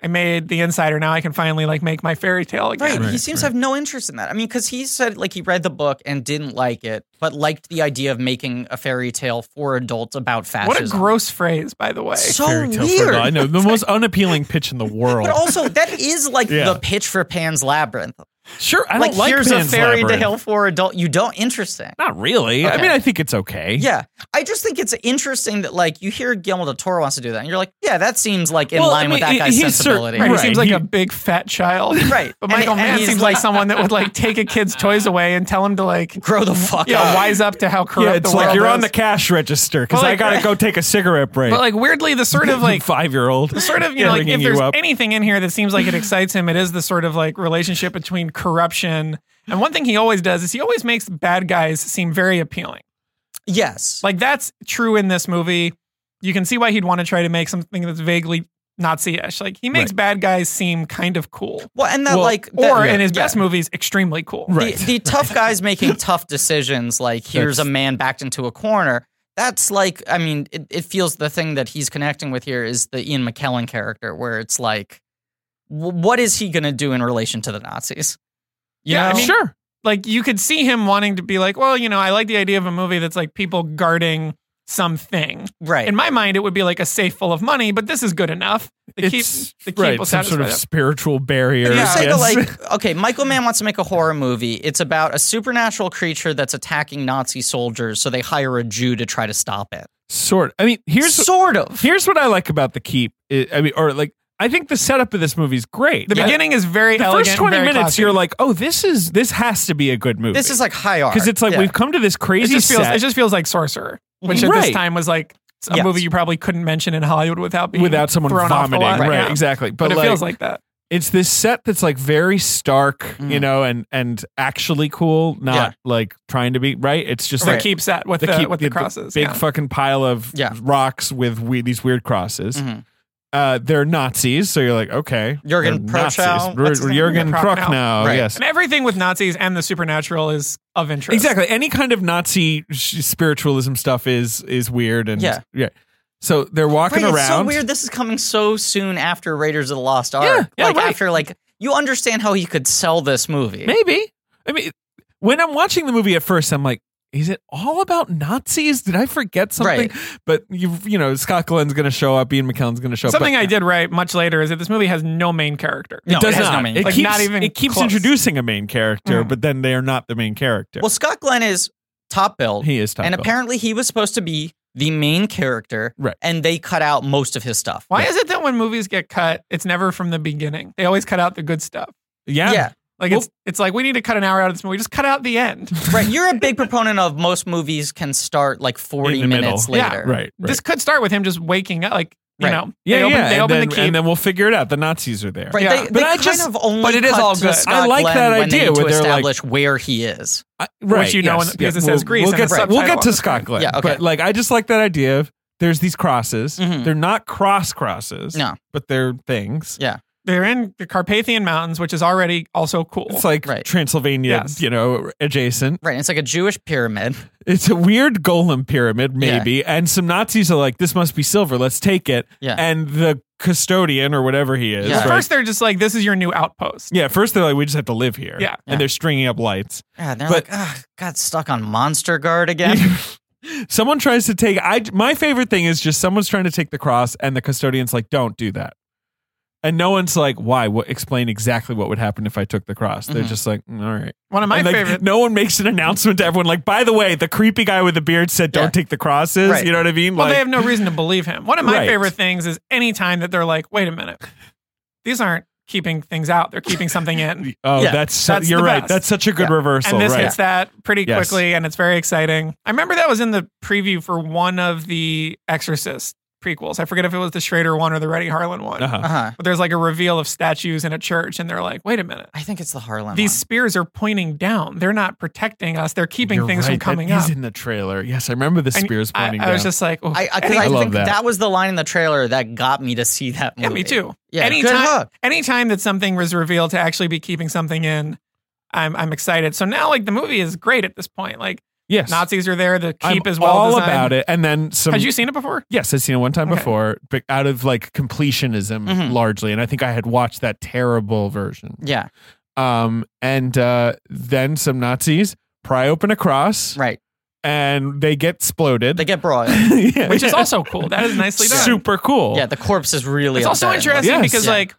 I made the insider. Now I can finally like make my fairy tale again.
Right.
Right,
He seems to have no interest in that. I mean, because he said like he read the book and didn't like it, but liked the idea of making a fairy tale for adults about fascism.
What a gross phrase, by the way.
so
fairy tale for
weird.
I know the most unappealing pitch in the world.
But also, that is like
Yeah.
the pitch for Pan's Labyrinth.
sure, I
like,
don't like
here's
Pan's
a fairy
Labyrinth.
tale for adult. You don't interesting.
Not really. I
Okay.
mean, I think it's okay.
Yeah, I just think it's interesting that like you hear Guillermo del Toro wants to do that, and you're like, yeah, that seems like in
Well, I
line with
mean,
that
he-
guy's
he's cer-
sensibility.
Right.
Right.
He seems like
He-
a big fat child.
Right.
But
And-
Michael
and
Mann
he's
seems like someone that would like take a kid's toys away and tell him to like,
grow the fuck
you know,
up.
wise up to how corrupt
Yeah, it's
the
like
world
you're on
is.
the cash register because
Well,
I
like-
gotta go take a cigarette break.
But like weirdly, the sort of like
five year old,
sort of you know like if
Ringing
there's
you up.
anything in here that seems like it excites him, it is the sort of like relationship between corruption. And one thing he always does is he always makes bad guys seem very appealing.
Yes.
Like that's true in this movie. You can see why he'd want to try to make something that's vaguely Nazi-ish. Like he makes bad guys seem kind of cool.
well, and that like that,
or in his
yeah.
best movies, extremely cool.
right?
The, the tough guys making tough decisions, like here's a man backed into a corner. That's like, I mean, it, it feels the thing that he's connecting with here is the Ian McKellen character, where it's like, w- what is he going to do in relation to the Nazis? You
Yeah, I
know?
mean-
sure.
Like you could see him wanting to be like, well, you know, I like the idea of a movie that's like people guarding something.
right.
In my mind, it would be like a safe full of money, but this is good enough. The keep,
It's-
the keep
right,
will
some
satisfy
sort of
them.
spiritual barrier.
But
Yeah.
you say
yes.
that, like, okay, Michael Mann wants to make a horror movie. It's about a supernatural creature that's attacking Nazi soldiers, so they hire a Jew to try to stop it.
sort. I mean, here's
sort of.
here's what I like about the keep. I I mean, or like, I think the setup of this movie is great.
The beginning is very
the
elegant.
first twenty
very
minutes,
classy.
you're like, oh, this is this has to be a good movie.
this is like high art
because it's like
Yeah.
we've come to this
it
crazy
just feels
set
it just feels like Sorcerer, which at
Right.
this time was like a
Yes.
movie you probably couldn't mention in Hollywood without being
without someone
thrown off a
vomiting.
lot.
Right,
Yeah.
exactly.
But,
But,
it
like,
feels like that.
it's this set that's like very stark,
Mm.
you know, and and actually cool, not
Yeah.
like trying to be right. It's just
The
like
keep set with the,
keep-
with the, crosses.
big
yeah.
fucking pile of
Yeah.
rocks with we, these weird crosses.
Mm-hmm.
Mhm.
Uh, they're Nazis, so you're like, okay,
Jurgen
they're Nazis.
Prochnow?
Ru-
What's his name?
Jurgen
Prochnow.
Prochnow,
Right.
yes,
And everything with Nazis and the supernatural is of interest.
exactly. Any kind of Nazi sh- spiritualism stuff is is weird, and
Yeah.
So they're walking
right,
around.
It's so weird. This is coming so soon after Raiders of the Lost Ark.
Yeah, yeah,
like
right.
after like you understand how he could sell this movie.
Maybe. I mean, when I'm watching the movie at first, I'm like, is it all about Nazis? Did I forget something?
Right.
But you, you know, Scott Glenn's going to show up. Ian McKellen's going to show
Something
up.
I did right much later is that this movie has no main character.
No,
but does
it has
not.
no meaning.
It
Like,
keeps,
not even
it keeps
close.
introducing a main character,
Mm-hmm.
but then they are not the main character.
Well, Scott Glenn is top billed,
he is top
and
billed.
apparently he was supposed to be the main character,
Right.
and they cut out most of his stuff.
Why is it that when movies get cut, it's never from the beginning? They always cut out the good stuff.
yeah.
Yeah,
Like it's it's like we need to cut an hour out of this movie. Just cut out the end.
right. You're a big proponent of most movies can start like 40
In the middle.
minutes
Yeah,
later.
Right. right.
This could start with him just waking up. Like you
Right.
know,
yeah,
they open,
yeah.
They
and,
open
then,
the
and
key.
then we'll figure it out. The Nazis are there.
Right,
Yeah.
they, they
But I
kind
just-
of only
but it is
cut
all
to
good. I
Scott
like
Glenn
that
when they
idea
need to
where they're like-
establish where he is.
I, right.
you know
yes,
in the- because
yes.
it says
we'll,
Greece
We'll
and
get,
the
to, we'll
subtitle
get to
on the
Scott
screen.
Glenn.
Yeah, okay.
But like, I just like that idea of there's these crosses.
Mm-hmm.
Mhm.
They're not cross crosses.
No.
But they're things.
They're in the Carpathian Mountains, which is already also cool.
It's like
Right.
Transylvania,
Yes.
you know, adjacent.
Right, it's like a Jewish pyramid.
It's a weird golem pyramid, maybe. And some Nazis are like, this must be silver. Let's take it.
Yeah.
And the custodian or whatever he is.
Yeah.
right?
Well, first they're just like, this is your new outpost.
yeah, first they're like, we just have to live here.
Yeah.
And they're stringing up lights.
Yeah, they're
But-
like, ah, got stuck on Monster Guard again.
Someone tries to take I my favorite thing is just someone's trying to take the cross and the custodian's like, don't do that. And no one's like, why? What? Explain exactly what would happen if I took the cross. They're
Mhm.
just like, "Mm, all right.
One of my
And, like,
favorite.
No one makes an announcement to everyone. Like, by the way, the creepy guy with the beard said, "Don't
Yeah.
take the crosses."
Right.
You know what I mean?
Well,
like,
they have no reason to believe him. One of my
Right.
favorite things is any time that they're like, "Wait a minute, these aren't keeping things out; they're keeping something in."
oh,
Yeah,
that's, so-
that's
you're
the
right.
best.
That's such a good
Yeah.
reversal,
and this
right?
hits that pretty
Yes.
quickly, and it's very exciting. I remember that was in the preview for one of the Exorcist prequels. I forget if it was the Schrader one or the Reddy Harlan one.
Uh-huh.
Uh huh.
But there's like a reveal of statues in a church, and they're like, "Wait a minute."
I think it's the Harlem.
These
one.
spears are pointing down. They're not protecting us. They're keeping
You're
things
right,
from coming
that
up.
is in the trailer. Yes, I remember the
And
spears
I,
pointing
I was
down.
just like, oh,
I, I, 'cause
I
I
love
think
that.
that. was the line in the trailer that got me to see that movie.
yeah, me too.
Yeah,
anytime,
good hook.
anytime that something was revealed to actually be keeping something in, I'm I'm excited. So now like the movie is great at this point. Like
yes,
Nazis are there, the
I'm
keep is well
all
designed.
about it. And then some.
Had you seen it before?
Yes, I've seen it one time
Okay. Mm-hmm.
before, but out of like completionism
Mhm.
largely, and I think I had watched that terrible version.
Yeah,
Um, and uh, then some Nazis pry open a cross,
right.
and they get exploded,
They get broiled.
Yeah.
Which is also cool. That is nicely done.
super cool.
Yeah, the corpse is really.
It's also
upsetting.
interesting
Yes.
because
Yeah.
like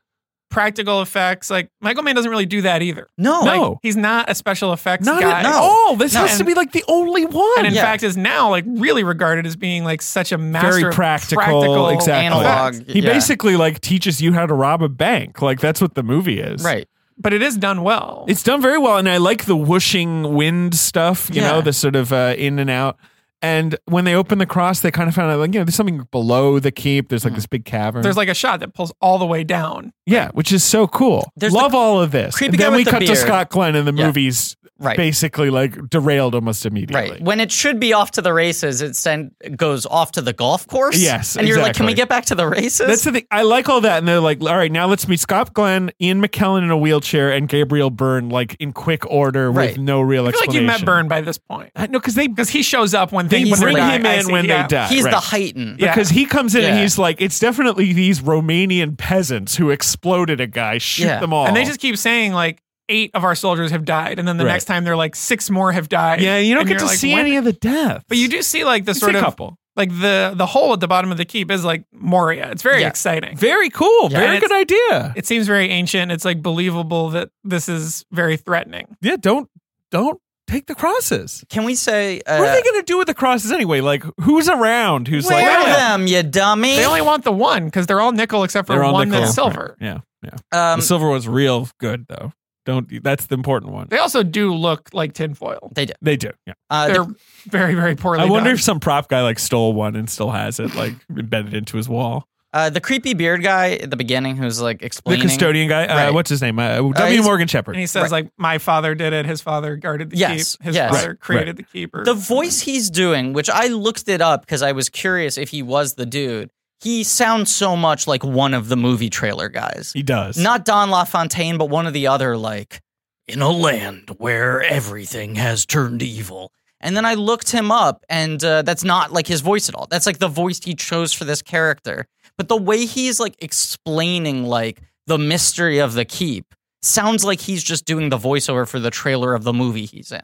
practical effects, like Michael Mann doesn't really do that either.
No,
No.
Like, he's not a special effects
Not
guy.
at all. This
No.
has to be like the only one.
And in
Yeah.
fact, is now like really regarded as being like such a master
Very
of
practical,
practical
exactly.
effects.
analog.
he
yeah.
basically like teaches you how to rob a bank. Like that's what the movie is.
right.
But it is done well.
It's done very well, and I like the whooshing wind stuff. You
Yeah.
know, the sort of uh, in and out. And when they open the cross, they kind of found out like you know there's something below the keep. There's like
Mm-hmm.
this big cavern.
There's like a shot that pulls all the way down.
yeah, which is so cool.
There's
Love all of this.
creepy
And
guy
then
with
we
the
cut to
beard.
Scott Glenn, and the
Yeah.
movie's
Right.
basically like derailed almost immediately.
Right. When it should be off to the races, it send, goes off to the golf course.
Yes,
And you're like, can we
exactly.
get back to the races?
That's the thing. I like all that, and they're like, all right, now let's meet Scott Glenn, Ian McKellen in a wheelchair, and Gabriel Byrne, like in quick order
Right.
with no real
I feel like you
explanation.
met Byrne by this point.
I- No, because they
Because he shows up when they
they
when they're
bring
dying.
him
I
in
see,
when
yeah.
they die.
He's
right.
the Heighton.
Yeah.
Because he comes in and
Yeah.
he's like, it's definitely these Romanian peasants who exploded a guy. Shoot
Yeah.
them all.
And they just keep saying like eight of our soldiers have died, and then the
Oh. Right.
next time they're like six more have died.
yeah, you don't
And
get to
you're like,
see
when-
any of the death.
But you do see like the
You see
sort
a
of
couple.
like the the hole at the bottom of the keep is like Moria. It's very
Yeah.
exciting.
Very cool.
Yeah.
Very
And
good idea.
it seems very ancient. It's like believable that this is very threatening.
Yeah, don't don't take the crosses.
Can we say. Uh,
what are they going to do with the crosses anyway? Like, who's around? Who's like,
wear
"Yeah."
them, you dummy.
They only want the one because they're all nickel except for
They're all
one
nickel.
that's silver.
Yeah, yeah.
um,
the silver was real good though. Don't that's the important one.
They also do look like tinfoil.
They do. Yeah.
uh,
They're very very poorly.
I wonder
done.
if some prop guy like stole one and still has it like embedded into his wall.
Uh, the creepy beard guy at the beginning who's like
The
explaining.
custodian guy. Uh,
Right.
What's his name? Uh, W.
he's-
Morgan
And
Shepherd.
he says, like, my father did it. His father guarded the
Yes,
keep. His
yes.
father
Right,
created the keeper.
The voice he's doing, which I looked it up because I was curious if he was the dude, he sounds so much like one of the movie trailer guys.
He does.
Not Don LaFontaine, but one of the other, like, in a land where everything has turned evil. And then I looked him up, and uh, that's not like his voice at all. That's like the voice he chose for this character. But the way he's like explaining, like, the mystery of the keep sounds like he's just doing the voiceover for the trailer of the movie he's in.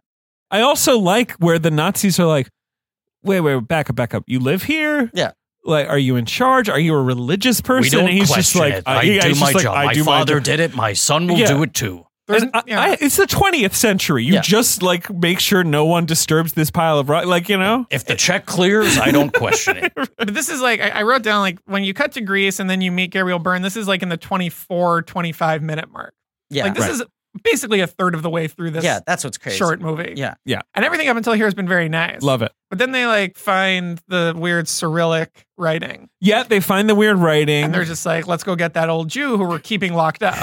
I also like where the Nazis are like, wait, wait, back up, back up. You live here?
Yeah.
Like, are you in charge? Are you a religious person?
We don't
and he's just
question
like,
it.
uh,
I
yeah,
do
he's
my
just like,
job.
I
my
do my
father
job.
did it. My son will
Yeah.
do it too.
There's-
And I,
yeah.
I, it's the 20th century. You
Yeah.
just like make sure no one disturbs this pile of rock. Like, you know?
If the check clears, I don't question it.
but this is like, I, I wrote down, like, when you cut to Greece and then you meet Gabriel Byrne, this is like in the 24, 25 minute mark.
Yeah.
like, this
Right.
is basically a third of the way through this
yeah, that's what's crazy.
short movie.
Yeah.
Yeah.
And everything up until here has been very nice.
Love it.
But then they, like, find the weird Cyrillic writing.
Yeah, they find the weird writing.
And they're just like, let's go get that old Jew who we're keeping locked up.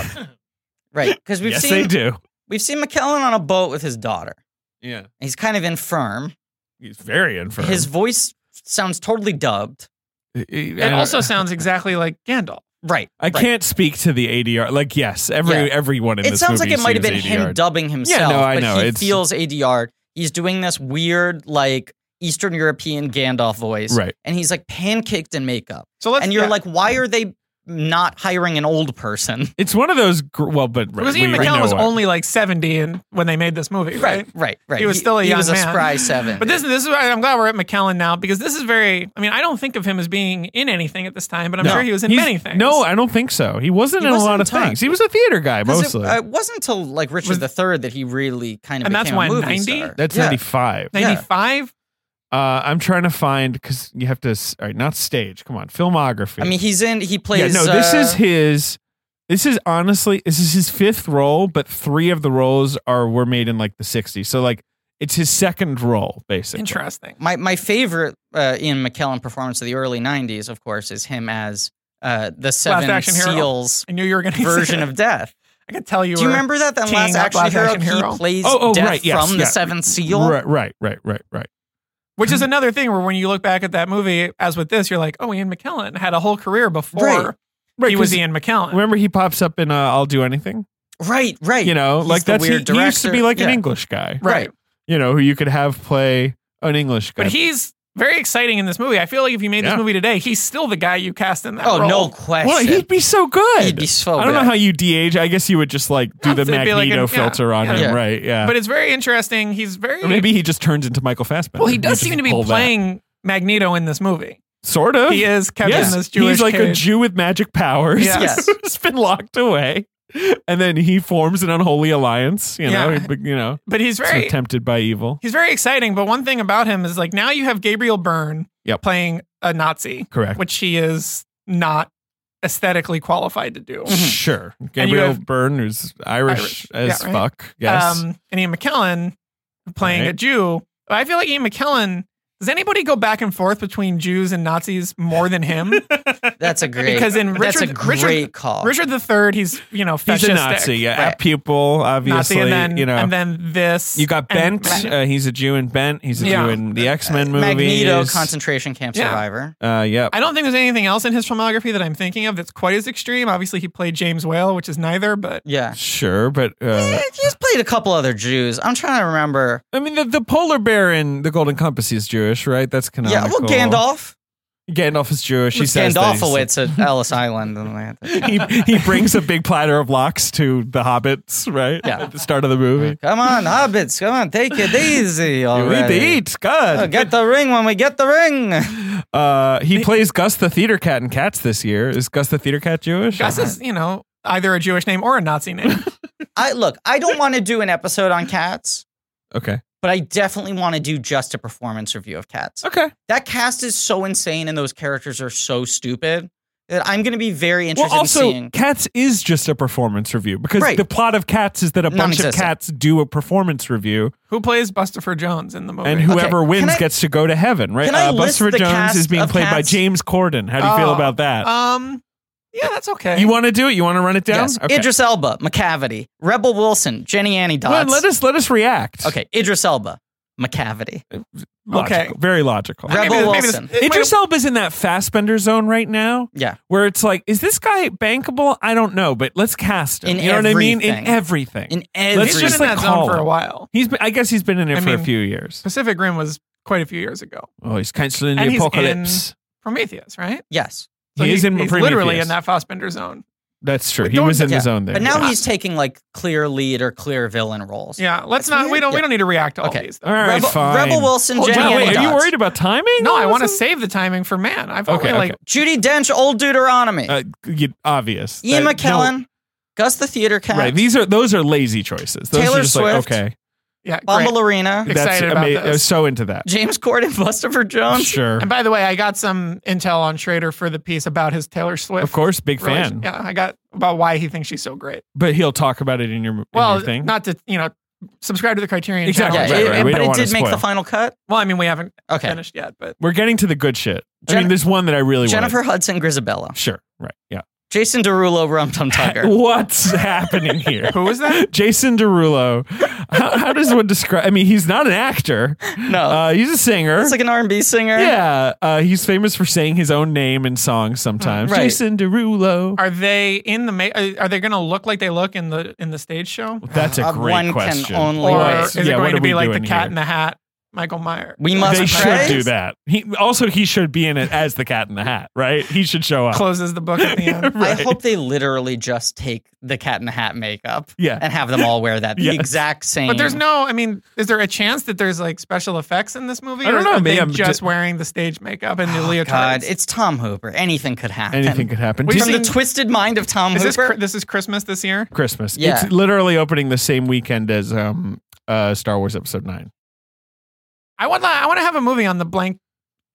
Right. Because we've
yes, they
seen
do.
we've seen McKellen on a boat with his daughter.
Yeah.
He's kind of infirm.
He's very infirm.
His voice sounds totally dubbed.
it also sounds exactly like Gandalf.
Right.
I
right.
can't speak to the ADR. Like, yes, every
Yeah.
everyone in
It
this
sounds like
movie
it might have been
seems ADR.
him dubbing himself.
no, I
but
know,
He
it's-
feels ADR. He's doing this weird, like Eastern European Gandalf voice.
Right.
And he's like pancaked in makeup.
So let's
and you're
yeah.
like, why are they not hiring an old person.
It's one of those. Gr- well, but
Because Ian
we- we
McKellen
know
was
what-
only like 70 and when they made this movie, right?
right, right.
He was still a
he
young
was
man.
a spry seven.
But this, this is why I'm glad we're at McKellen now because this is very. I mean, I don't think of him as being in anything at this time, but I'm sure he was in
He's-
many things.
uh,
No, I don't think so. He wasn't
He
in
wasn't
a lot
in
of
tons.
things. He was a theater guy
Because
mostly.
It, uh, it wasn't until like Richard III that he really kind of
And that's
became a
when,
movie
90?
star.
That's
yeah.
95.
Yeah.
95.
Uh, I'm trying to find because you have to. s- All right, not stage. Come on, filmography.
I mean, he's in. He plays.
Yeah, no, this
uh,
is his. This is honestly, this is his fifth role, but three of the roles are were made in like the '60s. So like, it's his second role basically.
Interesting.
my my favorite uh, Ian McKellen performance of the early '90s, of course, is him as uh, the Seven
Action Hero.
Seals
I knew you were going to
version of Death.
I could tell you.
Do you
were-
remember that? That
teeing
last
up
action,
Last
hero,
Action Hero.
he plays
Oh, oh,
Death
right, yes,
from
yeah.
the Seventh Seal.
Right, right, right, right, right.
Which is another thing where when you look back at that movie, as with this, you're like, oh, Ian McKellen had a whole career before
Right.
he
'cause
was Ian McKellen.
Remember, he pops up in uh, "I'll Do Anything."
right, right.
You know,
He's
like
the
that's
weird
he, he used to
director.
be like an
Yeah.
English guy,
Right.
You know, who you could have play an English guy.
But he's very exciting in this movie. I feel like if you made
Yeah.
this movie today, he's still the guy you cast in that
Oh
role.
no question.
well, he'd be so good.
He'd be so
I don't know
good.
how you de-age. I guess you would just like do the
It'd be
Magneto
like an- yeah,
filter on
yeah.
him,
Yeah.
right? Yeah.
But it's very interesting. He's very
Or maybe he just turns into Michael Fassbender.
well. He
You
does
just
seem to be
pull that.
playing Magneto in this movie.
Sort of.
He is kept
Yes.
in this Jewish.
He's like a
cage.
Jew with magic powers.
Yes.
Who's been locked away. And then he forms an unholy alliance, you know,
Yeah.
he- you know,
but he's
sort
very
of tempted by evil.
he's very exciting. But one thing about him is like now you have Gabriel Byrne
Yep.
playing a Nazi,
Correct.
which he is not aesthetically qualified to do.
Sure. Gabriel
have-
Byrne, who's Irish,
Irish.
as
Yeah, right.
fuck. Yes.
Um, and Ian McKellen playing a
Right.
Jew. But I feel like Ian McKellen. Does anybody go back and forth between Jews and Nazis more than him?
That's a great.
Because in
that's a
Richard- Richard-
great call.
Richard III, he's you know
Oh. he's
fascistic.
a Nazi. Yeah.
Right.
At people, obviously.
Nazi, and then
you know,
and then this.
you got
and-
Bent. Uh, he's a Jew in Bent. He's a
Yeah.
Jew in the X Men movies.
Magneto concentration camp
Yeah.
survivor.
Uh, yep.
I don't think there's anything else in his filmography that I'm thinking of that's quite as extreme. Obviously, he played James Whale, which is neither, but
Yeah.
Sure, but uh,
Eh, He's played a couple other Jews. I'm trying to remember.
I mean the, the polar bear in the Golden Compass is Jewish, right? That's
Yeah,
canonical.
well, Gandalf.
Gandalf is Jewish. He
It's
says that he's-
Gandalfowitz at Ellis Island. And that.
He, he brings a big platter of locks to the hobbits, right?
Yeah.
At the start of the movie.
Come on, hobbits. Come on, take it easy
We need
already.
to eat.
Oh,
God.
get the ring when we get the ring.
Uh, he plays Gus the theater cat in Cats this year. Is Gus the theater cat Jewish?
Gus is you know either a Jewish name or a Nazi name.
I look. I don't want to do an episode on cats,
Okay.
but I definitely want to do just a performance review of cats.
Okay.
That cast is so insane, and those characters are so stupid that I'm going to be very
Well,
interested in
also,
seeing.
Cats is just a performance review because
Right.
the plot of Cats is that a bunch of
Non-existent.
cats do a performance review
Who plays Bustopher Jones in the movie?
And whoever
Okay, can
wins
I-
gets to go to heaven, right?
can I
Uh,
list
Buster
the
Jones
cast
is being
of
played by
cats?
James Corden. How do you feel
Oh,
about that?
Um, yeah, that's okay.
you want to do it? You want to run it down?
Yes. Idris Elba, McCavity, Rebel Wilson, Jenny Annie Dots.
Well, let us let us react.
okay, Idris Elba, McCavity,
Logical.
Okay.
Very logical.
Rebel
this- this-
Wilson.
wait,
Idris Elba's in that Fassbender zone right now,
yeah,
where it's like, is this guy bankable? I don't know, but let's cast him.
In
you know what I mean? In
everything.
everything.
in every.
Let's
he's
just
been
like
in that zone
call
for
him.
a while.
he's been, I guess he's been in it
I
for a
mean-
few years.
Pacific Rim was quite a few years ago.
Oh, he's canceling
And
the
he's in-
apocalypse.
Prometheus, right?
yes,
He is in
he's
Prometheus.
literally in that Fassbender zone.
That's true. He
don't-
was in
yeah.
the zone there.
but now
Yeah.
he's taking like clear lead or clear villain roles.
Yeah, let's
That's
not. We
weird.
don't. We
Yeah.
don't need to react to all
Okay.
these. though.
All right,
Rebel,
fine.
Rebel Wilson,
Hold
Jenny
on,
Wow,
Annie
wait, are you
Dots.
worried about timing?
No, I
All
want to
this is-
save the timing for man. I've
Okay,
only like
okay.
Judy Dench, Old Deuteronomy,
Uh, you- obvious.
Ian
That- no.
McKellen, Gus the Theater Cat,
Right. These are those are lazy choices. Those
Taylor
are just
Swift.
like okay.
yeah.
Bumble
Great.
Arena,
Excited about
ama- I was
this.
so into that.
James Corden, Bustopher Jones.
Sure.
And by the way, I got some intel on Schrader for the piece about his Taylor Swift.
Of course, big
relation-
fan.
Yeah, I got about why he thinks she's so great.
But he'll talk about it in your, in
Well,
your thing.
not to you know subscribe to the Criterion
Exactly.
channel.
Yeah,
Right,
it-
right,
it-
we
but
don't
it
wanna
did make
spoil.
the final cut.
Well, I mean, we haven't
Okay.
finished yet, but
We're getting to the good shit. I
Jen-
mean, there's one that I really
Jennifer
wanted.
Hudson, Grisabella,
Sure. Right. Yeah.
Jason Derulo, Rum Tum Tugger.
What's happening here?
who was that?
Jason Derulo. How, how does one describe? I mean, he's not an actor.
No,
Uh, he's a singer.
Oh. it's like an R&B singer.
yeah. Uh, he's famous for saying his own name in songs sometimes.
Right.
Jason Derulo.
Are they in the? Ma- uh, are are they going to look like they look in the in the stage show?
That's a
Uh,
great
one
question.
can only
Or
Right.
is it
Yeah, what
going
are
to be
we
like the
doing
Cat
here?
in the Hat Michael Meyer.
We must
they
pray?
should do that. He also he should be in it as the Cat in the Hat, right? He should show up.
Closes the book at the end.
I hope they literally just take the Cat in the Hat makeup
Yeah.
and have them all wear that the
Yes.
exact same.
But there's no, I mean, is there a chance that there's like special effects in this movie?
I don't
or
know,
Are they
maybe I'm
just
ju-
wearing the stage makeup and the leotards.
Oh, God. It's Tom Hooper. Anything could happen.
Anything could happen.
We've
Just
From
seen-
the twisted mind of Tom
is this
Hooper.
Mm-hmm.
cr- this is Christmas this year?
Christmas.
Yeah.
It's literally opening the same weekend as um uh Star Wars Episode Nine.
I want I want to have a movie on the blank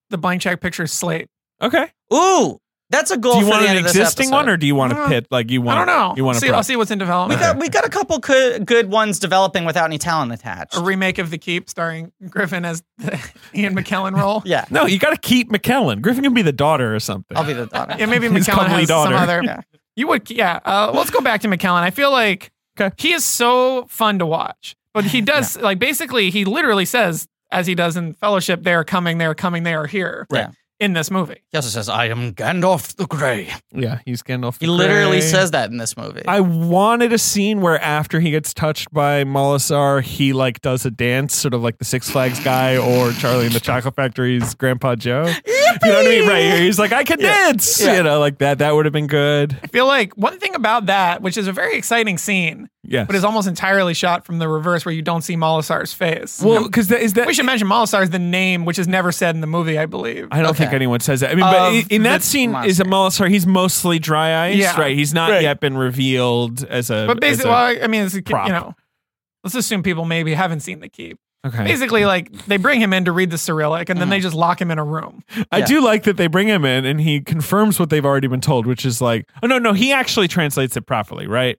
the blank check picture slate.
Okay.
Ooh, that's a goal.
Do you
for
want
the
an
end of this
existing
episode.
one, or do you want to
Uh,
pit like you want?
I don't know.
You want
see,
to?
I'll see what's in
We
development.
got we got a couple good, good ones developing without any talent attached.
a remake of The Keep starring Griffin as the Ian McKellen role.
yeah,
No, you got to keep McKellen. Griffin can be the daughter or something.
I'll be the daughter.
Yeah, maybe
His
McKellen
comely
has
daughter.
some other. You would, yeah. Uh, let's go back to McKellen. I feel like he is so fun to watch, but he does like basically he literally says as he does in Fellowship, "They are coming, they are coming, they are here."
Yeah.
In this movie,
He also says, I am Gandalf the Grey.
yeah, he's Gandalf.
He
the
literally
Grey.
says that in this movie.
I wanted a scene where after he gets touched by Molasar, he like does a dance, sort of like the Six Flags guy or Charlie in the Chocolate Factory's Grandpa Joe. You know what I mean? Right here, he's like, I can dance. You know, like that. That would have been good.
I feel like one thing about that, which is a very exciting scene,
Yes.
but is almost entirely shot from the reverse, where you don't see Molasar's face.
well, because that is that.
we should mention Molasar is the name, which is never said in the movie, I believe.
I don't think anyone says that. I mean, but
Of
i- in that
the
scene is a Molasar. He's mostly dry ice,
Yeah.
right? He's not
Right.
yet been revealed as a.
But
as
basically,
a-
well, I mean, it's, you
prop.
know, let's assume people maybe haven't seen the keep.
okay.
Basically, like they bring him in to read the Cyrillic, and then
Uh-huh.
they just lock him in a room.
I do like that they bring him in and he confirms what they've already been told, which is like, oh no, no, he actually translates it properly, right?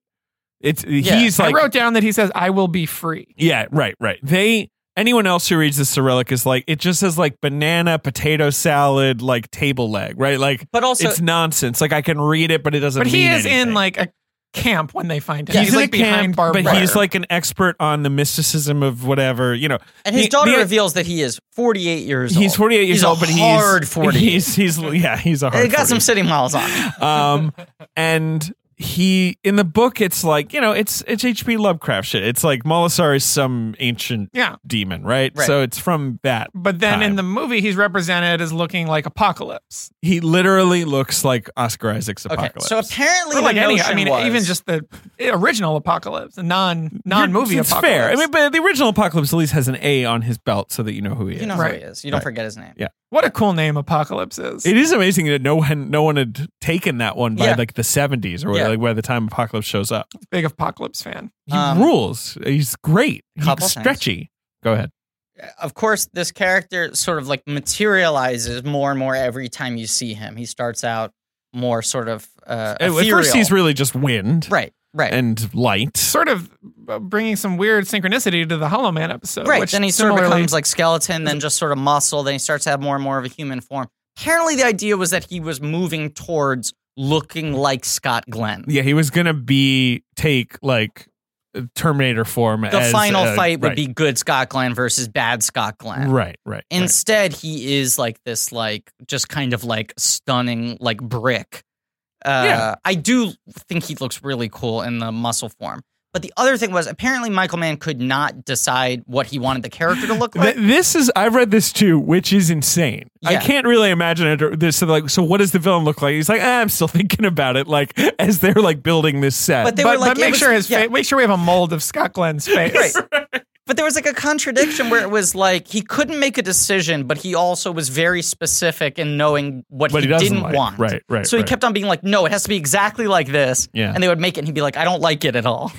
It's he's like,
I wrote down that he says, "I will be free."
yeah, right, right. They anyone else who reads the Cyrillic is like, it just says like banana, potato salad, like table leg, right? Like,
But also-
it's nonsense. Like I can read it, but it doesn't.
But he
mean
is
anything.
in like a camp when they find him.
He's, in
like
a camp,
behind barbed
but
wire.
he's like an expert on the mysticism of whatever, you know.
and his
He-
daughter
the-
reveals that he is 48 years old.
He's 48 years
He's
old,
a
but he's
hard 48.
He's, he's yeah, he's a hard.
It got
48.
some city miles on. it.
um, and he in the book it's like you know it's it's hp lovecraft shit it's like molasar is some ancient
yeah.
demon right?
Right.
so it's from that
But then
Time.
in the movie, he's represented as looking like Apocalypse,
he literally looks like oscar isaac's
Okay,
apocalypse
so apparently,
or like
the
any.
notion
I mean,
was-
even just the original Apocalypse, the non non movie
it's
Apocalypse.
fair i mean but the original apocalypse at least has an a on his belt so that you know who he is
you know
Right.
who he is. You don't forget his name.
what a cool name Apocalypse is.
it is amazing that no one no one had taken that one by
Yeah.
like the 70s or
Yeah.
like by the time apocalypse shows up
Big Apocalypse fan.
he
Um,
rules he's great
couple
he's
things.
stretchy go ahead
Of course, this character sort of like materializes more and more every time you see him. He starts out more sort of uh,
at
ethereal.
first he's really just wind
right, right.
and light
Sort of uh, bringing some weird synchronicity to the Hollow Man
uh,
episode.
Right.
which
Then he sort of
similarly-
becomes like skeleton,
Mm-hmm.
then just sort of muscle. Then he starts to have more and more of a human form. Apparently, the idea was that he was moving towards looking like Scott Glenn.
Yeah, he was gonna be take like Terminator form.
The final
uh,
fight would be good Scott Glenn versus bad Scott Glenn.
right, right.
Instead, he is like this, like just kind of like stunning, like brick. Uh,
Yeah.
I do think he looks really cool in the muscle form. But the other thing was apparently Michael Mann could not decide what he wanted the character to look like.
this is I've read this too, which is insane. I
Yeah.
can't really imagine it. This so like so. What does the villain look like? He's like, "Ah, I'm still thinking about it. Like as they're like building this set.
But they
but,
were like,
but
it
make
was-
sure his
yeah.
face. Make sure we have a mold of Scott Glenn's face.
But there was like a contradiction where it was like he couldn't make a decision, but he also was very specific in knowing what
What
he,
he doesn't
didn't
like.
want.
Right, right,
So he
right.
kept on being like, "No, it has to be exactly like this."
Yeah.
And they would make it, and he'd be like, "I don't like it at all."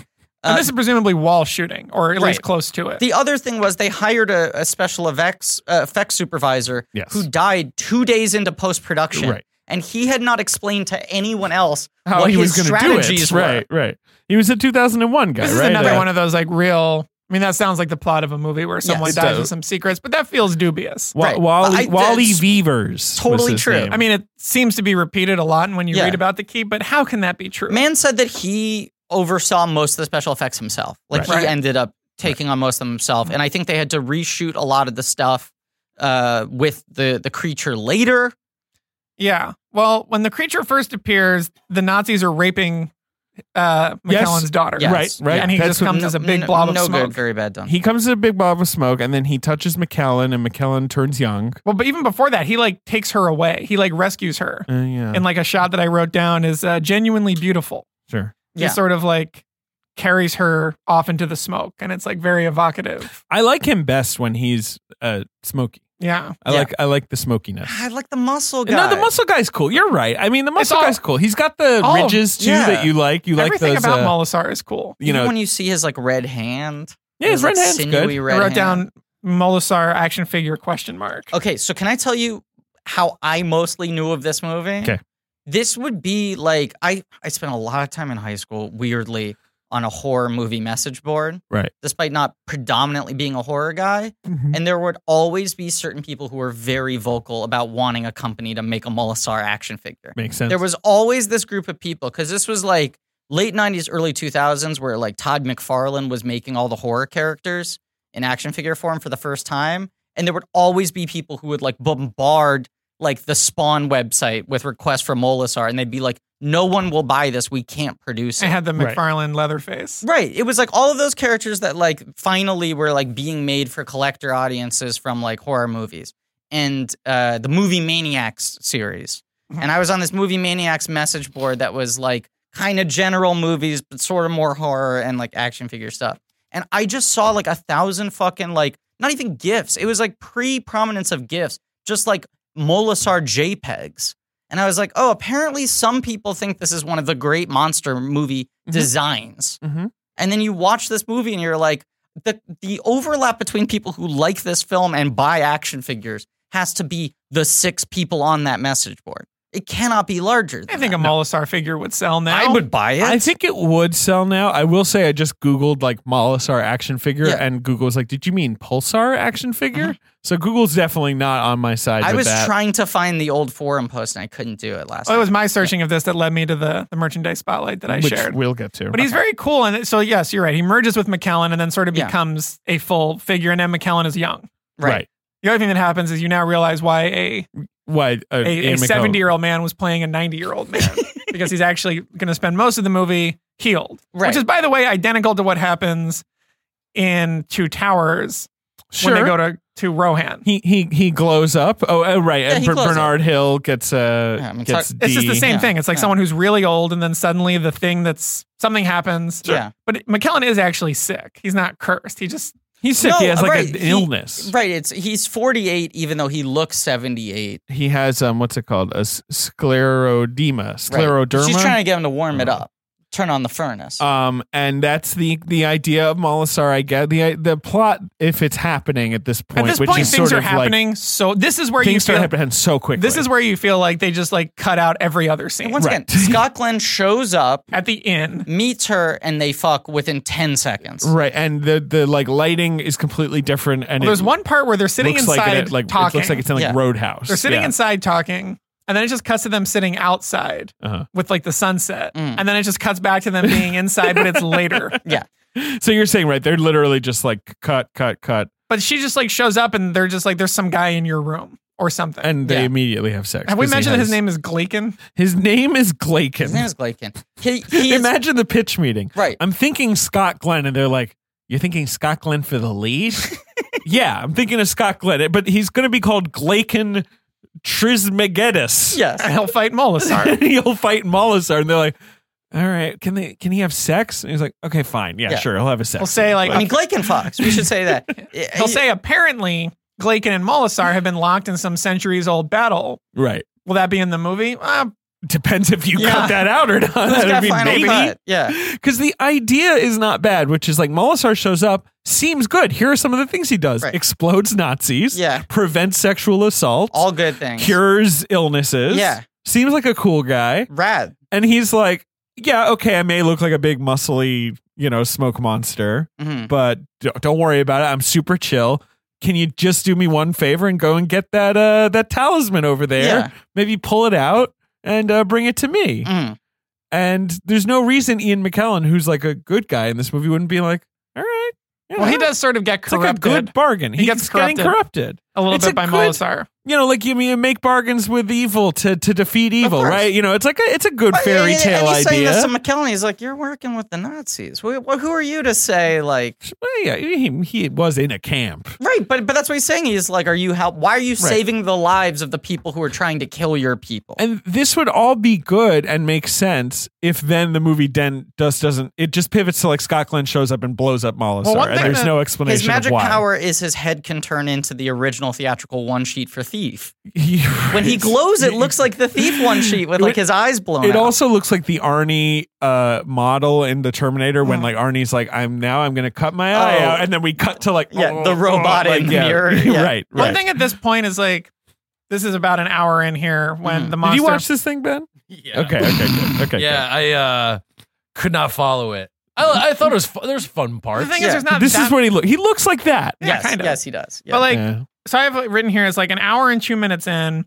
and this is presumably wall shooting, or at
uh, Right.
least close to it.
The other thing was they hired a, a special effects uh, effects supervisor
Yes.
who died two days into post production,
Right.
and he had not explained to anyone else
how
what
he
his
was going to do
strategies
it. Right, right. He was a 2001 guy.
this is
right?
another
Uh,
one of those like real. I mean, that sounds like the plot of a movie where someone
Yes.
dies with some secrets, but that feels dubious.
Wa-
Right.
Wally
I-
Wally
that's
Beavers. was
totally
his
true.
name.
I mean, it seems to be repeated a lot when you
Yeah.
read about the key, but how can that be true?
Man said that he oversaw most of the special effects himself. Like
Right.
he
Right.
ended up taking on most of them himself, and I think they had to reshoot a lot of the stuff uh, with the the creature later.
Yeah. Well, when the creature first appears, the Nazis are raping uh,
Yes.
McKellen's daughter.
Yes.
Right, right.
And he
That's
just
what-
comes as a big
no,
blob of
no
smoke.
good, very bad done.
He comes as a big blob of smoke, and then he touches McKellen, and McKellen turns young.
Well, but even before that, he like takes her away. He like rescues her.
Uh, yeah,
And like a shot that I wrote down is uh, genuinely beautiful.
sure.
He
Yeah.
sort of like carries her off into the smoke, and it's like very evocative.
I like him best when he's uh, smoky.
Yeah.
I
Yeah.
like I like the smokiness.
I like the muscle guy.
No, the muscle guy's cool. You're right. I mean, the muscle
all-
guy's cool. He's got the
all of-
ridges too
yeah.
that you like. You like
Everything
those.
about
uh,
Molasar is cool.
you
Even
know,
when you see his like red hand.
yeah, his
like,
red hand's
sinewy
good.
Red
I
hand.
wrote
Oh,
down Molasar action figure question mark.
Okay, so can I tell you how I mostly knew of this movie?
'Kay.
This would be like I I spent a lot of time in high school weirdly on a horror movie message board.
Right.
Despite not predominantly being a horror guy, and there would always be certain people who were very vocal about wanting a company to make a Molasar action figure.
Makes sense.
There was always this group of people because this was like late 90s, early 2000s, where like Todd McFarlane was making all the horror characters in action figure form for the first time. And there would always be people who would like bombard like the Spawn website with requests for Molasar. And they'd be like, no one will buy this. We can't produce
I
it.
had the
Right.
McFarlane Leatherface.
Right. It was like all of those characters that like finally were like being made for collector audiences from like horror movies and uh, the movie Maniacs series. And I was on this movie Maniacs message board that was like kind of general movies, but sort of more horror and like action figure stuff. And I just saw like a thousand fucking like not even gifs. It was like pre prominence of gifs, just like Molasar JPEGs. And I was like, oh, apparently some people think this is one of the great monster movie designs.
Mhm.
And then you watch this movie and you're like, the, the overlap between people who like this film and buy action figures has to be the six people on that message board. It cannot be larger.
I
than
think a
that.
Molasar figure would sell now.
I would buy it.
I think it would sell now. I will say I just Googled like Molasar action figure
Yeah. Uh-huh.
and Google was like, Did you mean Pulsar action figure? So Google's definitely not on my side.
I
with
was
that.
trying to find the old forum post and I couldn't do it last
Oh, it
night.
was my searching of this that led me to the, the merchandise spotlight that I
which
shared.
we'll get to.
But he's very cool, and so yes, you're right. He merges with McKellen, and then sort of
Yeah.
becomes a full figure. And then McKellen is young.
right.
The other thing that happens is you now realize why a
Why uh,
a
Ian McKellen-
seventy year old man was playing a ninety year old man because he's actually going to spend most of the movie healed,
Right.
which is by the way identical to what happens in Two Towers
sure.
when they go to to Rohan.
he he he glows up. Oh, oh right, and
he
Ber-
glows
Bernard Hill gets uh
Yeah, I mean,
gets
It's just the
D.
same
Yeah,
thing. It's like
yeah.
someone who's really old, and then suddenly the thing that's something happens.
Sure. Yeah.
But McKellen is actually sick. He's not cursed. He just
He's sick. he
No,
has like
right,
an
he-
illness.
Right, it's he's 48 even though he looks 78.
He has um what's it called a s- sclerodema,
Right.
scleroderma. Oh.
She's trying to get him to warm it up. Turn on the furnace.
Um, and that's the the idea of Molasar. I get the the plot if it's happening at this point,
at this
which
point
is
things
sort
are
of
happening. so this is where
like
you
things start
feel
happening so quickly.
this is where you feel like they just like cut out every other scene
and once
right.
again, Scott Glenn shows up,
at the inn.
meets her, and they fuck within 10 seconds.
right, and the the like lighting is completely different. And
Well,
it
there's one part where they're sitting
looks
inside
like it, like
talking.
it looks like it's in like
Yeah.
Roadhouse.
they're sitting
Yeah.
inside talking, and then it just cuts to them sitting outside
Uh-huh.
with like the sunset,
Mm.
and then it just cuts back to them being inside, but it's later.
Yeah.
So you're saying right? They're literally just like cut, cut, cut,
But she just like shows up, and they're just like, "There's some guy in your room or something."
and they
Yeah.
immediately have sex.
Have we
'cause he
mentioned that his
has-
name is Glaken?
His name is
His name
Glaken.
is Glaken. He, he is,
Imagine the pitch meeting.
right.
I'm thinking Scott Glenn, and they're like, "You're thinking Scott Glenn for the lead?" yeah, I'm thinking of Scott Glenn, but he's going to be called Glaken Trismegistus.
And
Yes.
he'll fight Molasar.
and he'll fight Molasar, and they're like, "All right, can they? Can he have sex?" And he's like, "Okay, fine, yeah,
Yeah.
sure, he'll have a sex."
He'll say like
I mean, Glaken fucks. We should say that.
he'll say apparently Glaken and Molasar have been locked in some centuries old battle.
right.
Will that be in the movie? Uh,
Depends if you
Yeah.
cut that out or not.
Who's
I
got
mean,
final
maybe.
cut? Yeah.
Because the idea is not bad, which is like Molasar shows up, seems good. Here are some of the things he does:
Right.
explodes Nazis,
Yeah.
prevents sexual assault,
All good things.
cures illnesses.
Yeah.
Seems like a cool guy.
Rad.
And he's like, yeah, okay, I may look like a big, muscly, you know, smoke monster,
Mhm.
but d- don't worry about it. I'm super chill. Can you just do me one favor and go and get that uh, that talisman over there?
Yeah.
Maybe pull it out and uh, bring it to me.
Mhm.
And there's no reason Ian McKellen, who's like a good guy in this movie, wouldn't be like, all right. yeah,
Well, he does sort of get
It's like a
corrupted
good bargain.
He
He's
gets
getting
corrupted.
corrupted.
a little
it's
bit
a
by
good-
Molasar.
you know, like you mean you make bargains with evil to to defeat evil,
course.
right? You know, it's like a, it's a good fairy
And-
tale
and he's saying
idea.
this to McKellen. He's like, "You're working with the Nazis. Wh- wh- Who are you to say like?"
Well, yeah, he, he was in a camp.
Right, but but that's what he's saying. He's like, "Are you help? Why are you saving the lives of the people who are trying to kill your people?"
And this would all be good and make sense if then the movie then just doesn't. It just pivots to like Scott Glenn shows up and blows up Molosar,
one
and
thing
there's
that-
no explanation
his magic
of why.
power is his head can turn into the original theatrical one sheet for Thief.
He-
When he glows, it looks like the Thief one sheet with like his eyes
Oh,
blown
It
out.
also looks like the Arnie uh, model in the Terminator when
Mm-hmm.
like Arnie's like, "I'm now I'm going to cut my eye
Oh.
out," and then we cut to like,
Yeah, the robot in the
yeah,
mirror, yeah.
right, right.
One thing at this point is like, this is about an hour in here when the
Mm-hmm. Did
monster.
you watch this thing, Ben?
Yeah.
Okay, okay, good, okay.
Yeah, I uh, could not follow it. I, I thought it was fu- there's fun
the
parts.
thing
Yeah.
is, there's not.
good. This
that,
is what he looks. He looks like that.
Yeah,
yes,
kind of.
yes, he does. Yeah.
But like,
Yeah.
so I have like, written here is like an hour and two minutes in.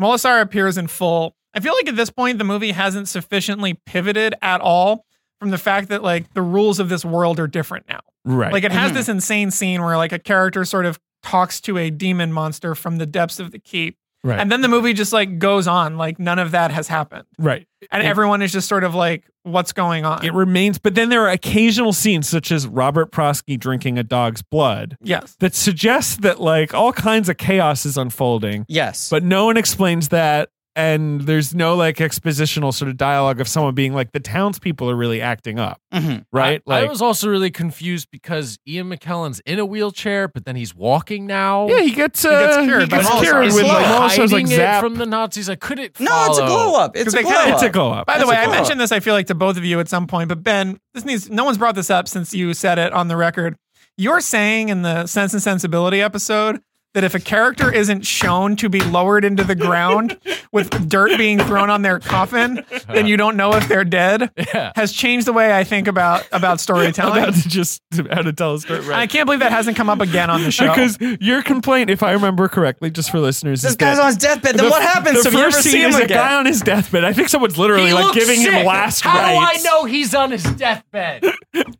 Molasar appears in full. I feel like at this point the movie hasn't sufficiently pivoted at all from the fact that like the rules of this world are different now.
right.
Like it has
Mhm.
this insane scene where like a character sort of talks to a demon monster from the depths of the keep.
Right.
And then the movie just like goes on like none of that has happened.
right.
And
It-
everyone is just sort of like what's going on?
It remains, but then there are occasional scenes such as Robert Prosky drinking a dog's blood
yes.
that suggests that like all kinds of chaos is unfolding,
yes,
but no one explains that. And there's no like expositional sort of dialogue of someone being like, the townspeople are really acting up,
Mhm.
right?
I, I
like,
was also really confused because Ian McKellen's in a wheelchair, but then he's walking now.
yeah, he gets, uh,
gets
he
cured by
gets
Molotov.
cured
It's
with
Like,
like, Molotov's
hiding
like
it
zap.
from the Nazis. I couldn't.
no, it's a
follow.
glow up. It's a
they
glow
kinda-
up.
it's a go up.
By the
That's
way,
a
I
follow-up.
mentioned this I feel like to both of you at some point, but Ben, this needs no one's brought this up since you said it on the record. You're saying in the Sense and Sensibility episode that if a character isn't shown to be lowered into the ground with dirt being thrown on their coffin, then you don't know if they're dead.
Yeah.
Has changed the way I think about about storytelling.
About to just how to tell a story,
And I
right?
can't believe that hasn't come up again on the show.
Because your complaint, if I remember correctly, just for listeners,
This
is that
guy's on his deathbed. Then what happens? to
The
him? you
first
ever see
scene
him
is a
again?
guy on his deathbed. I think someone's literally
He
like
looks
giving him
sick.
last
How
rites.
do I know he's on his deathbed?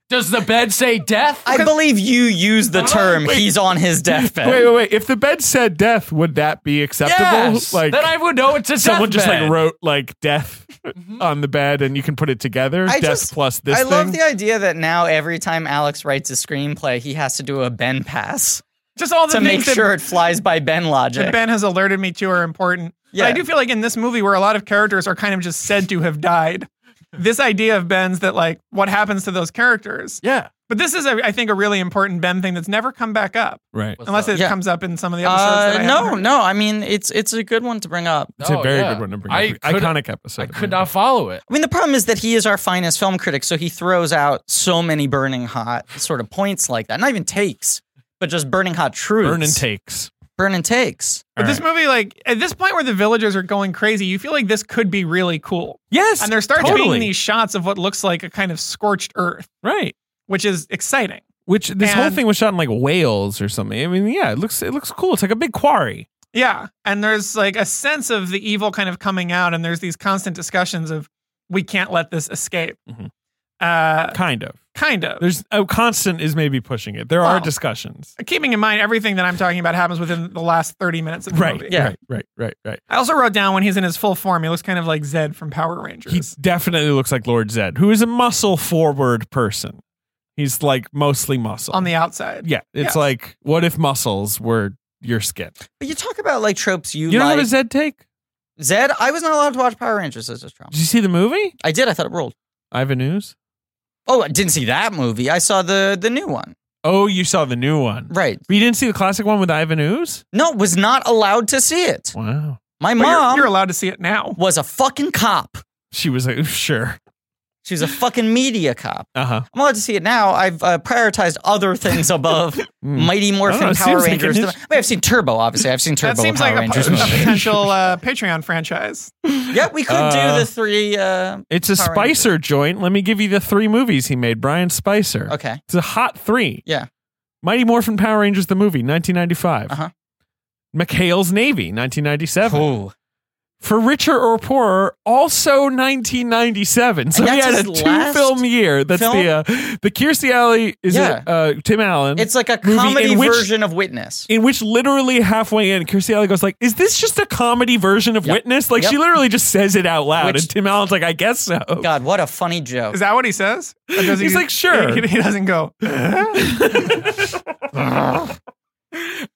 Does the bed say death?
I believe you use the term "he's on his deathbed."
Wait, wait, wait. If the bed said death, would that be acceptable?
yes.
Like
then I would know it's a
someone just like
deathbed.
wrote like death on the bed, and you can put it together.
I
death
just-
plus this
I
thing.
love the idea that now every time Alex writes a screenplay, he has to do a Ben pass
just all the
to make
things that
sure it flies by Ben logic.
that Ben has alerted me to are important.
Yeah.
But I do feel like in this movie where a lot of characters are kind of just said to have died, this idea of Ben's that like what happens to those characters.
yeah.
But this is, a, I think, a really important Ben thing that's never come back up
Right.
What's
unless
up?
it
Yeah.
comes up in some of the episodes. that
uh,
I haven't
no,
heard.
no. I mean, it's it's a good one to bring up.
It's
Oh,
a very
yeah.
good one to bring
I
up.
could-
Iconic episode.
I could not follow it.
I mean, the problem is that he is our finest film critic, so he throws out so many burning hot sort of points like that. Not even takes, but just burning hot truths.
burn and takes.
Burn and takes.
But
All
this
right.
movie, like at this point where the villagers are going crazy, you feel like this could be really cool.
Yes,
And there starts
totally.
being these shots of what looks like a kind of scorched earth,
right.
which is exciting.
Which this whole
And-
thing was shot in like Wales or something. I mean, yeah, it looks it looks cool. It's like a big quarry.
Yeah. And there's like a sense of the evil kind of coming out, and there's these constant discussions of we can't let this escape.
Mhm.
Uh,
Kind of.
kind of.
There's oh, constant is maybe pushing it. There are
Well,
discussions.
Keeping in mind everything that I'm talking about happens within the last 30 minutes of the movie.
yeah.
right, right, right, right.
I also wrote down when he's in his full form, he looks kind of like Zed from Power Rangers.
He definitely looks like Lord Zed, who is a muscle forward person. He's like mostly muscle.
on the outside.
yeah, it's
Yes.
like what if muscles were your skin?
But you talk about like tropes you,
You know
like.
how does Zed take?
Zed, I was not allowed to watch Power Rangers as a child.
Did you see the movie?
I did. I thought it ruled.
Ivan News.
Oh, I didn't see that movie. I saw the the new one.
Oh, you saw the new one,
Right.
but you didn't see the classic one with Ivan Ooze?
No, was not allowed to see it.
Wow,
My
But you're-
mom
you're allowed to see it now.
was a fucking cop.
she was like, sure,
She was a fucking media cop.
uh huh.
I'm allowed to see it now. I've uh, prioritized other things above Mighty
Hmm. I
Morphin
don't know, it
Power
seems like
Rangers.
a
I
niche-
mean, I've seen Turbo, obviously. I've seen
That
Turbo
seems
Power
like a,
Rangers
a
movie.
potential uh, Patreon franchise.
yeah, we could
Uh,
do the three. Uh,
It's a
Power
Spicer joint. Let me give you the three movies he made. Brian Spicer.
okay.
It's a hot three.
Yeah.
Mighty Morphin Power Rangers the movie, 1995.
Uh-huh.
McHale's Navy, 1997.
Ooh.
for richer or poorer, also 1997. So
And
we
that's
had a
his last
two-film year. That's
film?
the uh, the Kirstie Alley is
Yeah.
a, uh, Tim Allen.
It's like a
movie
comedy
in which-
version of Witness.
in which literally halfway in, Kirstie Alley goes like, "Is this just a comedy version of
Yep.
Witness?" Like she
Yep.
literally just says it out loud,
Which-
and Tim Allen's like, "I guess so."
God, what a funny joke.
Is that what he says? Or does
He's like, "Sure."
He, he doesn't go.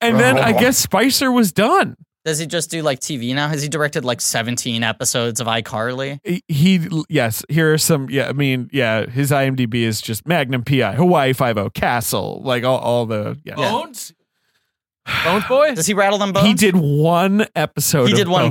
And then
Oh.
I guess Spicer was done.
Does he just do like TV now? Has he directed like 17 episodes of iCarly?
He- He yes, here are some yeah. I mean yeah, his IMDb is just Magnum PI, Hawaii Five O, Castle, like all, all the yeah.
Bones? Bones boy?
Does he rattle them bones?
He did one episode.
He
of
did one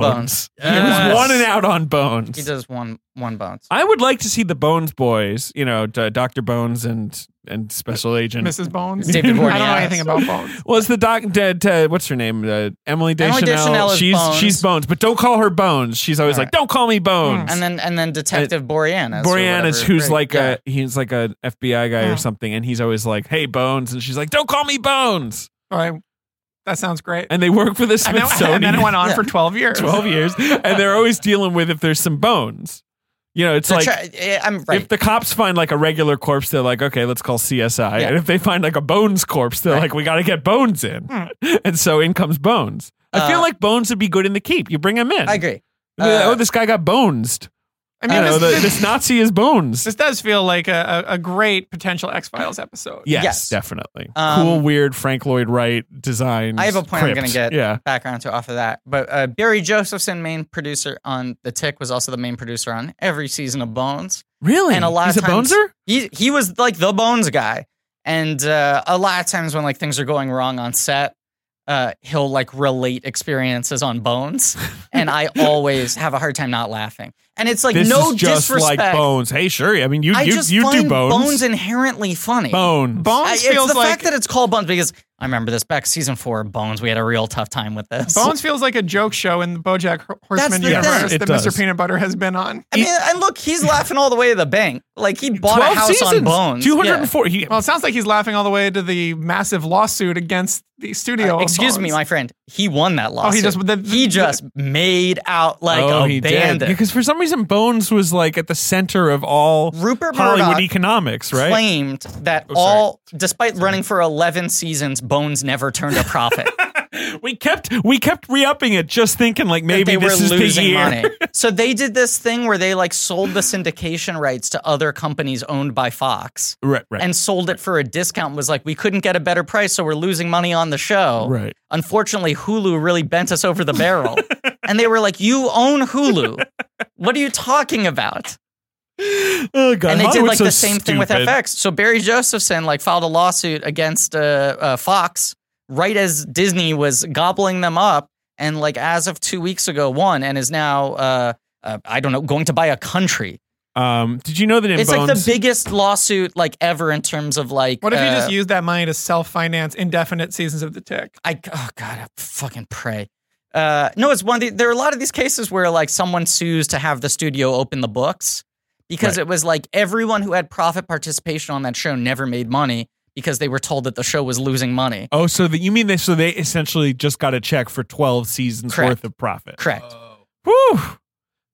Bones.
Bones. He was
Yes.
one and out on Bones.
He does one one bones.
I would like to see the Bones boys. You know, Doctor Bones and and Special Agent
Mrs. Bones.
David Boreanaz.
I don't know anything about Bones.
Well, it's the doc. d- d- what's her name? Uh,
Emily
Emily Deschanel.
Deschanel is
she's
Bones.
she's Bones, but don't call her Bones. She's always
All
like, "Don't call me Bones."
And then and then Detective Boreanaz. or
Boreanaz,
whatever.
who's
Great.
like
Yeah.
a he's like a FBI guy
Yeah.
or something, and he's always like, "Hey, Bones," and she's like, "Don't call me Bones."
All right. That sounds great.
And they work for the
And then,
Smithsonian
and then it went on
Yeah.
for 12 years.
twelve years, and they're always dealing with if there's some bones. You know, it's
They're
like.
try- eh, I'm right.
If the cops find like a regular corpse, they're like, okay, let's call CSI.
Yeah.
And if they find like a bones corpse, they're
Right.
like, we got to get bones in. And so in comes bones. I feel
Uh,
like bones would be good in the keep. You bring him in.
I agree.
Yeah,
Uh,
oh, this guy got bonesed.
I
You
mean,
know,
this,
the,
this,
this Nazi is bones.
this does feel like a, a, a great potential X Files episode.
yes,
Yes.
definitely.
Um,
cool, weird Frank Lloyd Wright design.
I have a point I'm going to get
Yeah.
background to off of that. But uh, Barry Josephson, main producer on The Tick, was also the main producer on every season of Bones.
Really?
And a lot
He's
of times-
a boneser?
He he was like the Bones guy, and uh, a lot of times when like things are going wrong on set, uh, he'll like relate experiences on Bones, and I always have a hard time not laughing. And it's like
this
no
is just
disrespect.
like bones. Hey, sure. I mean, you,
I
you,
just
you
find
do bones.
inherently funny.
bones.
I-
Bones
Uh, it's
feels
the
like
fact that it's called Bones because I remember this back season four of Bones. We had a real tough time with this.
Bones feels like a joke show in the BoJack Hor- Horseman
That's the
universe
thing.
that
It does.
Mr. Peanut Butter has been on.
I mean, and look, he's laughing all the way to the bank. Like he bought a
12
house
seasons.
on Bones. Yeah.
204. He,
Well, it sounds like he's laughing all the way to the massive lawsuit against the studio. of
Uh, Excuse me,
Bones.
my friend. He won that lawsuit.
he just- the-
he just made out like
oh,
a
he did.
bandit.
Because for some reason, Bones was like at the center of all
Rupert
Hollywood
Murdoch
economics, right?
claimed that all, despite running for eleven seasons, Bones never turned a profit.
We kept we kept re upping it, just thinking like
that
maybe
they
this
were
is
losing
the year.
money. So they did this thing where they like sold the syndication rights to other companies owned by Fox.
Right, right,
and sold it for a discount and was like we couldn't get a better price so we're losing money on the show
Right.
unfortunately hulu really bent us over the barrel and they were like you own hulu what are you talking about
Oh god!
and they did
Hollywood's
like
so
the same thing with
stupid.
fx so barry josephson like filed a lawsuit against uh, uh, fox right as disney was gobbling them up and like as of two weeks ago won and is now uh, uh, i don't know going to buy a country
Um, did you know that in
it's
Bones?
like the biggest lawsuit like ever in terms of like
What if you
uh,
just used that money to self finance indefinite seasons of the tick?
I oh god, I fucking pray. Uh, no, it's one. Of the, there are a lot of these cases where like someone sues to have the studio open the books because it was like everyone who had profit participation on that show never made money because they were told that the show was losing money.
oh, so that you mean they? So they essentially just got a check for twelve seasons
Correct.
worth of profit.
Correct.
Uh, Whew.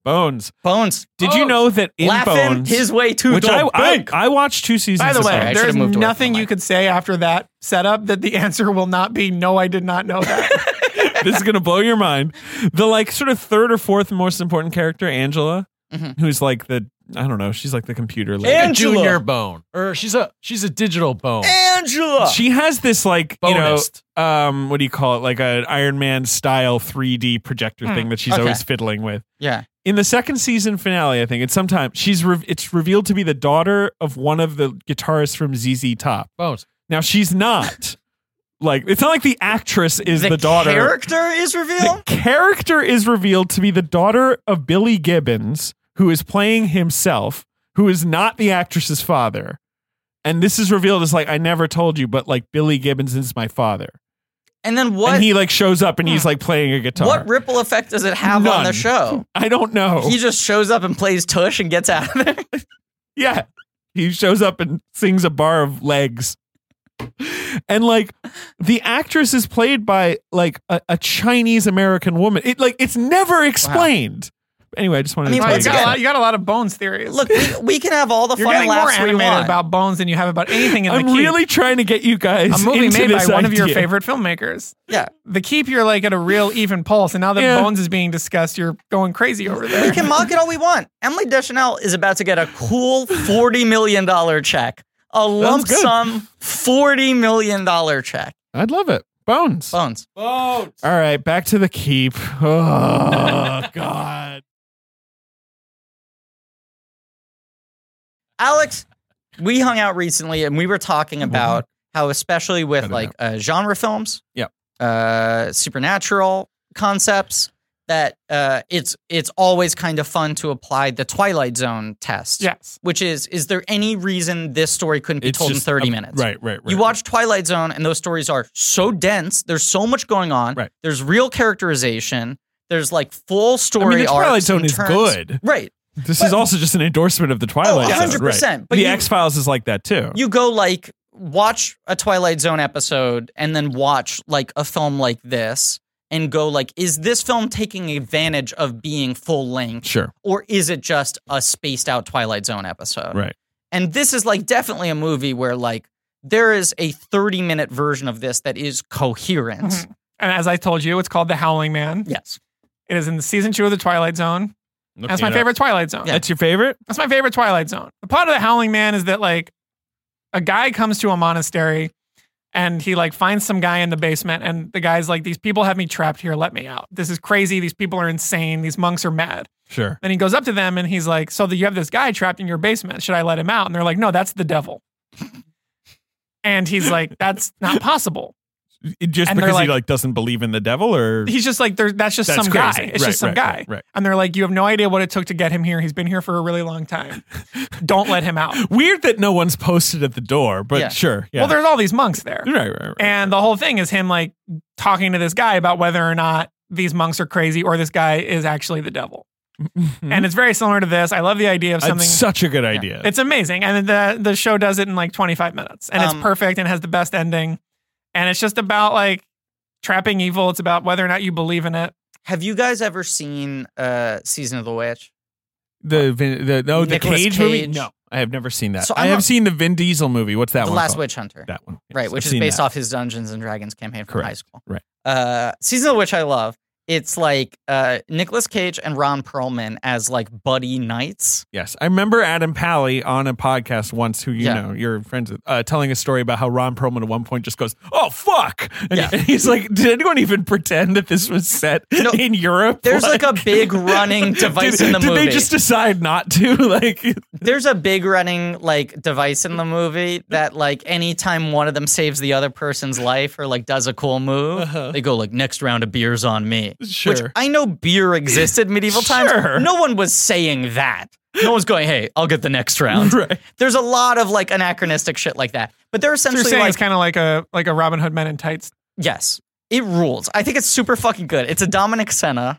Bones.
Bones
Did you
Bones.
know that in
Oh, laughing
Bones,
his way to
which
the
I, I
bank.
I watched two seasons.
By the
of
way,
Sorry, I
Bones.
should've
there's
moved away from
nothing
the
you
mic.
could say after that setup that the answer will not be no, I did not know that.
this is gonna blow your mind. The like sort of third or fourth most important character, Angela,
Mhm.
who's like the I don't know, she's like the computer lady.
A
Angela.
junior bone. Or she's a she's a digital bone.
Angela.
she has this like
Bonus.
you know um what do you call it like an Iron Man style 3D projector thing that she's
Hmm. okay.
always fiddling with.
yeah.
In the second season finale, I think it's sometime she's re- it's revealed to be the daughter of one of the guitarists from ZZ Top.
Bones.
Now she's not like it's not like the actress is the, daughter.
character is
the
revealed.
character is revealed to be the daughter of Billy Gibbons, who is playing himself, who is not the actress's father. And this is revealed as like, I never told you, but like Billy Gibbons is my father.
And then what? Hmm.
And he like shows up and he's like playing a guitar.
what ripple effect does it have on
None.
the show?
I don't know.
He just shows up and plays Tush and gets out of there.
yeah. He shows up and sings a bar of legs. and like the actress is played by like a, a Chinese American woman. It like it's never explained. Anyway, I just wanted
I mean,
to.
Wow, you,
tell
once
you
got
guys.
a
again-
lot, you got a lot of bones theories.
Look, we, we can have all the
you're
fun
getting more
laughs we
animated
want.
about bones than you have about anything in
I'm
the keep.
really trying to get you guys
a movie
into
made by
this
one of your
idea.
favorite filmmakers.
yeah,
The keep, you're like at a real even pulse, and now that
Yeah.
bones is being discussed, you're going crazy over
we
there.
can mock it all we want. Emily Deschanel is about to get a cool forty million dollar check, a lump
good.
sum forty million dollar check.
I'd love it. Bones.
Bones.
All right, back to the keep. Oh God.
Alex, we hung out recently and we were talking
Mm-hmm.
about how, especially with
Cut it
like uh, genre films,
Yep.
uh, supernatural concepts, that uh, it's it's always kind of fun to apply the Twilight Zone test.
Yes.
which is is there any reason this story couldn't be
It's
told in
just
thirty
a-
minutes?
Right, right, right.
You watch Twilight Zone, and those stories are so dense. There's so much going on.
Right.
There's real characterization. There's like full
I mean,
story.
the Twilight
arcs
Zone
and
is
turns.
good.
Right.
This is also just an endorsement of the Twilight
Oh,
Zone. right.
100%, but
the
you-
X Files is like that too.
you go like watch a Twilight Zone episode and then watch like a film like this and go like, is this film taking advantage of being full length
sure.
or is it just a spaced out Twilight Zone episode?
Right.
And this is like definitely a movie where like there is a 30 minute version of this that is coherent.
And as I told you, it's called The Howling Man.
Yes.
It is in the season two of The Twilight Zone. That's my favorite Twilight Zone.
Yeah.
That's your favorite?
That's my favorite Twilight Zone. The plot of The Howling Man is that like a guy comes to a monastery and he like finds some guy in the basement and the guy's like, These people have me trapped here, let me out. This is crazy. These people are insane. These monks are mad.
Sure.
Then he goes up to them and he's like, So that you have this guy trapped in your basement. Should I let him out? And they're like, No, that's the devil. and he's like, That's not possible.
It- just
And they're
because
like-
he like doesn't believe in the devil or
He's just like there. That's just
That's
some
crazy.
guy. It's
Right,
just some
right,
guy.
right, right.
And they're like, you have no idea what it took to get him here. He's been here for a really long time. Don't let him out.
weird that no one's posted at the door, but
Yeah.
sure. Yeah.
Well, there's all these monks there,
right, right, right.
and the whole thing is him like talking to this guy about whether or not these monks are crazy or this guy is actually the devil.
Mm-hmm.
And it's very similar to this. I love the idea of
it's
something.
such a good idea.
It's amazing, and the the show does it in like 25 minutes, and
Um,
it's perfect and has the best ending. And it's just about like trapping evil. It's about whether or not you believe in it.
Have you guys ever seen uh Season of the Witch?
the Vin, the no the
Nicolas
Cage, movie.
Cage.
No, I have never seen that.
So
I
I'm
have
not-
seen the Vin Diesel movie. What's that
the
one?
Last
called?
Witch Hunter.
That one, Yes,
right, which
I've
is
seen
based
that.
off his Dungeons and Dragons campaign from high
Correct,
school.
right.
Uh, Season of the Witch, I love. It's like uh, Nicolas Cage and Ron Perlman as like buddy knights.
Yes, I remember Adam Pally on a podcast once, who you
Yeah.
know you're friends with, uh, telling a story about how Ron Perlman at one point just goes, "Oh fuck," and,
Yeah.
and he's like, "Did anyone even pretend that this was set
No,
in Europe?"
There's like, a big running device
did,
in the
did
movie.
they just decide not to? Like,
There's a big running like device in the movie that like anytime one of them saves the other person's life or like does a cool move,
Uh-huh.
they go like next round of beers on me. Which
Sure.
I know beer existed medieval times.
Sure.
No one was saying that. No one's going, hey, I'll get the next round.
Right.
There's a lot of like anachronistic shit like that. But they're
So you're
essentially
saying
like
it's kind of like a like a Robin Hood Men in Tights.
Yes. It rules. I think it's super fucking good. It's a Dominic Senna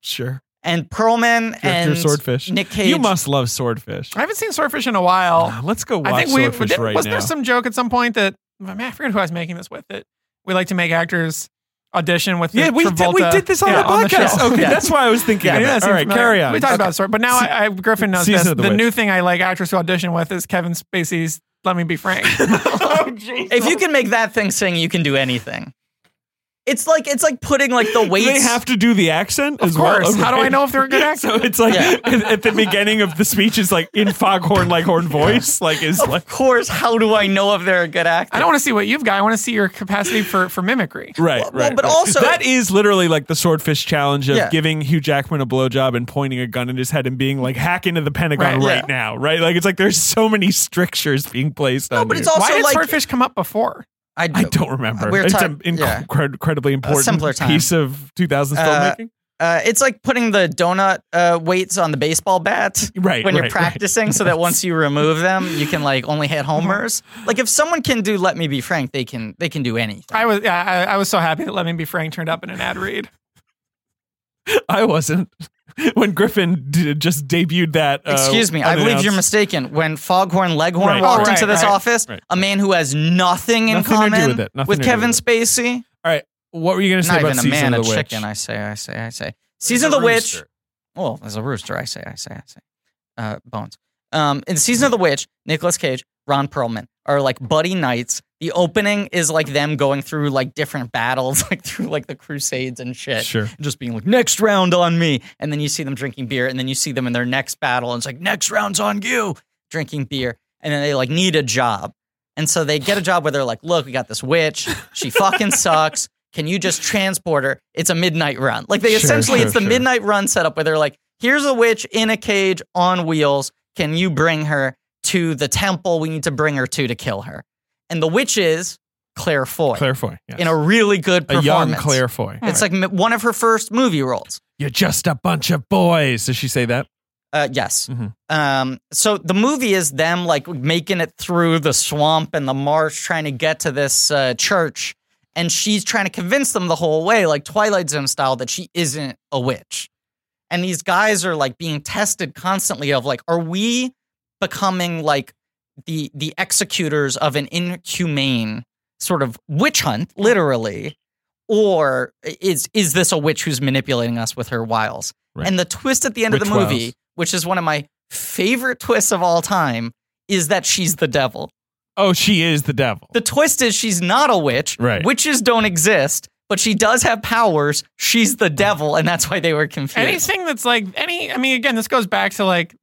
sure,
and Perlman
Director
and
of Swordfish.
Nick Cage.
You must love Swordfish.
I haven't seen Swordfish in a while.
Ah, Let's go watch
I think we
Swordfish
did-
right
was
now.
there some joke at some point that man, I forget who I was making this with. That we like to make actors audition with. The
yeah, we did, we
Travolta-
did this on
yeah,
the podcast.
show.
okay,
Yeah.
that's why I was thinking.
Yeah, I
of
knew
it.
that
All
seemed
right,
familiar.
carry on.
We talked about Sword, but now I, I Griffin knows
Season
this.
of the
The,
Witch.
new thing I like actress to audition with is Kevin Spacey's "Let Me Be Frank."
if you can make that thing sing, you can do anything. It's like it's like putting like the
Do
weights.
they have to do the accent
of
as well?
course. How do
Okay.
I know if they're a good actor?
So it's like
Yeah.
at, at the beginning of the speech is like in foghorn leghorn voice, like is like
of course, how do I know if they're a good actor?
I don't want to see what you've got. I want to see your capacity for for mimicry.
right,
Well,
right.
but
right.
also-
that is literally like the swordfish challenge of
Yeah.
giving Hugh Jackman a blowjob and pointing a gun at his head and being like hack into the Pentagon
Right,
right,
yeah.
now, right? Like it's like there's so many strictures being placed on.
but
you.
it's also
Why did
like
Swordfish come up before?
I,
I don't remember.
We're
it's
talk-
an inc-
yeah.
incredibly important
simpler time.
piece of 2000s
Uh,
filmmaking.
Uh, it's like putting the donut uh, weights on the baseball bat
Right,
when you're
right, right.
practicing, so that once you remove them, you can like only hit homers. Like if someone can do "Let Me Be Frank," they can they can do anything.
I was yeah, I, I was so happy that Let Me Be Frank turned up in an ad read.
I wasn't. when Griffin d- just debuted that. uh,
Excuse me, I believe you're
unannounced.
mistaken. When Foghorn Leghorn
Right.
walked
Oh, right,
into this
right,
office,
right.
a man who has nothing in
Nothing to do
common
with it, nothing to do
Kevin
with
Spacey,
All right, what were you going to say
not
about
even a
season
man, a
of the witch?
chicken. I say, I say, I say. Season of the Witch. Well, as a rooster, I say, I say, I say. Uh, bones. Um, in Season of the Witch, Nicolas Cage, Ron Perlman are like buddy knights. The opening is like them going through like different battles, like through like the Crusades and shit.
Sure.
Just being like, next round on me. And then you see them drinking beer, and then you see them in their next battle, and it's like, next round's on you, drinking beer. And then they like need a job. And so they get a job where they're like, look, we got this witch. She fucking sucks. Can you just transport her? It's a midnight run. Like they
Sure,
essentially,
sure,
it's the
sure.
midnight run setup where they're like, here's a witch in a cage on wheels. Can you bring her to the temple we need to bring her to to kill her? And the witch is Claire Foy
Claire Foy. yes.
in a really good
a
performance.
young Claire Foy.
It's like m- one of her first movie roles.
You're just a bunch of boys. Does she say that?
Uh, yes.
Mhm.
Um, so the movie is them like making it through the swamp and the marsh, trying to get to this uh, church, and she's trying to convince them the whole way, like Twilight Zone style, that she isn't a witch. And these guys are like being tested constantly of like, are we becoming like the the executors of an inhumane sort of witch hunt, literally, or is is this a witch who's manipulating us with her wiles?
Right.
And the twist at the end of
Witch
the movie,
wiles.
which is one of my favorite twists of all time, is that she's the devil.
Oh, she is the devil.
The twist is she's not a witch.
Right.
Witches don't exist, but she does have powers. She's the devil, and that's why they were confused.
anything that's like any i mean again this goes back to like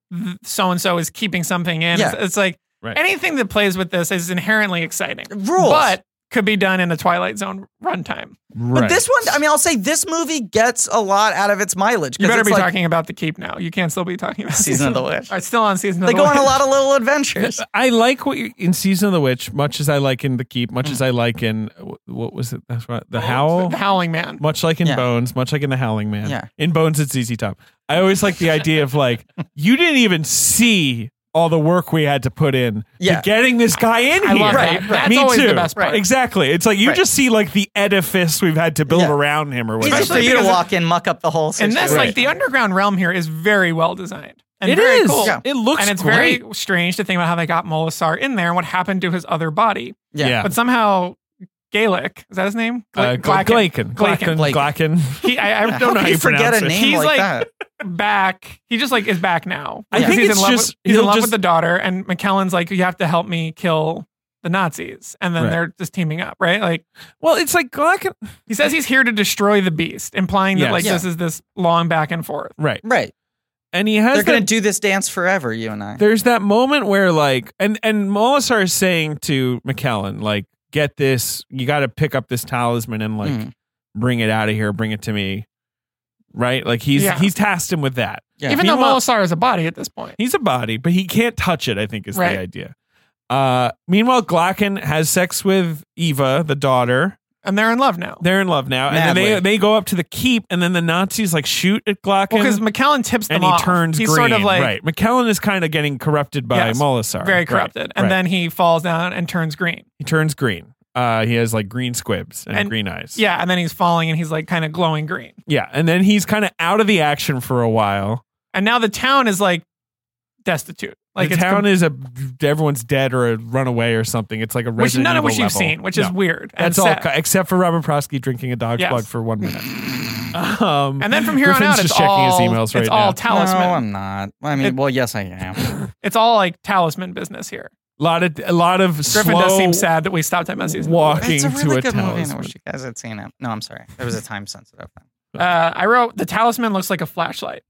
so and so is keeping something in
Yeah.
it's, it's like
Right.
anything that plays with this is inherently exciting
Rules.
but could be done in a twilight zone runtime
right.
But this one, I mean, I'll say this movie gets a lot out of its mileage. 'cause
you better
it's
be
like,
talking about the keep now you can't still be talking about
Season of the Witch.
All right, still on season of
They
the
go on a
Witch.
lot of little adventures.
I like what you, in season of the witch, much as I like in the keep, much as I like in wh- what was it? That's right, the howl.
Mm. Oh, the howling man
Much like in
Yeah.
Bones, much like in the Howling Man.
Yeah.
In Bones, it's easy top. I always like the idea of like you didn't even see all the work we had to put in
Yeah.
to getting this guy in
I
here.
love that. Right, right.
Me
That's always
too.
the best part.
Exactly. It's like you
Right.
just see like the edifice we've had to build
Yeah.
around him or whatever.
Easy for
Especially
you to
because-
walk in, muck up the whole
and
situation.
this like the underground realm here is very well designed and
It
very
is.
cool
It looks
and it's
great.
very strange to think about how they got Molasar in there and what happened to his other body
yeah.
yeah.
but somehow Gaelic is that his name
Uh,
Glacken.
Glaken.
Glaken.
Glaken. Glaken.
He, I, I
How
don't
could
know.
how
you
you
forget
pronounce
a
it.
name
He's
like,
like-
that?
back. He just like is back now.
I
Because
think
he's
it's
in love
just-
with, he's in
he'll
love
just-
with the daughter, and McKellen's like, you have to help me kill the Nazis, and then
Right.
they're just teaming up, right? Like
Well, it's like Glaken.
he says he's here to destroy the beast, implying that
Yes.
like
Yeah.
this is this long back and forth.
Right.
Right.
And he has
They're
that
going to do this dance forever, you and I.
there's that moment where like and and Molasar is saying to McKellen like get this you got to pick up this talisman and like
Hmm.
Mm.
bring it out of here bring it to me right like he's
Yeah.
he's tasked him with that
Yeah.
Even though
Meanwhile-
Molasar is a body at this point,
he's a body but he can't touch it I think is
Right.
the idea uh meanwhile Glacken has sex with Eva the daughter
and they're in love now.
they're in love now and then
Madly.
they they go up to the keep and then the Nazis like shoot at Glacken
Because McKellen tips them
and he
off.
turns
he's
green
sort of like
right McKellen is kind of getting corrupted by
Yes.
Molasar
very
Right.
corrupted, and
Right.
then he falls down and turns green.
He turns green. Uh, he has like green squibs and,
And-
green eyes.
Yeah, and then he's falling, and he's like kind of glowing green.
yeah. And then he's kind of out of the action for a while.
And now the town is like destitute. Like
Like the
it's
town
com-
is a everyone's dead or a runaway or something. It's like a
which
Resident
none of
Evil
which you've
level.
seen, which is
No.
weird. and
That's all,
sad.
co- except for Robin Prosky drinking a dog's
Yes.
blood for one minute. Um,
And then from here
Griffin's
on out,
just
it's
checking
all
his emails right
it's all
now.
talisman.
No, I'm not. I mean,
It-
well, yes, I am.
it's all like talisman business here.
lot of a lot of
Griffin
slow
does seem sad that we stopped at Messi's.
walking
it's a
to
really
a
good movie, and I
talisman.
wish you guys had seen it. No, I'm sorry. It was a time sensitive thing.
Uh, I wrote the talisman looks like a flashlight.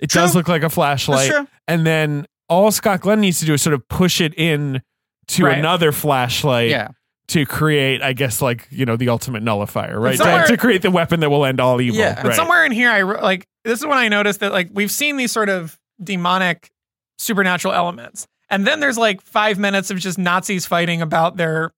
It does look like a flashlight.
true.
And then all Scott Glenn needs to do is sort of push it in to
Right.
another flashlight.
Yeah.
to create, I guess, like you know, the ultimate nullifier, right?
somewhere-
To, to create the weapon that will end all evil.
Yeah.
right.
But somewhere in here, I wrote, like this is when I noticed that like we've seen these sort of demonic, supernatural elements, and then there's like five minutes of just Nazis fighting about their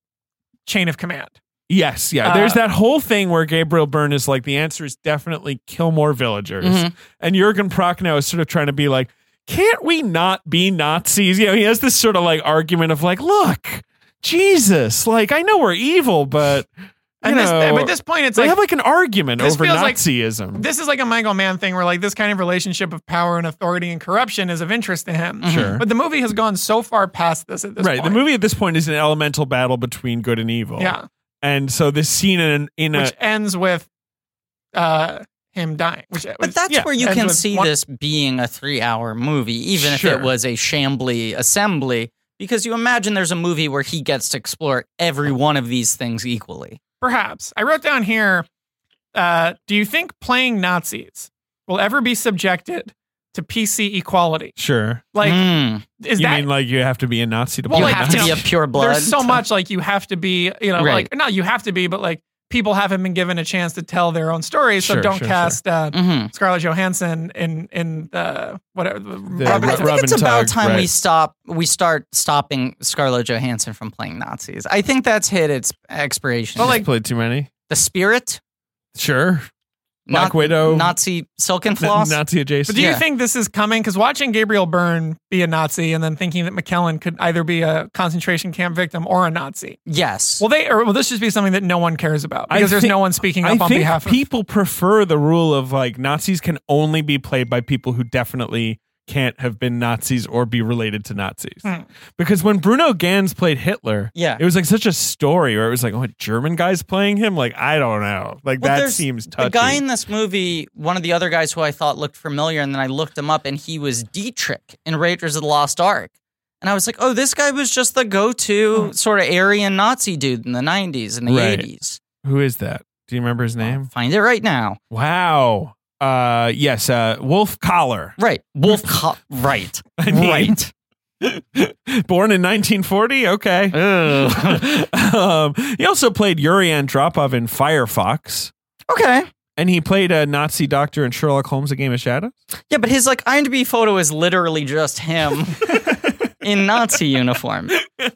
chain of command.
yes, yeah.
Uh,
There's that whole thing where Gabriel Byrne is like, the answer is definitely kill more villagers,
Mm-hmm.
and Jurgen Prochnow is sort of trying to be like, can't we not be Nazis? You know, he has this sort of like argument of like, look, Jesus, like I know we're evil, but. you
And this,
know,
but at this point, it's
they
like,
have like an argument
this
over
feels like-
Nazism.
this is like a Michael Mann thing where like this kind of relationship of power and authority and corruption is of interest to him.
Mm-hmm.
Sure.
But the movie has gone so far past this at this
right.
point.
The movie at this point is an elemental battle between good and evil.
Yeah.
And so this scene in in a
Which ends with uh him dying. Which
But that's where you
ends
can
with
see
one-
this being a three hour movie, even if
Sure.
it was a shambly assembly, because you imagine there's a movie where he gets to explore every one of these things equally.
Perhaps. I wrote down here, uh, do you think playing Nazis will ever be subjected to PC equality?
sure.
Like
Hmm.
is
you
that
mean like you have to be a Nazi to
Well,
play?
you
like,
have to
you
be
know,
a pure blood.
there's so much like you have to be, you know,
Right.
like no, you have to be, but like people haven't been given a chance to tell their own stories, so
Sure,
don't
sure,
cast uh,
Mhm.
Scarlett Johansson in in the whatever the,
I
Ro-
think
Robin
it's about
Tugg,
time we
right.
stop. We start stopping Scarlett Johansson from playing Nazis. I think that's hit its expiration.
Well, like-
played too many.
the spirit,
Sure. Black
not-
Widow.
Nazi silken
N-
floss.
Nazi
But
adjacent.
do you
Yeah.
think this is coming? Because watching Gabriel Byrne be a Nazi and then thinking that McKellen could either be a concentration camp victim or a Nazi.
yes.
Will they or will this just be something that no one cares about
I
because there's
think-
no one speaking up
I
on
think
behalf of
people prefer the rule of like Nazis can only be played by people who definitely can't have been Nazis or be related to Nazis.
Hmm.
Because when Bruno Ganz played Hitler,
Yeah.
it was like such a story where it was like, oh, a German guy's playing him? Like, I don't know. Like,
Well,
that
there's
seems touchy.
The guy in this movie, one of the other guys who I thought looked familiar, and then I looked him up, and he was Dietrich in Raiders of the Lost Ark. And I was like, oh, this guy was just the go to sort of Aryan Nazi dude in the 90s and the
Hmm. Right.
80s.
Who is that? Do you remember his name?
Find it right now.
Wow. Uh, yes, uh, Wolf Collar.
Right. Wolf Cop. Right.
I mean,
right.
Born in 1940. Okay. um, he also played Yuri Andropov in Firefox,
Okay.
and he played a Nazi doctor in Sherlock Holmes: A Game of Shadows.
Yeah, but his like IMDb photo is literally just him in Nazi uniform.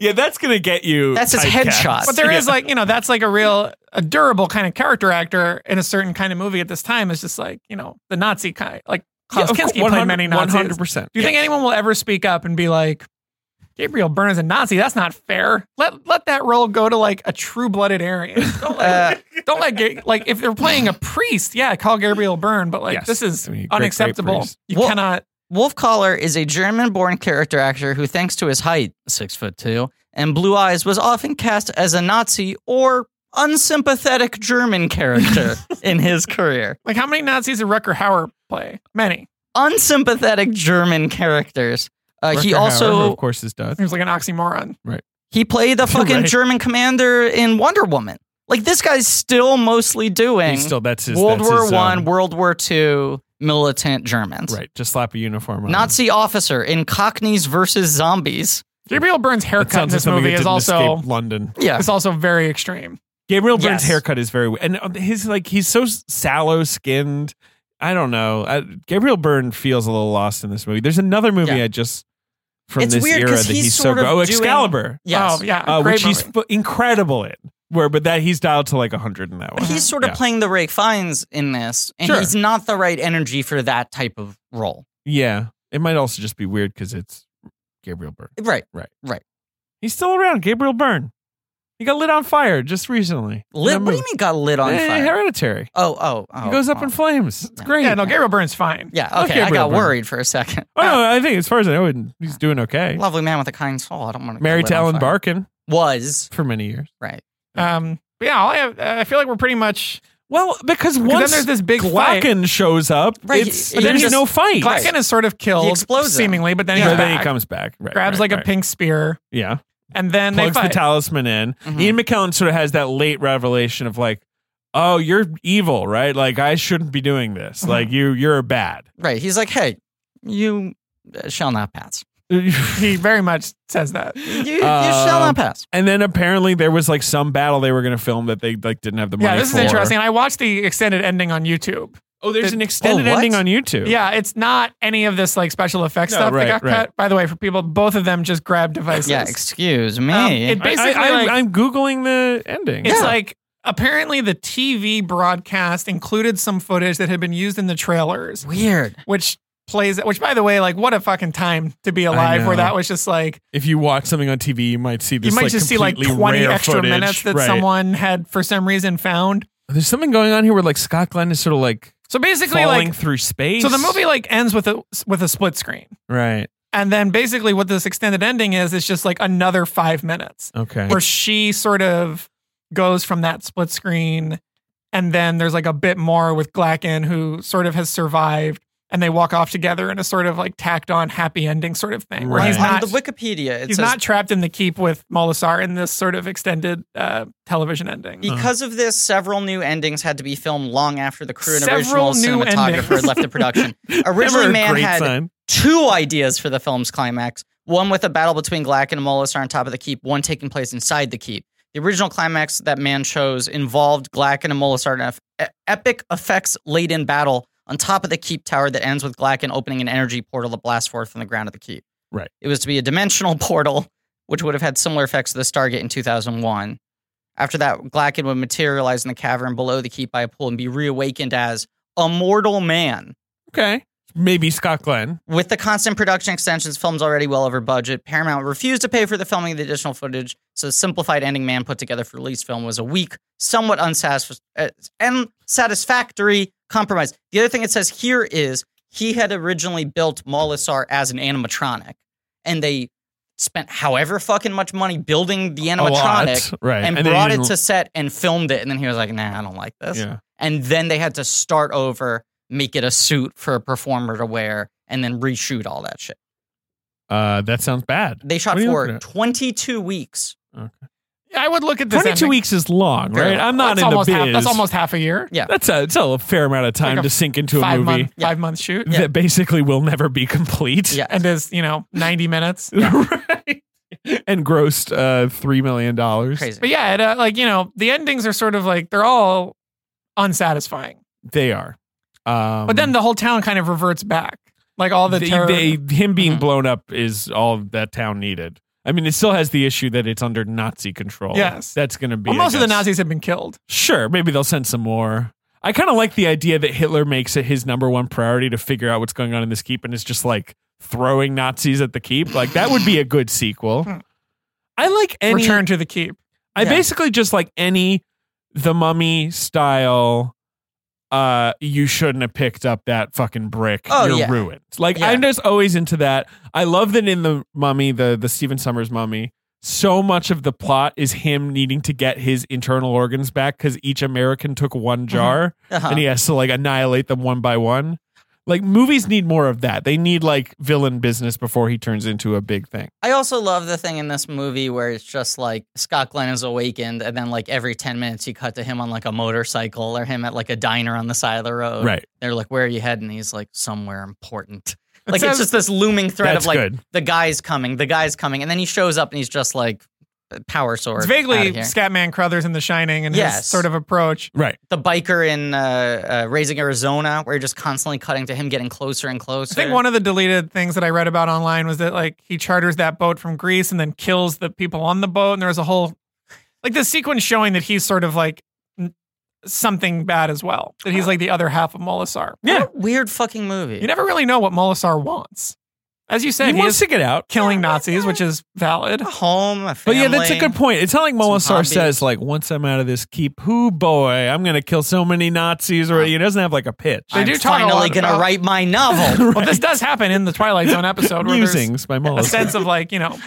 yeah, that's gonna get you.
That's his headshot.
But there is like, you know, that's like a real a durable kind of character actor in a certain kind of movie at this time is just like, you know, the Nazi kind like Klaus Kinski played many Nazis.
One hundred percent.
Do you think anyone will ever speak up and be like, Gabriel Byrne is a Nazi? That's not fair. Let let that role go to like a true blooded Aryan.
Uh,
Don't let, don't let Ga- like if they're playing a priest, yeah, call Gabriel Byrne. But like
Yes.
this is
I mean, great, great
unacceptable.
priest.
you
Well-
cannot.
Wolf Collar is a German born character actor who, thanks to his height, six foot two, and blue eyes, was often cast as a Nazi or unsympathetic German character in his career.
Like how many Nazis did Rucker Hauer play? Many.
Unsympathetic German characters. Uh, he also
of course, is dead.
Seems like an oxymoron.
he played the fucking
Right.
German commander in Wonder Woman. Like this guy's still mostly doing
He's still that's his
World
that's
War
his,
One,
um,
World War Two militant Germans.
right, just slap a uniform on. him.
Nazi officer in Cockneys versus Zombies.
Gabriel Byrne's
That
haircut in
sounds like
this
something
movie
that
is
didn't
also
escape London.
Yeah.
is also very extreme.
Gabriel Byrne's
Yes.
haircut is very and uh, his like he's so sallow skinned. I don't know. I, Gabriel Byrne feels a little lost in this movie. There's another movie
Yeah.
I just from
It's
this
weird
era
'cause
that
he's
he's, so
sort of
good. Oh,
doing-
Excalibur,
Yes.
Oh yeah,
uh,
great
which he's
movie.
f- incredible in. Where but that he's dialed to like hundred in that one.
But he's sort of
Uh-huh. Yeah.
playing the Ray Fiennes in this, and
Sure.
he's not the right energy for that type of role.
Yeah, it might also just be weird because it's Gabriel Byrne.
Right.
He's still around. Gabriel Byrne. He got lit on fire just recently. in
Lit, what
a
do
movie.
you mean got lit on
Eh,
fire?
Hereditary.
Oh, oh, oh.
he goes up
oh.
in flames. It's great.
Yeah, no, Gabriel Byrne's fine.
Yeah,
Love
okay. I
Gabriel
got
Byrne.
worried for a second.
Oh no, I think as far as I know, it- he's doing okay.
Lovely man with a kind soul. I don't want to.
Mary Talon Barkin
was
for many years.
Um, but yeah, all I, have, I feel like we're pretty much
Well, because
Because then
once
there's this big fight.
Glacken shows up,
Right,
it's,
he- he
there's
just-
no fight.
Glacken is sort of killed,
He explodes him.
seemingly, but then
But
he's
then
back,
he comes back, right,
grabs
right,
like a
right.
pink spear,
yeah,
and then
plugs
they
the
fight. Mm-hmm.
talisman in.
Mhm.
Ian McKellen sort of has that late revelation of like, oh, you're evil, right? Like I shouldn't be doing this.
Mm-hmm.
Like you, you're bad.
right. He's like, hey, you uh, shall not pass.
he very much says that.
You, you shall
Um,
not pass.
And then apparently there was like some battle they were going to film that they like didn't have the money.
Yeah, this is
for.
interesting. I watched the extended ending on YouTube.
Oh, there's
The-
an extended
Oh, what?
ending on YouTube.
Yeah, it's not any of this like special effects
No,
stuff
right,
that got
right.
cut. By the way, for people, both of them just grab devices.
Yeah, excuse me.
Um, it
I- I-
basically
I'm,
like,
I'm googling the ending.
It's like apparently the TV broadcast included some footage that had been used in the trailers,
Weird.
which plays which by the way like what a fucking time to be alive where
know.
that was just like
If you watch something on TV, you might see this.
you might
like,
just see like
completely
20
rare
extra
footage.
minutes that
Right.
someone had for some reason found
There's something going on here where like Scott Glenn is sort of like
so basically
falling
like
through space.
so the movie like ends with a with a split screen
right?
and then basically what this extended ending is is just like another five minutes
Okay.
where she sort of goes from that split screen and then there's like a bit more with Glacken who sort of has survived and they walk off together in a sort of like tacked on happy ending sort of thing where he's
Right.
not
On the Wikipedia, it
he's
says
not trapped in the keep with Molasar in this sort of extended uh, television ending.
because of this, several new endings had to be filmed long after the crew and
Several
original
new
cinematographer
endings.
had left the production. Originally,
Never a
man
great
had
sign.
two ideas for the film's climax one with a battle between Glack and Molasar on top of the keep, one taking place inside the keep. The original climax that Mann chose involved Glack and Molasar in an ep- epic effects laden battle on top of the keep tower that ends with Glacken opening an energy portal that blasts forth from the ground of the keep.
Right.
It was to be a dimensional portal, which would have had similar effects to the Stargate in 2001. After that, Glacken would materialize in the cavern below the keep by a pool and be reawakened as a mortal man.
Okay. Maybe Scott Glenn.
With the constant production extensions, film's already well over budget. Paramount refused to pay for the filming of the additional footage, so the simplified ending man put together for release film was a weak, somewhat unsatisf- uh, unsatisfactory compromise. The other thing it says here is he had originally built Molasar as an animatronic, and they spent however fucking much money building the
A lot.
animatronic
Right.
and,
they
brought it
didn't-
to set and filmed it. And then he was like, nah, I don't like this
Yeah.
and then they had to start over, make it a suit for a performer to wear, and then reshoot all that shit.
Uh, that sounds bad.
They shot
What are you looking
for
at?
22 weeks.
I would look at this.
22
ending.
weeks is long,
Fair
right?
enough.
I'm not
that's
in the
almost
biz.
half, that's almost half a year.
Yeah.
That's a, it's still a fair amount of time
Like a
to sink into a
five
movie
month
Yeah.
five month shoot
Yeah.
that basically will never be complete.
Yeah.
and is you know ninety minutes.
right. And grossed uh, $3 million.
Crazy.
But yeah, it, uh, like you know the endings are sort of like they're all unsatisfying.
They are. Um,
But then the whole town kind of reverts back, like all the
they-
terror. Mm-hmm.
they- him being
Mhm.
blown up is all that town needed. I mean, it still has the issue that it's under Nazi control.
Yes.
That's going to be.
well,
I
most of the
guess-
Nazis have been killed.
Sure, maybe they'll send some more. I kind of like the idea that Hitler makes it his number one priority to figure out what's going on in this keep and is just like throwing Nazis at the keep. Like that would be a good sequel. I like any
Hmm. Return to the keep.
I
yeah.
basically just like any the mummy style uh you shouldn't have picked up that fucking brick.
Oh,
You're
yeah.
ruined. Like
Yeah.
I'm just always into that. I love that in the mummy, the the Stephen Summers mummy, so much of the plot is him needing to get his internal organs back because each American took one jar
Uh-huh.
and he has to like annihilate them one by one. Like movies need more of that. They need like villain business before he turns into a big thing.
I also love the thing in this movie where it's just like Scott Glenn is awakened, and then like every 10 minutes you cut to him on like a motorcycle or him at like a diner on the side of the road.
Right.
They're like, where are you heading? He's like, somewhere important. Like
Sounds-
it's just this looming threat of
That's
like
good.
the guy's coming, the guy's coming, and then he shows up and he's just like power sword.
It's
outta
vaguely
here.
Scatman Crothers in The Shining and his
Yes.
sort of approach.
Right.
the biker in uh, uh, Raising Arizona, where you're just constantly cutting to him getting closer and closer.
I think one of the deleted things that I read about online was that like he charters that boat from Greece and then kills the people on the boat, and there was a whole like this sequence showing that he's sort of like n- something bad as well. That he's like the other half of Molasar.
What a weird fucking movie.
You never really know what Molasar wants. As you said,
He
he,
wants
is
to get out.
killing Nazis, which is valid.
a home, a
But
family.
Oh, yeah, that's a good point. It's not like Molasar
hobbies.
says, like, once I'm out of this keep, who boy, I'm gonna kill so many Nazis, or he doesn't have like a pitch.
They
I'm
do talk a
finally
lot
gonna
about-
write my novel.
Well, this does happen in the Twilight Zone episode where there's
Musings by
a
Molasar.
sense of like, you know,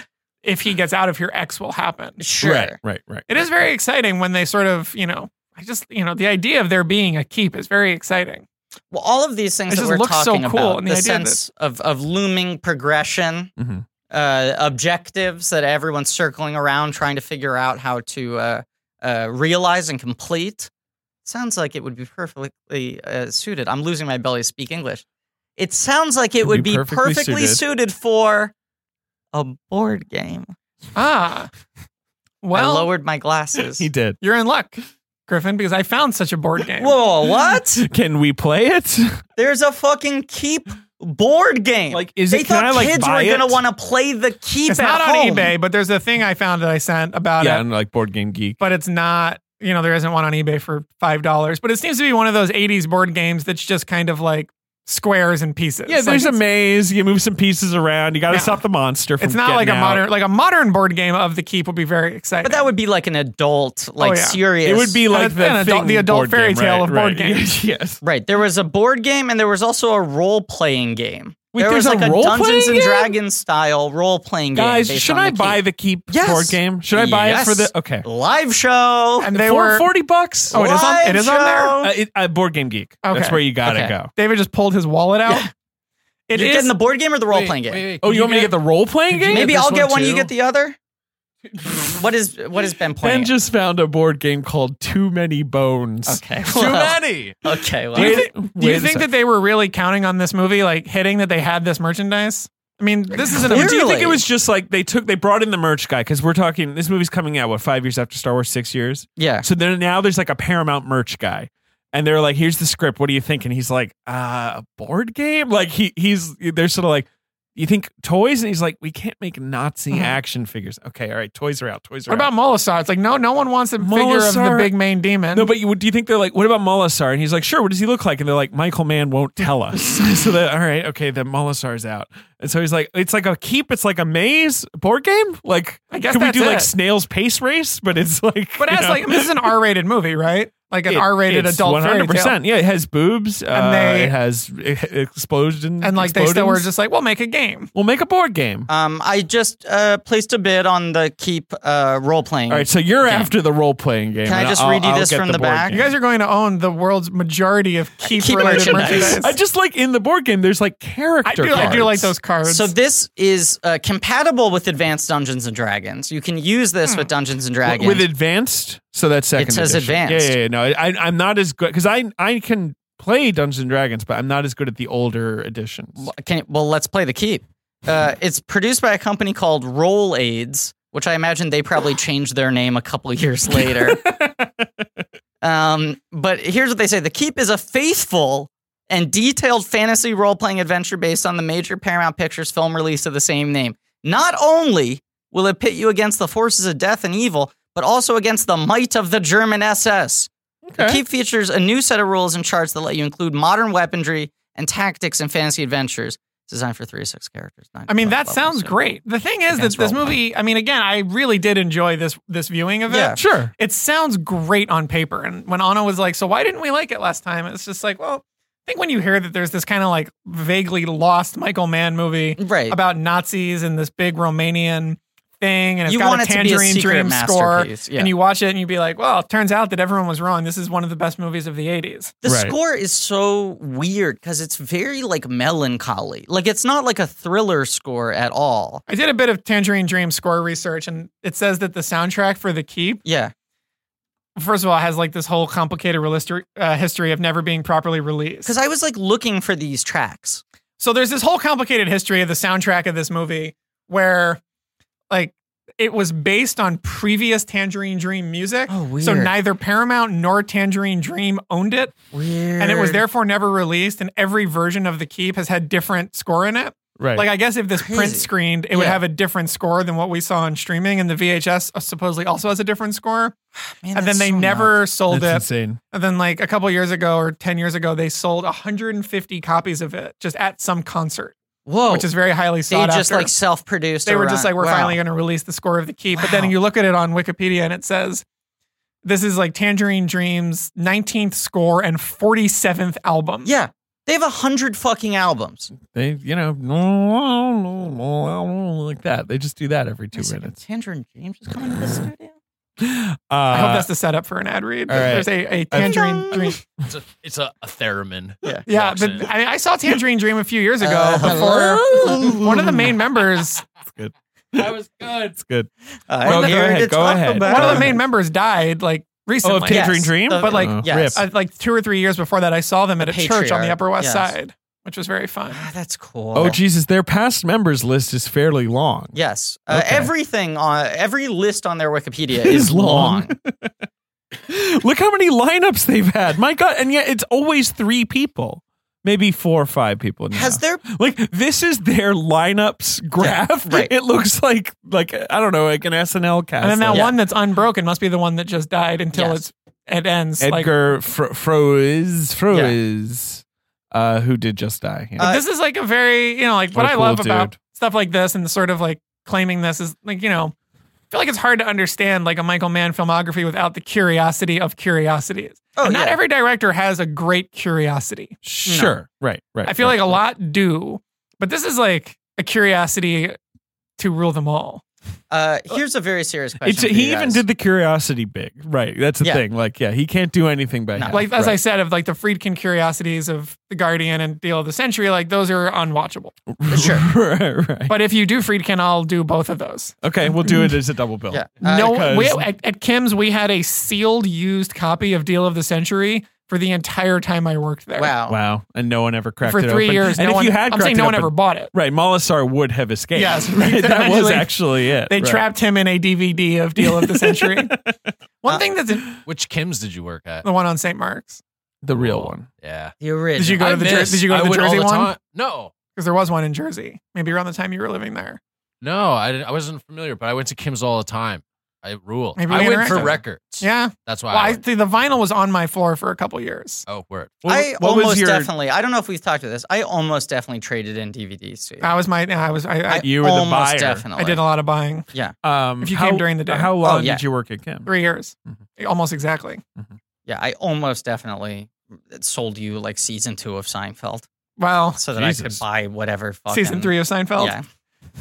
if he gets out of here, X will happen.
sure.
Right, right, right.
It is very exciting when they sort of, you know, I just, you know, the idea of there being a keep is very exciting.
Well, all of these
It
things that
just
we're
looks so
talking
cool,
about,
and
the,
the idea that- Mm-hmm.
sense of, of looming progression,
Mhm.
uh, objectives that everyone's circling around trying to figure out how to uh, uh, realize and complete, sounds like it would be perfectly uh, suited. I'm losing my ability to speak English. It sounds like it
It'd
would
be
be
perfectly
perfectly,
suited.
suited. for a board game.
Ah. Well,
I lowered my glasses.
He did.
you're in luck, Griffin, because I found such a board game.
Whoa, what?
Can we play it?
There's a fucking keep board game.
Like, is
they
it- can
thought
I, like,
kids
buy
were gonna
it?
want to play the keep
it's
at
not
home.
on eBay, but there's a thing I found that I sent about
yeah,
it,
and like board game geek.
but it's not, you know, there isn't one on eBay for $5. But it seems to be one of those 80s board games that's just kind of like squares and pieces.
Yeah,
Like,
there's a
it's-
maze. You move some pieces around. You got to
Yeah.
stop the monster. From
It's not like
getting
a
out.
modern like a modern board game of the keep would be very exciting.
But that would be like an adult, like
yeah.
serious.
Oh, It would be like
An-
the
an adult-
thing
the adult
board
fairy
game,
tale
right,
of board
right.
games.
yes.
right. There was a board game, and there was also a role playing game.
Wait,
there was
there's
like a,
a role-playing
Dungeons and
game?
Dragons style role playing game.
Guys,
based
should
on
I
the
buy
key.
the keep
Yes.
board game? Should I buy it for
Yes.
the okay?
live show?
and they
For
were
forty bucks.
Oh, it is on- it
Live
is on there?
show.
Uh, it, uh, board game geek. That's
Okay.
where you gotta
Okay.
go.
David just pulled his wallet out. It
You're
is-
getting the board game or the role
Wait,
playing game?
wait, wait,
Oh,
can
you want me to get the role playing game?
Maybe
this
I'll
one
get one. You
too?
get the other. what is what has Ben
Ben
playing?
just found a board game called Too Many Bones.
okay.
too
well,
many?
okay. Well,
do you,
Wait-
thi- do
wait
you
a
think
sec.
that they were really counting on this movie, like hitting that they had this merchandise? I mean, this is an
Do you think
Clearly.
it was just like they took they brought in the merch guy because we're talking this movie's coming out what five years after Star Wars six years
yeah.
so then now there's like a Paramount merch guy and they're like here's the script what do you think and he's like uh, a board game like he he's they're sort of like you think toys and he's like we can't make Nazi action figures okay all right toys are out toys are
Mm-hmm. What
out
about Molossar? It's like no, no one wants a figure of the
Molossar-
big main demon.
No, but you, do you think they're like, what about Molossar? And he's like, sure, what does he look like? And they're like, Michael Mann won't tell us. so they're, all right, okay, then Molossar's out. And so he's like, it's like a keep, it's like a maze board game. Like,
I guess
could we
that's
do like
it.
snail's pace race? But it's like,
but
you
as
know,
like this is an R-rated movie, right? Like an
it-
R-rated
it's
adult fairy tale.
Yeah, it has boobs. And
they-
it has it, explosion.
And like they still were
explodings.
just like, we'll make a game.
we'll make a board game.
Um, I just uh, placed a bid on the keep uh, role playing.
all right, so you're after the role playing game.
Can I
and
just
I'll-
read you
I'll
this
get
from the
board
back?
game.
You guys are going to own the world's majority of keep,
Keep
related
merchandise.
merchandise.
I just like in the board game. There's like
I
character.
do, I do like
cards.
those cards.
so this is uh, compatible with Advanced Dungeons and Dragons. You can use this with Dungeons and Dragons.
with advanced. So that's second.
says
edition.
advanced.
Yeah, yeah, yeah. No, I, I'm not as good because I I can play Dungeons and Dragons, but I'm not as good at the older editions.
Can, well, let's play the keep. Uh, it's produced by a company called Roll Aids, which I imagine they probably changed their name a couple years later. um, but here's what they say The Keep is a faithful and detailed fantasy role playing adventure based on the major Paramount Pictures film release of the same name. Not only will it pit you against the forces of death and evil, but also against the might of the German SS. The Keep features a new set of rules and charts that let you include modern weaponry and tactics in fantasy adventures. It's designed for three to six characters. nine to
I mean,
12
that
levels.
sounds great. The thing is that
Against
this
role
movie, I mean, again, I really did enjoy this this viewing of it.
Yeah.
Sure.
It sounds great on paper. And when Anna was like, "So why didn't we like it last time?" It's just like, well, I think when you hear that there's this kind of like vaguely lost Michael Mann movie
Right.
about Nazis and this big Romanian thing, and it's
You
got
want
a
it to be a
tangerine
secret
dream score,
masterpiece, yeah.
and you watch it and you'd be like, "Well, it turns out that everyone was wrong. This is one of the best movies of the '80s."
The
Right.
score is so weird because it's very like melancholy. Like it's not like a thriller score at all.
I did a bit of Tangerine Dream score research, and it says that the soundtrack for The Keep
Yeah.
first of all, it has like this whole complicated real history, uh, history of never being properly released.
Because I was like looking for these tracks.
So there's this whole complicated history of the soundtrack of this movie where, like, it was based on previous Tangerine Dream music.
Oh,
So
weird.
neither Paramount nor Tangerine Dream owned it,
Weird.
and it was therefore never released. And every version of the Keep has had different score in it.
Right.
Like, I guess if this print
Crazy.
screened, it would
Yeah.
have a different score than what we saw on streaming, and the VHS supposedly also has a different score.
Man,
And then
that's
they
so
never
nuts.
sold
That's
it.
insane.
And then like a couple years ago or 10 years ago, they sold 150 copies of it just at some concert,
Whoa.
which is very highly
Oh. they
sought
just
after.
like self produced.
they were just like, we're finally going to release the score of the key. But then
Wow.
you look at it on Wikipedia and it says, this is like Tangerine Dream's 19th score and 47th album.
Yeah. They have a hundred fucking albums.
They you know like that. They just do that every two minutes.
Tangerine James is coming to the studio.
Uh,
I hope that's the setup for an ad read.
all right.
There's a, a Tangerine Dream.
It's a, it's a, a theremin.
Yeah.
Yeah,
Walks in.
but I, I saw Tangerine Dream a few years ago
Uh,
before
hello?
one of the main members
That was good.
it's good.
I'm
Well, go
here
ahead,
to
go
talk
ahead.
about-
one of the main members died like recently.
Oh, Tangerine Dream.
Uh,
But, like,
Oh.
yes.
I, like two or three years before that, I saw them at a
The
church on the
Patriarch,
Upper West
yes.
Side, which was very fun.
Ah, that's cool.
Oh Jesus, their past members list is fairly long.
Yes. Uh,
Okay.
Everything on every list on their Wikipedia is long.
Look how many lineups they've had. My God. And yet it's always three people, maybe four or five people. Now.
Has there
like this is their lineups graph.
right.
It looks like like I don't know, like an SNL cast.
And then that
Yeah.
one that's unbroken must be the one that just died until
Yes.
it's it ends. Like
Edgar Fro Froese Froese. uh, who did just die. Yeah.
Uh,
this is like a very you know like what
What a
I
cool
love about
dude.
stuff like this and the sort of like claiming this is like you know I feel like it's hard to understand like a Michael Mann filmography without the curiosity of curiosities.
Oh,
and not
yeah.
every director has a great curiosity.
sure, right, right.
I feel
right.
like a lot do, but this is like a curiosity to rule them all.
Uh, here's a very serious question.
It's,
for
he
you
even
guys.
did the curiosity big, right? That's the
Yeah.
thing. Like, yeah, he can't do anything by
No.
half,
Like as I
right.
said, of like the Friedkin curiosities of the Guardian and Deal of the Century, like those are unwatchable.
Uh, Sure.
right, right.
But if you do Friedkin, I'll do both of those.
Okay, we'll do it as a double bill.
Yeah. Uh,
no,
because-
we, at, at Kim's, we had a sealed used copy of Deal of the Century for the entire time I worked there.
Wow.
Wow, and no one ever cracked
Oh. For
it
three
open.
years.
And
no
if
one,
you had
I'm
cracked
saying
it
no one
open-
ever bought it.
Right, Molasar would have escaped.
Yes,
right. That was
eventually-
actually it.
They
right.
trapped him in a DVD of Deal of the Century. one thing that's in,
Which Kim's did you work at?
Oh.
the one on St. Mark's.
the real one.
Yeah.
The original.
Did you go
I
to the Jer-
miss.
did you go to
I
the
went all
Jersey one?
time- No.
Because there was one in Jersey, maybe around the time you were living there.
No, I didn't, I wasn't familiar, but I went to Kim's all the time. I rule.
Maybe we
I went
interact
for
then.
records.
Yeah.
That's why.
Well, I,
went.
see, the vinyl was on my floor for a couple years.
oh, word.
I
What was
almost
your-
definitely. I don't know if we've talked about this. I almost definitely traded in DVDs. To you.
I was my, I was, I, I,
you were the
almost
buyer.
Definitely.
I did a lot of buying.
Um,
If you
how-
came during the day.
how
Oh,
long
yeah.
did you work at Kim?
Three years, almost exactly.
Yeah, I almost definitely sold you like season two of Seinfeld
Well,
so that I could
Jesus.
buy whatever. Fucking,
Oh, season three of Seinfeld.
Yeah.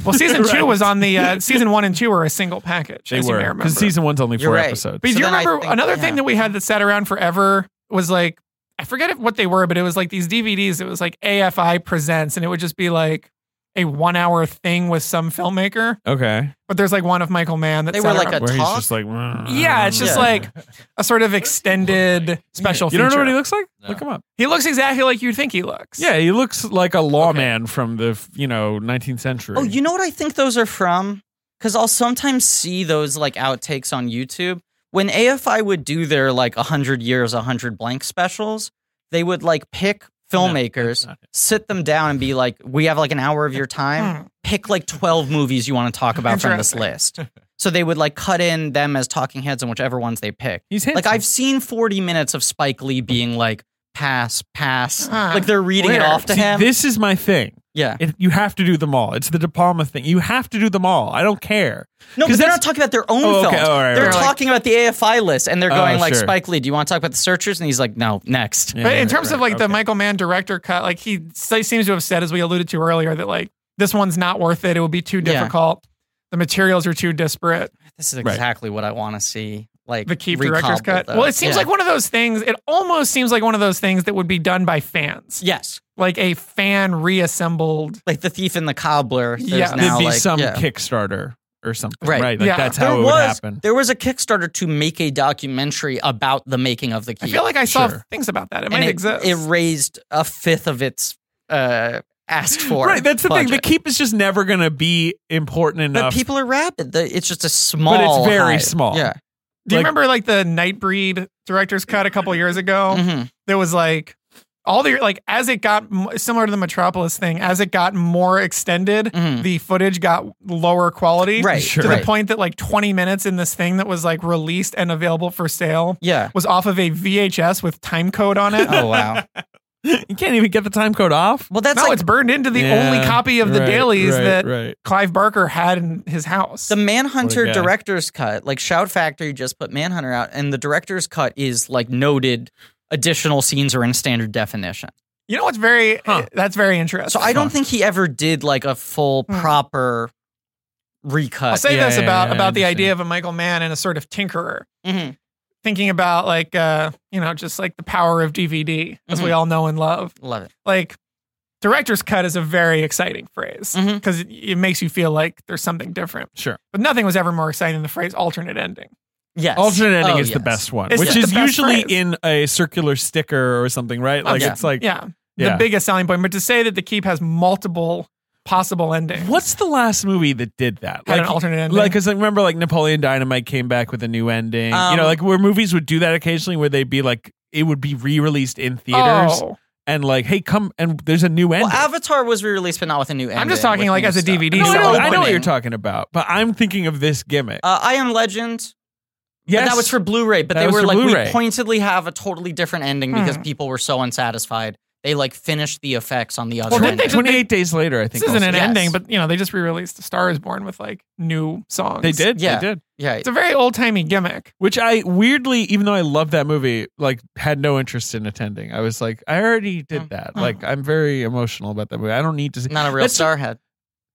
Well, season two was on the uh, season one and two were a single package.
They
as you may
were
remember.
because season one's only
You're
four
right.
episodes.
But
So
do you
then I
remember
think-
another
yeah.
thing that we had that sat around forever was like I forget if- what they were, but it was like these DVDs. It was like AFI presents, and it would just be like a one-hour thing with some filmmaker.
Okay,
But there's like one of Michael Mann that
They
sat
were like
around-
a
where he's
talk.
just like, "Mm,
yeah, it's just
Yeah.
like a sort of extended special.
you don't know
feature.
what he looks like?
No.
Look him up.
He looks exactly like you think he looks.
Yeah, he looks like a lawman from the f- you know 19th century.
Oh, you know what I think those are from? Because I'll sometimes see those like outtakes on YouTube. When AFI would do their like 100 years, 100 blank specials, they would like pick filmmakers,
not
sit them down and be like, we have like an hour of your time. Pick like 12 movies you want to talk about from this list. So they would like cut in them as talking heads on whichever ones they pick.
he's
Like
handsome.
I've seen 40 minutes of Spike Lee being like, pass, pass.
Huh.
Like they're reading it
Weird.
off to
Uh-huh. See,
him.
This is my thing.
yeah.
It, you have to do them all. It's the De Palma thing. You have to do them all. I don't care.
No,
'Cause
because they're
that's-
not talking about their own
Oh, okay.
films.
All right,
they're
right.
talking about the AFI list, and they're
Oh,
going like,
sure.
"Spike Lee, do you want to talk about the Searchers?" And he's like, "No, next."
But in terms of like the Michael Mann director cut, like he s- seems to have said, as we alluded to earlier, that like this one's not worth it. It would be too
Yeah.
difficult. The materials are too disparate.
This is
Right.
exactly what I want to see. Like
The keep director's
recobbled,
cut.
though.
Well, it seems
Yeah.
like one of those things. It almost seems like one of those things that would be done by fans,
yes,
like a fan reassembled.
like the Thief and the Cobbler. There's
Yeah.
there'd
now
be
like
some
yeah.
Kickstarter or something,
Right.
right? Like
Yeah.
that's
There
how it would
was
happen.
there was a Kickstarter to make a documentary about the making of the
I
keep.
feel like I saw
Sure.
things about that. It
and
might
it,
exist.
it raised a fifth of its uh, asked for.
Right, that's the thing. The
budget.
keep is just never going to be important
but
enough.
people are rabid. The- It's just a small,
very
hive.
small.
Yeah.
Do you
like-
remember like the Nightbreed director's cut a couple years ago?
hmm
there was like all the like as it got m- similar to the Metropolis thing, as it got more extended,
Mhm.
the footage got lower quality.
Right.
Sure.
To
Right.
the point that like 20 minutes in this thing that was like released and available for sale
Yeah.
was off of a VHS with time code on it.
Oh wow.
you can't even get the time code off.
Well, that's
no,
like
it's burned into the
Yeah,
only copy of the
right,
dailies
right,
that
right.
Clive Barker had in his house.
the Manhunter
guy.
director's cut. Like Shout Factory just put Manhunter out, and the director's cut is like noted additional scenes are in standard definition.
you know what's very that's very interesting.
So I don't think he ever did like a full
Hmm.
proper
I'll
recut.
say
Yeah,
this
yeah,
about
yeah, I
about the
understand.
idea of a Michael Mann and a sort of tinkerer.
Mhm.
thinking about like uh you know just like the power of DVD as
Mm-hmm.
we all know and love.
Love it.
Like director's cut is a very exciting phrase
Mhm.
because it, it makes you feel like there's something different.
Mm-hmm. Sure.
But nothing was ever more exciting than the phrase alternate ending.
Yes.
Alternate ending
Oh,
is the
yes.
best one,
It's
which
just
is
the best
usually
phrase.
in a circular sticker or something, right? Like
Oh, yeah.
it's like,
Yeah.
Yeah.
The biggest selling point, but to say that the keep has multiple possible endings.
what's the last movie that did that?
Had an alternate ending?
Like, because I remember, like Napoleon Dynamite came back with a new ending. you
Um,
know, like where movies would do that occasionally, where they'd be like, it would be re-released in theaters
Oh,
and like, hey, come and there's a new ending.
Well, Avatar was re-released, but not with a new ending.
I'm just talking
with
like
new
as a
stuff.
DVD
no, I, know,
selling
I know what
point.
you're talking about, but I'm thinking of this gimmick.
Uh, I Am Legend.
yes,
But that was for Blu-ray. But
That
they
was
were
for
like, we
Blu-ray.
pointedly have a totally different ending because
Hmm.
people were so unsatisfied They like finish the effects on the other
Well,
end.
didn't they just-
28 days later, I
This
think.
isn't
also.
an
Yes.
ending, but you know they just re-released "A Star Is Born" with like new songs.
They did.
Yeah.
They did.
yeah,
It's a very old timey gimmick.
Which I weirdly, even though I love that movie, like had no interest in attending. I was like, I already
Mm,
did that. Like, I'm very emotional about that movie. I don't need to see.
not a real
That's-
starhead.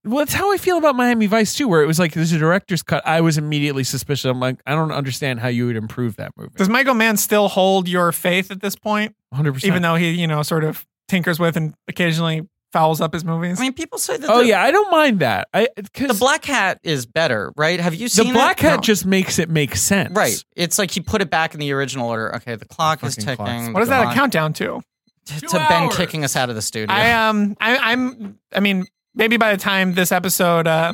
Well, that's how I feel about Miami Vice too, where it was like there's a director's cut. I was immediately suspicious. I'm like, I don't understand how you would improve that movie.
Does Michael Mann still hold your faith at this point,
100. percent
even though he you know sort of tinkers with and occasionally fouls up his movies?
I mean, people say that.
Oh
the,
yeah, I don't mind that. I cause
the black hat is better, right? Have you
the
seen
black
it?
hat
No.
just makes it make sense.
right. It's like he put it back in the original order. Okay, the clock is
Fucking
ticking.
clock.
what does that
Come on.
account down to?
T-
Two
to Ben
hours.
kicking us out of the studio?
I um I, I'm I mean maybe by the time this episode uh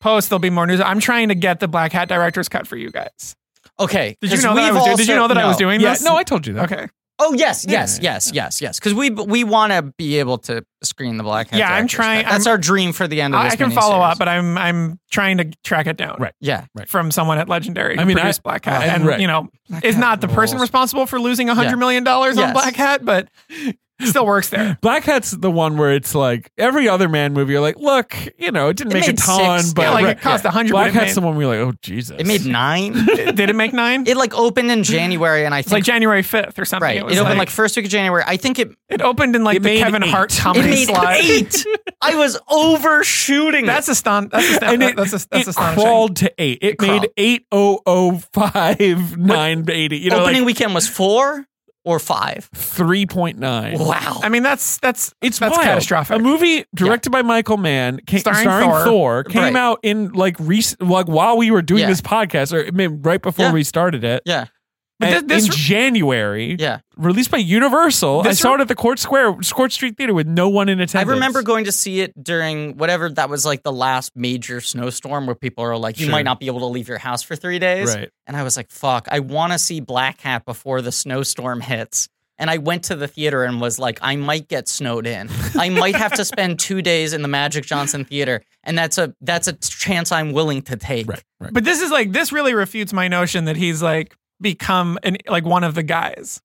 posts there'll be more news. I'm trying to get the Black Hat director's cut for you guys.
okay,
Did you
'cause
know that I
we've
was doing, did
also-
you know that I was
no.
doing
Yeah.
this?
No, I told you that.
okay.
Oh yes,
Yeah,
yes,
yeah,
yes, yes, yes. Because we we want to be able to screen the black hat.
Yeah, I'm
director's
trying-
cut. That's
I'm-
our dream for the end of
I,
this.
I can follow
miniseries.
up, but I'm I'm trying to track it down.
Right.
yeah,
Right.
From someone at Legendary who
I mean, I-
produced Black Hat,
I-
and
right.
you know, is
Hat
not the person
rules.
responsible for losing a hundred
Yeah.
million dollars on
Yes.
Black Hat, but still works there.
Black Hat's the one where it's like every other man movie. You're like, look, you know, it didn't
It
make a
made
ton,
six.
but
yeah, like
Right.
it cost a hundred.
Black
but it
Hat's the one where you're like, oh Jesus,
it made nine.
made- Did it make nine?
it like opened in January, and I
it's like
think
January fifth or something.
right, it,
was
opened like first week of January. I think it
it opened in like
It
the
made
Kevin
eight.
Hart
it
comedy
made
slide.
eight. I was overshooting. it.
That's aston. That's aston-
And it,
that's, a, that's
it
astonishing.
crawled to eight. It, made
crawled.
eight oh oh five nine eighty. You know,
opening
like
weekend was four or five.
three point nine.
Wow.
I mean, that's that's
It's
that's
wild.
catastrophic.
A movie directed by Michael Mann, came, starring,
Starring
Thor,
Thor.
came
Right.
out in like recent, like while we were doing
Yeah.
this podcast, or I mean, right before
Yeah.
we started it.
yeah,
But
And
this-
in
this-
January,
yeah.
released by Universal. I
This
saw it at the Court Square, Court Street Theater, with no one in
I
attendance.
remember going to see it during whatever that was like the last major snowstorm where people are like, you
Sure.
might not be able to leave your house for three days.
Right.
And I was like, fuck, I want to see Black Hat before the snowstorm hits. And I went to the theater and was like, I might get snowed in. I might have to spend two days in the Magic Johnson Theater, and that's a that's a chance I'm willing to take.
Right, right.
but this is like this really refutes my notion that he's like become an like one of the guys.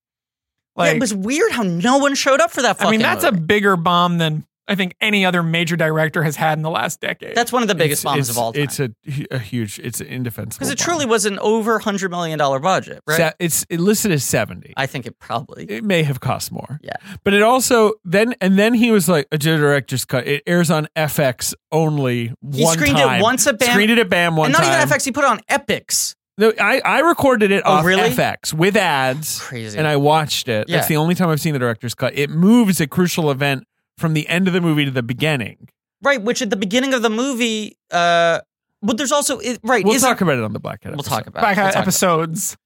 Yeah,
Like
it was weird how no one showed up for that. Fucking
I mean, that's
movie.
a bigger bomb than I think any other major director has had in the last decade.
that's one of the biggest
It's-
bombs
it's-
of all time.
It's a, hu- a huge. It's an indefensible.
Because it
bomb.
truly was an over hundred million dollar budget, right?
Se- it's it listed as seventy.
I think it probably.
it may have cost more.
Yeah.
But it also then and then he was like a director's cut. It airs on FX only
He
one
screened it
time.
once at BAM-
Screened it at BAM one
and not
time.
even FX. He put it on Epics.
No, I, I recorded it
Oh,
off
really?
FX with ads.
Crazy.
And I watched it.
Yeah.
That's the only time I've seen the director's cut. It moves a crucial event from the end of the movie to the beginning.
right, which at the beginning of the movie, uh, but there's also it, right.
We'll
isn't-
talk about it on the Black Hat.
We'll
episode.
talk about.
Black
it. We'll
Hat
talk
episodes.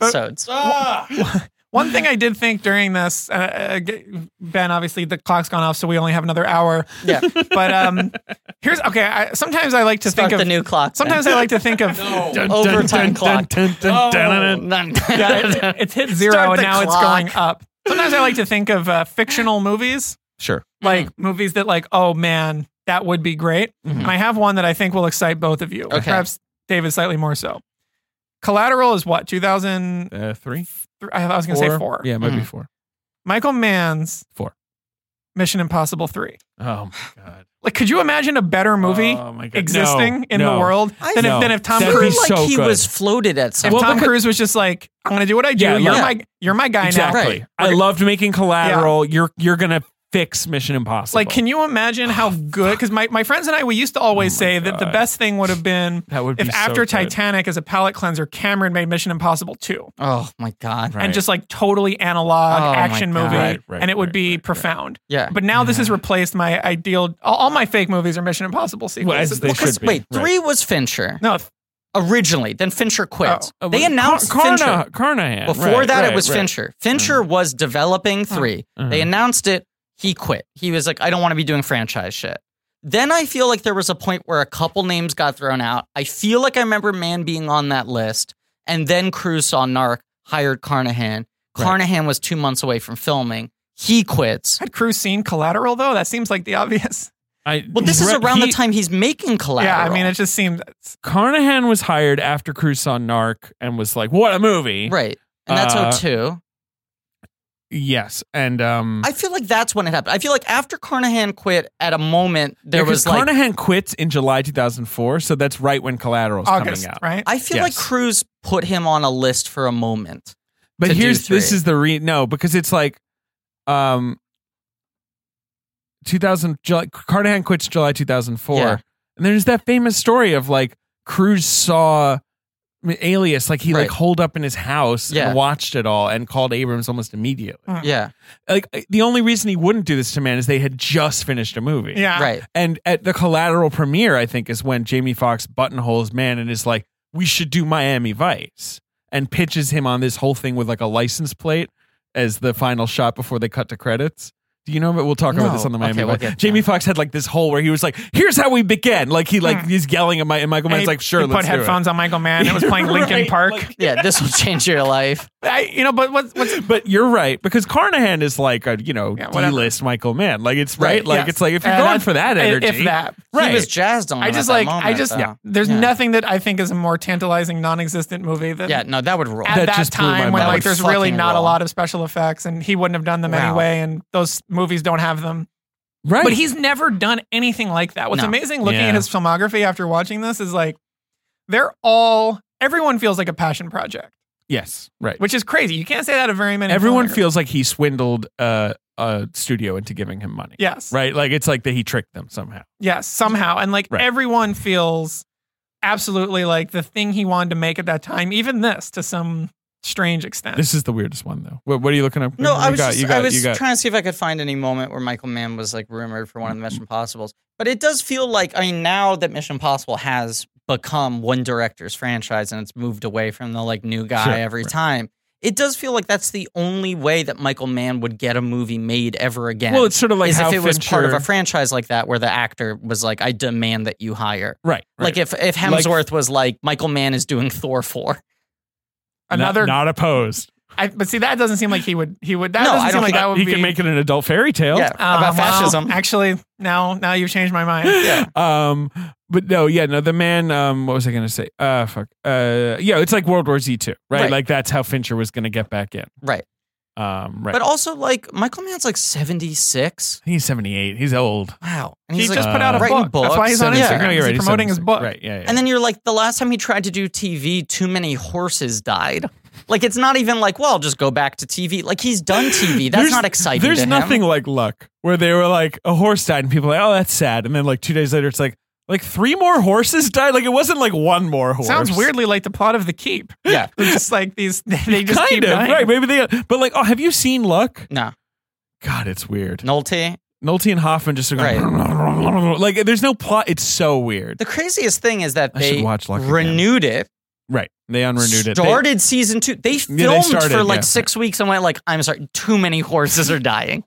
about episodes.
One thing I did think during this, uh, uh, g- Ben, obviously the clock's gone off, so we only have another hour.
Yeah.
But um, here's okay. I, sometimes I like to
Start
think of
the new clock. Ben.
Sometimes I like to think of
Dun, dun,
Overtime
dun,
clock. Oh.
dun, dun, dun, dun, dun.
yeah, it- it's hit
Start
zero and
the
now
clock.
it's going up. Sometimes I like to think of uh, fictional movies,
Sure.
like movies that like, oh man, that would be great.
Mm-hmm.
And I have one that I think will excite both of you.
Okay.
Perhaps David slightly more so. Collateral is what 2000
Uh, three.
I was going to say 4.
Yeah, it might be
Mhm.
four. Mm-hmm.
Michael Mann's
Four.
Mission Impossible 3.
Oh my god.
Like could you imagine a better movie
Oh my God.
existing
No,
in
no.
the world
I
than
know.
if, than if Tom
That'd
I
be
Cruise
feel like
so
he
good.
was floated at
if
some.
Well,
Tom
because-
Cruise was just like, I'm gonna do what I do.
Yeah,
you're
yeah.
my you're my guy now.
Exactly.
Right.
I loved making collateral. You're you're gonna fix Mission Impossible.
Like, can you imagine how good? Because my, my friends and I, we used to always
Oh
say that the
God.
best thing would have been
that would
if
be so
after
good.
Titanic, as a palate cleanser, Cameron made Mission Impossible 2
oh my god.
Right.
and just like totally analog
Oh, my
action
God.
movie,
Right, right,
and it would
right,
be
right, right.
profound.
Yeah.
But now this has replaced my ideal. All, all my fake movies are Mission Impossible sequels.
Well, as
It's
they
like-
should
Because
be,
wait,
right.
three was Fincher
no, if-
originally. Then Fincher quit.
Uh,
they
Car-
announced
Carna-
Fincher.
Carnahan.
Before
Right,
that,
right,
it was
right. Mm-hmm.
Fincher. Fincher was developing 3 They announced it. He quit. He was like, I don't want to be doing franchise shit. Then I feel like there was a point where a couple names got thrown out. I feel like I remember Mann being on that list. And then Cruz saw Narc, hired Carnahan. Carnahan was two months away from filming. He quits.
had Cruise seen Collateral though? That seems like the obvious.
I,
Well, this is
Re-
around
he-
the time he's making Collateral.
Yeah, I mean, it just seemed
Carnahan was hired after Cruz saw Narc and was like, "What a movie!"
right. And that's
Uh,
O two.
Yes, and um,
I feel like that's when it happened. I feel like after Carnahan quit, at a moment there
because
was like
Carnahan quits in July 2004, so that's right when Collateral's
August,
coming out.
right?
I feel like
Yes.
Cruz put him on a list for a moment.
But
to do
here's this
three.
is the re no because it's like, um, 2000 July, Carnahan quits July 2004,
Yeah.
and there's that famous story of like Cruz saw Alias like he
Right.
like holed up in his house
Yeah.
and watched it all and called Abrams almost immediately.
Yeah,
Like the only reason he wouldn't do this to man is they had just finished a movie.
Yeah.
right.
And at the collateral premiere, I think, is when Jamie Foxx buttonholes man and is like, we should do Miami Vice and pitches him on this whole thing with like a license plate as the final shot before they cut to credits. Do you know? But we'll talk about this
No.
on the Miami
Okay, we'll
Vice.
get to
Jamie Foxx had like this whole where he was like, here's how we began. Like he like he's yelling at my and Michael
And
Mann's
he-
like, sure,
he
let's
put
do it."
headphones on Michael Mann. It was playing Linkin
Right,
Park.
like-
Yeah, this will change your life.
I, you know, but what's what's
but you're right because Carnahan is like a you know
Yeah, whatever.
D-list Michael Mann. Like it's right.
Right,
like
yes.
it's like if you're
Uh,
going
that-
for that
if-
energy,
if that.
right?
He was jazzed on.
I
him
just
Oh, at that
like I
moment,
just
though.
yeah. There's
Yeah.
nothing that I think is a more tantalizing non-existent movie than
Yeah, no, that would roll.
at that,
just blew my
time when
mind.
like there's
Fucking
really not
roll.
a lot of special effects and he wouldn't have done them
Wow.
anyway and those movies don't have them.
right.
But he's never done anything like that. What's
No.
amazing looking
Yeah.
at his filmography after watching this is like they're all everyone feels like a passion project,
yes, right.
which is crazy. You can't say that of very many
Everyone
filmmakers.
feels like he swindled uh, a studio into giving him money.
Yes.
Right? Like it's like that he tricked them somehow.
Yes, somehow. And like
Right.
everyone feels absolutely like the thing he wanted to make at that time, even this to some strange extent.
This is the weirdest one though. What, what are you looking up?
No,
you
I was
got,
just,
you got,
I was
you got.
trying to see if I could find any moment where Michael Mann was like rumored for one of the Mission Possibles. But it does feel like I mean now that Mission Possible has become one director's franchise and it's moved away from the like new guy
Sure,
every
right.
time. It does feel like that's the only way that Michael Mann would get a movie made ever again.
Well, it's sort of like
is
how
if it was part of a
Fincher-
franchise like that where the actor was like, I demand that you hire.
right, right.
Like if if
Like-
Hemsworth was like, Michael Mann is doing Thor four.
Not-
Another,
not, opposed.
I, but see, that doesn't seem like he would. He would. That
No,
doesn't
I
seem
don't
like
think-
Oh that would
he
be.
can make it an adult fairy tale.
Yeah.
uh,
about
well,
fascism.
actually, now now you've changed my mind.
Yeah.
Um but no, yeah, no, the man um what was I gonna say? Uh fuck. Uh yeah, it's like World War Z two, right?
Right.
Like that's how Fincher was gonna get back in.
Right.
Um right.
But also like Michael Mann's like seventy six.
he's seventy eight, he's old.
Wow. And
He
he's like,
just put out a
writing
book. That's why he's on
books and-
Instagram.
No, you're
He's
right,
promoting his
76.
book.
Right, yeah, yeah.
And then you're like, the last time he tried to do TV, too many horses died. Like, it's not even like, well, just go back to TV. Like, he's done TV. That's
There's-
not exciting.
There's
to him.
nothing like luck, where they were like a horse died and people are like, oh that's sad, and then like two days later it's like like three more horses died. Like it wasn't like one more horse.
Sounds weirdly like the plot of The Keep.
Yeah.
It's just like these. They just
kind
keep
of
dying.
right. Maybe they, but like oh, have you seen Luck?
No.
God, it's weird.
Nolte.
Nolte and Hoffman just are going like there's no plot. It's so weird.
The craziest thing is that
I
they
should watch Luck again.
renewed it,
Right? They unrenewed it. They-
started season two. They filmed
started,
for like
yeah.
six weeks and went like, I'm sorry, too many horses are dying.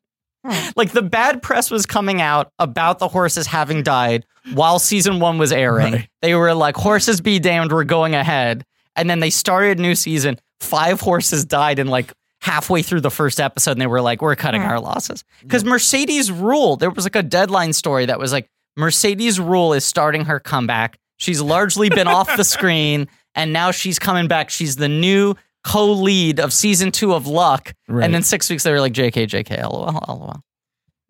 like, the bad press was coming out about the horses having died while season one was airing.
Right.
They were like, horses be damned, we're going ahead. And then they started a new season. Five horses died in like halfway through the first episode, and they were like, we're cutting our losses. Because Mercedes Rule, there was like a deadline story that was like, Mercedes Rule is starting her comeback. She's largely been off the screen, and now she's coming back. She's the new co lead of season two of Luck.
Right.
And then six weeks, they were like, JK, JK, lol, lol.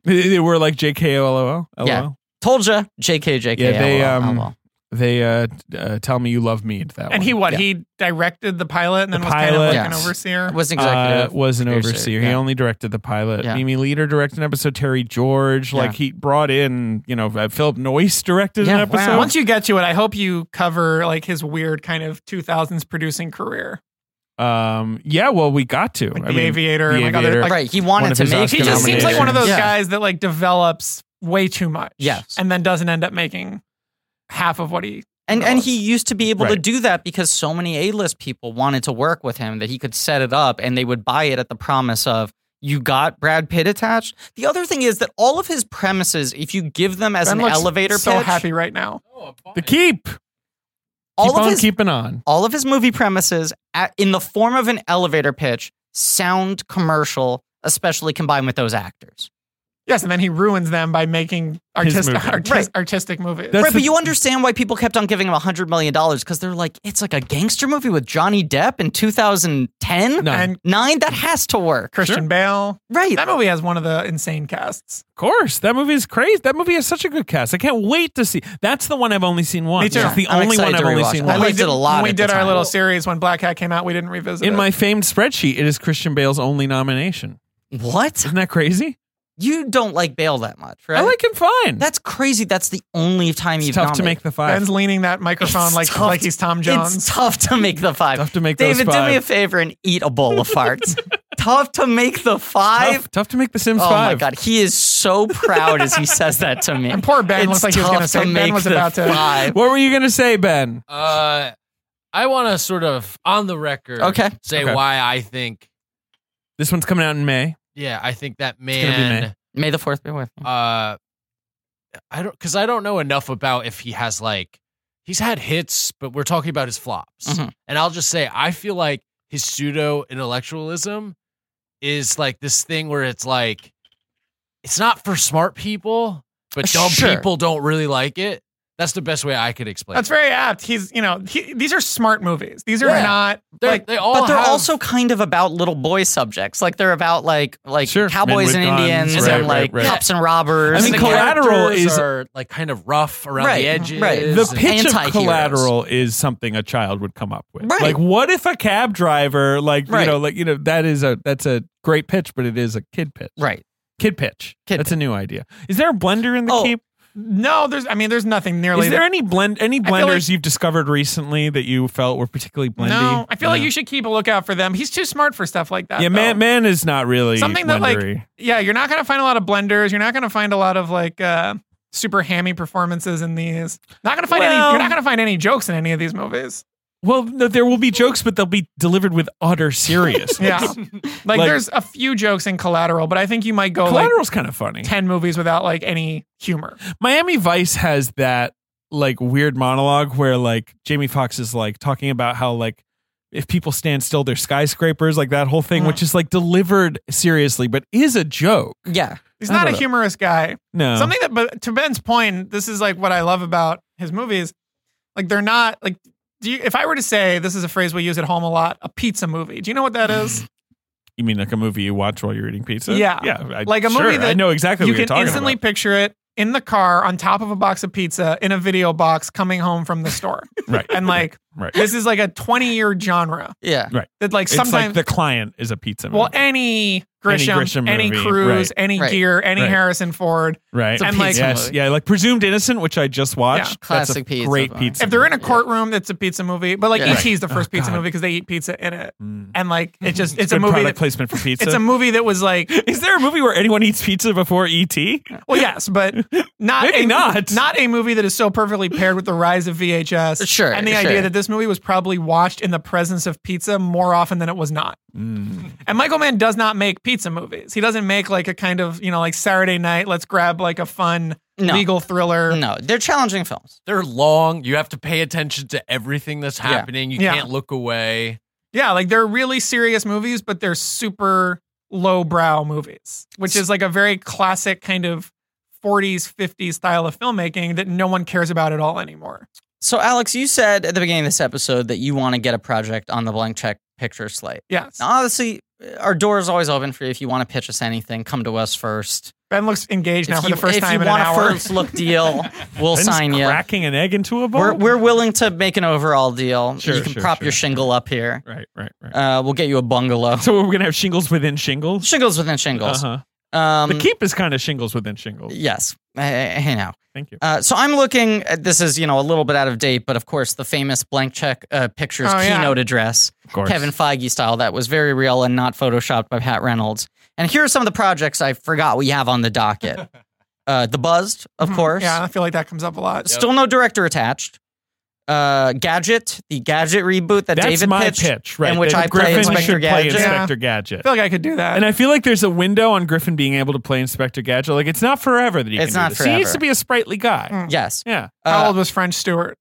they, they were like JKLOL. LOL.
Yeah. Told ya, JK, JK,
Yeah, they,
LOL,
um,
LOL.
They uh, uh, tell me you love me into that.
And
one.
he what?
Yeah.
He directed the pilot and
The
then was kind of
pilot.
like an
Yes.
overseer.
was an executive.
uh, was an
producer,
overseer. He
yeah.
only directed the pilot.
Yeah.
Mimi Leader directed an episode. Terry George, like
Yeah.
he brought in, you know, uh, Philip Noyce directed
Yeah,
an
wow.
episode.
So-
once you get to it, I hope you cover like his weird kind of 2000s producing career,
Um, yeah, well, we got to.
like
I
The
mean,
Aviator.
The
and, like, other-
Aviator.
like,
right. He wanted
of
to
his
make
Oscar
he just seems like one of those
Yeah.
guys that like develops way too much.
Yes.
and then doesn't end up making half of what he.
And and he used to be able to
Right.
do that because so many A-list people wanted to work with him that he could set it up and they would buy it at the promise of you got Brad Pitt attached. The other thing is that all of his premises, if you give them as
Ben
an
looks
elevator
so
pitch,
happy right now.
the keep.
all
keep
of
on
his
keeping on.
all of his movie premises at, in the form of an elevator pitch sound commercial, especially combined with those actors.
Yes, and then he ruins them by making artistic,
movie.
artis-
Right.
artistic movies.
That's
right,
the-
but you understand why people kept on giving him $100 million because they're like, it's like a gangster movie with Johnny Depp in 2010?
No.
And
Nine? That has to work.
Christian Bale.
Right.
That movie has one of the insane casts.
Of course, that movie is crazy. That movie has such a good cast. I can't wait to see. That's the one I've only seen once.
too.
It's the
I'm
only
excited
one
to
I've only
rewatch
seen
it.
once.
I liked it a lot
When we
at the
did our
time.
little series when Black Hat came out, we didn't revisit
In
it.
my famed spreadsheet, it is Christian Bale's only nomination.
What?
Isn't that crazy?
You don't like Bale that much, right?
I like him fine.
That's crazy. That's the only time
it's
you've
tough to
nominated.
make the five.
Ben's leaning that microphone
It's
like
tough
like
to-
he's Tom Jones.
It's tough to make the five.
Tough to make those
David,
five.
do me a favor and eat a bowl of farts. tough to make the five.
tough, tough to make the Sims
Oh my
five.
god, he is so proud as he says that to me.
and poor Ben
It's
looks like he was going to
tough
say Ben
make
was
the
about to.
five.
What were you gonna say, Ben?
Uh, I want to sort of on the record,
Okay.
say
Okay.
why I think.
This one's coming out in May.
Yeah, I think that
gonna be
man.
May the fourth be with. you.
Uh, I don't because I don't know enough about if he has like he's had hits, but we're talking about his flops.
Mhm.
And I'll just say I feel like his pseudo intellectualism is like this thing where it's like it's not for smart people, but dumb
Sure.
people don't really like it. That's the best way I could explain.
That's
it.
very apt. He's you know he, these are smart movies. These are
Yeah.
not
They're-
like
they all
but they're
have-
also kind of about little boy subjects. Like they're about like like
Sure. Men
cowboys
with
and
guns,
Indians
right,
and like
right, right.
cops and robbers.
I mean,
the
and
Collateral
characters
is-
are like kind of rough around
Right,
the edges.
right.
The
and-
pitch of
Anti-heroes.
collateral is something a child would come up with.
Right.
Like, what if a cab driver, like
Right.
you know, like you know, that is a that's a great pitch, but it is a kid pitch.
right.
Kid pitch.
Kid
that's a new idea. Is there a blender in the
Oh,
keep?
no. There's I mean there's nothing nearly.
Is there any blend any
feel like-
blenders you've discovered recently that you felt were particularly blendy?
no. I feel like
No.
you should keep a lookout for them. He's too smart for stuff like that.
Yeah,
though.
man, man is not really
Something that, like-
blendery.
Yeah, you're not gonna find a lot of blenders. You're not gonna find a lot of like uh, super hammy performances in these. Not gonna find any.
Well-
You're not gonna find any jokes in any of these movies.
Well, no, there will be jokes, but they'll be delivered with utter seriousness.
Yeah, like,
Like-
there's a few jokes in Collateral, but I think you might go like
Collateral's kind of funny.
ten movies without like any humor.
Miami Vice has that like weird monologue where like Jamie Foxx is like talking about how like if people stand still, they're skyscrapers, like that whole thing,
Mm.
which is like delivered seriously, but is a joke.
Yeah.
He's
I
not
don't
a
know.
humorous guy.
No,
Something that, but to Ben's point, this is like what I love about his movies. Like they're not like. Do you, if I were to say this is a phrase we use at home a lot, a pizza movie. Do you know what that is?
you mean like a movie you watch while you're eating pizza?
Yeah.
yeah, I-
Like a
sure,
movie that
I know exactly
you
what you're
can
talking
instantly
about.
picture it in the car on top of a box of pizza in a video box coming home from the store.
Right,
and like
right.
this is like a 20 year genre
Yeah.
that like
It's
sometimes
like the client is a pizza movie,
well any Grisham, any,
Grisham movie,
Cruise,
right.
any
Right.
Gear, any
Right.
Harrison Ford.
right?
a
And, like-
pizza
yes,
movie.
yeah, like Presumed Innocent, which I just watched. That's a
Classic pizza
great
movie.
pizza.
If they're in a
Yeah.
courtroom, that's a pizza movie. But like
Yeah.
E.T. is the first
Oh,
pizza
God.
movie because they eat pizza in it,
Mm.
and like it just it's, a
Good
movie.
product
That,
placement for pizza.
it's a movie that was like
Is there a movie where anyone eats pizza before
E
ET?
well yes, but not
Maybe
a,
not.
not a movie that is so perfectly paired with the rise of VHS.
Sure,
and the
sure.
idea that this movie was probably watched in the presence of pizza more often than it was not.
Mm.
And Michael Mann does not make pizza movies. He doesn't make like a kind of, you know, like Saturday night, let's grab like a fun
No.
legal thriller.
No, they're challenging films.
they're long. You have to pay attention to everything that's
Yeah.
happening. You
Yeah.
can't look away.
Yeah, like they're really serious movies, but they're super lowbrow movies, which is like a very classic kind of 40s, 50s style of filmmaking that no one cares about at all anymore.
So, Alex, you said at the beginning of this episode that you want to get a project on the blank check picture slate.
Yes.
Now, obviously, our door is always open for you. If you want to pitch us anything, come to us first.
Ben looks engaged now
if
for
you,
the first
if
time
you
in an
want a
hour.
first look deal, we'll
Ben's
sign you.
cracking an egg into a bowl.
We're, we're willing to make an overall deal.
Sure,
you can
sure,
prop
sure.
your shingle up here.
right, right, right.
Uh, we'll get you a bungalow.
so we're gonna have shingles within shingles.
Shingles within shingles.
Uh-huh.
Um,
The keep is kind of shingles within shingles.
Yes, I, I know.
Thank you.
Uh, so I'm looking. At, this is you know a little bit out of date, but of course the famous blank check uh, pictures
Oh, yeah.
keynote address,
Of course.
Kevin Feige style, that was very real and not photoshopped by Pat Reynolds. And here are some of the projects I forgot we have on the docket. uh, the Buzzed, of course.
Mm, Yeah, I feel like that comes up a lot.
Still no director attached. Uh, Gadget, the Gadget reboot that
That's
David
my
pitched,
pitch, right?
in which
that
I play
Griffin
Inspector
should play
Gadget.
Inspector Gadget.
I feel like I could do that.
And I feel like there's a window on Griffin being able to play Inspector Gadget. Like it's not forever that he
It's
can
not Mm.
do this. He needs
forever. Uh,
to be a sprightly guy.
Mm.
Yes.
Yeah.
How
Uh,
old was French Stewart?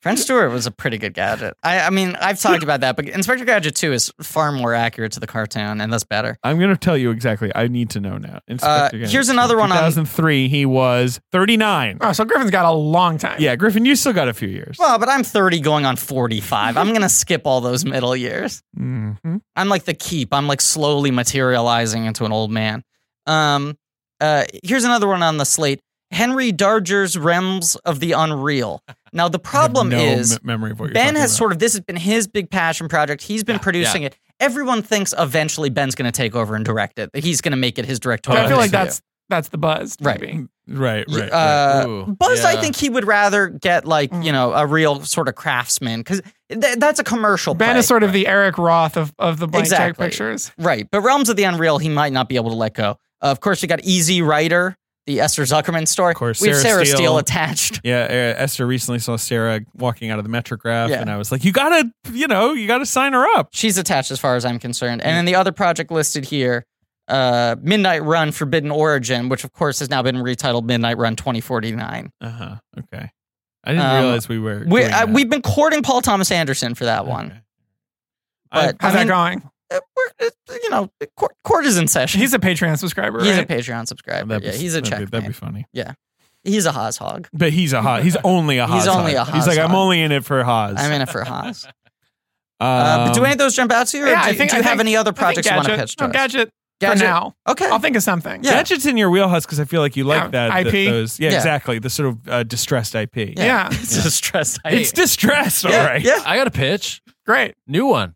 French Stewart was a pretty good gadget. I, I mean, I've talked about that, but Inspector Gadget 2 is far more accurate to the cartoon and thus better.
I'm going to tell you exactly. I need to know now. Inspector Gadget.
Uh, here's another one on-
2003, he was 39.
Oh, so Griffin's got a long time.
Yeah, Griffin, you still got a few years.
Well, but I'm 30 going on 45. I'm going to skip all those middle years.
Mhm.
I'm like the keep. I'm like slowly materializing into an old man. Um, uh, here's another one on the slate: Henry Darger's Realms of the Unreal. Now the problem
no
is
me- memory of what you're
Ben
talking
has
about.
sort of this has been his big passion project. He's been producing it. Everyone thinks eventually Ben's going to take over and direct it. That he's going to make it his
But
directorial.
I feel like
debut.
that's that's the buzz.
Right. Mm,
Maybe.
Right, right. right.
Uh,
Ooh,
Buzz, I
yeah.
think he would rather get like you know a real sort of craftsman because th- that's a commercial.
Ben
play.
is sort of the Eric Roth of, of the blank check
Exactly.
pictures.
Right. But Realms of the Unreal, he might not be able to let go. of course, you got Easy Rider, the Esther Zuckerman story. Of
course,
we have Sarah
Sarah
Steele,
Steele.
attached.
yeah, uh, Esther recently saw Sarah walking out of the Metrograph,
Yeah.
and I was like, "You gotta, you know, you gotta sign her up."
She's attached as far as I'm concerned. And then the other project listed here, uh, Midnight Run Forbidden Origin, which of course has now been retitled Midnight Run 2049.
Uh huh. Okay, I didn't
Uh-huh, Um,
realize we were.
We,
doing
uh,
that.
we've been courting Paul Thomas Anderson for that one.
Okay.
But I
How's
mean,
that going?
uh, we're, uh, you know, court, court is in session. He's,
He's a Patreon subscriber.
a
right?
Patreon subscriber.
That'd be-
yeah, he's a
that'd be-
checkmate.
That'd be funny.
he's a Haas hog.
But he's a Haas. He's only a Haas.
He's only a
hog. He's
Haas
like, I'm
hog.
only in it for Haas.
I'm in it for Haas. Uh,
Um,
but do any of those jump out to you? Or
yeah,
do,
I think-
do you
I
have
think-
any other
I think
projects you want to
Gadget-
pitch to
no,
us?
Gadget,
Gadget-
for now.
Okay.
I'll think of something.
Yeah.
Gadget's in your wheelhouse because I feel like you like
Yeah,
that. that-
IP.
those, yeah,
Yeah.
exactly. The sort of uh, distressed IP.
Yeah.
It's a stress. I
It's distressed,
yeah,
all right.
Yeah.
I got a pitch.
Great.
New one.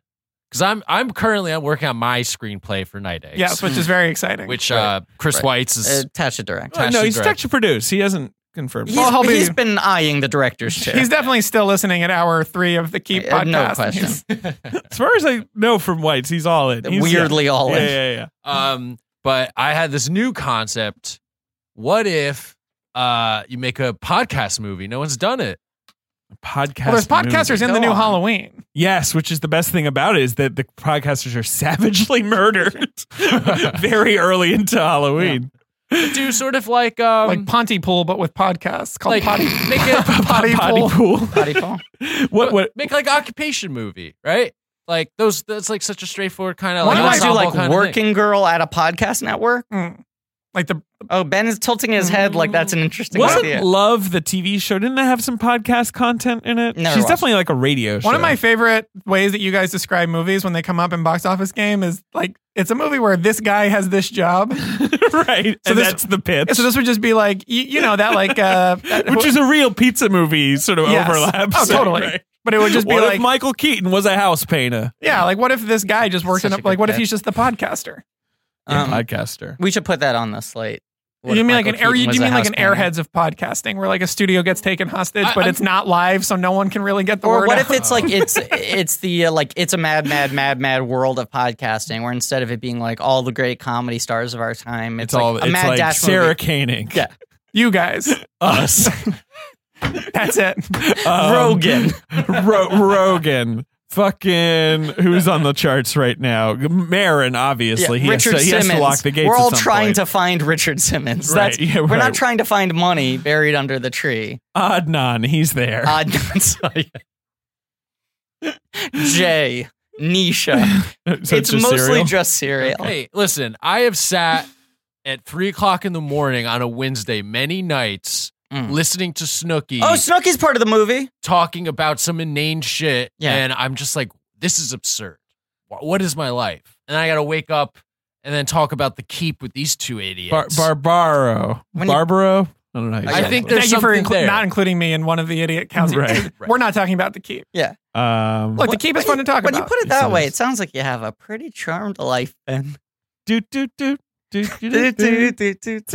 Because I'm I'm currently I'm working on my screenplay for Night Eggs.
Yes, which is very exciting.
Which uh, Chris
Right.
White's is
Attach a director.
Well, Oh, no,
Actually
he's
direct.
tech to produce. He hasn't confirmed.
He's,
it.
Well, he'll be-
he's been eyeing the director's chair.
He's definitely still listening at hour three of the Keep
Uh,
podcast.
no question.
He's-
as far as I know from Whites, he's all in. He's-
Weirdly, all
yeah,
in.
yeah, yeah, yeah.
Um, but I had this new concept. What if uh you make a podcast movie? No one's done it.
Podcast.
Well, there's podcasters in the
Go
new
on.
Halloween.
Yes, which is the best thing about it is that the podcasters are savagely murdered very early into Halloween.
Do sort of like um
like Ponty Pool, but with podcasts called
like
Potty.
make a potty, pool.
pool.
Body fall.
what? What?
Make like occupation movie, right? Like those that's like such a straightforward kind of
Why
like
don't I do
ensemble
like
kind of thing.
working girl at a podcast network?
Mm. Like the
Oh, Ben is tilting his head like that's an interesting
Wasn't
idea.
Love the TV show? Didn't it have some podcast content in it?
Never
She's
watched
definitely like a radio show.
One of my favorite ways that you guys describe movies when they come up in box office game is like it's a movie where this guy has this job.
right.
So
and
this-
that's the pitch.
so this would just be like you, you know that like uh that-
which is a real pizza movie sort of
Yes.
overlap.
Oh,
So,
totally.
right.
but it would just be
what
like
if Michael Keaton was a house painter?
yeah, like what if this guy just worked
Such
in a,
a good
like what if
pitch.
he's just the podcaster?
Um,
podcaster.
we should put that on the slate. What
you
if
mean like
Michael
an air?
Keaton
You
was a
mean like an
house man?
airheads of podcasting, where like a studio gets taken hostage,
I-
but
I'm-
it's not live, so no one can really get the
Or
word
what
out.
if it's like it's it's the uh, like it's a mad mad mad mad world of podcasting where instead of it being like all the great comedy stars of our time, it's,
It's
like
all.
a
It's
mad
like
dash
Sarah
movie.
Koenig.
Yeah.
you guys?
Us.
That's it.
Um,
Rogan.
Ro- Rogan. Fucking who's on the charts right now? Marin, obviously.
Yeah,
he, has
Richard
to, he has to
Simmons.
lock the gates.
We're
at
all
some
trying
point.
to find Richard Simmons.
Right,
That's,
yeah,
We're
right.
not trying to find money buried under the tree. Uh,
Adnan, he's there.
Adnan Syed. Jay, Nisha.
So
it's
just
mostly
cereal?
just cereal.
Hey, listen, I have sat at three o'clock in the morning on a Wednesday many nights
Mm.
listening to Snooki
Oh, Snooki's part of the movie.
talking about some inane shit.
Yeah.
And I'm just like, this is absurd. Wh- What is my life? And I got to wake up and then talk about the keep with these two
Bar-
idiots.
Barbaro.
When you-
Barbaro? I don't know. how you
I
say
I think
that.
there's
Thank you for
something
inclu-
there.
not including me in one of the idiot counts.
Right.
We're not talking about the keep.
Um,
Look, the keep is fun to talk
When you
about.
put it
It
that way,
is.
it sounds like you have a pretty charmed life, Ben.
do, do, do, do, do, do, do. It's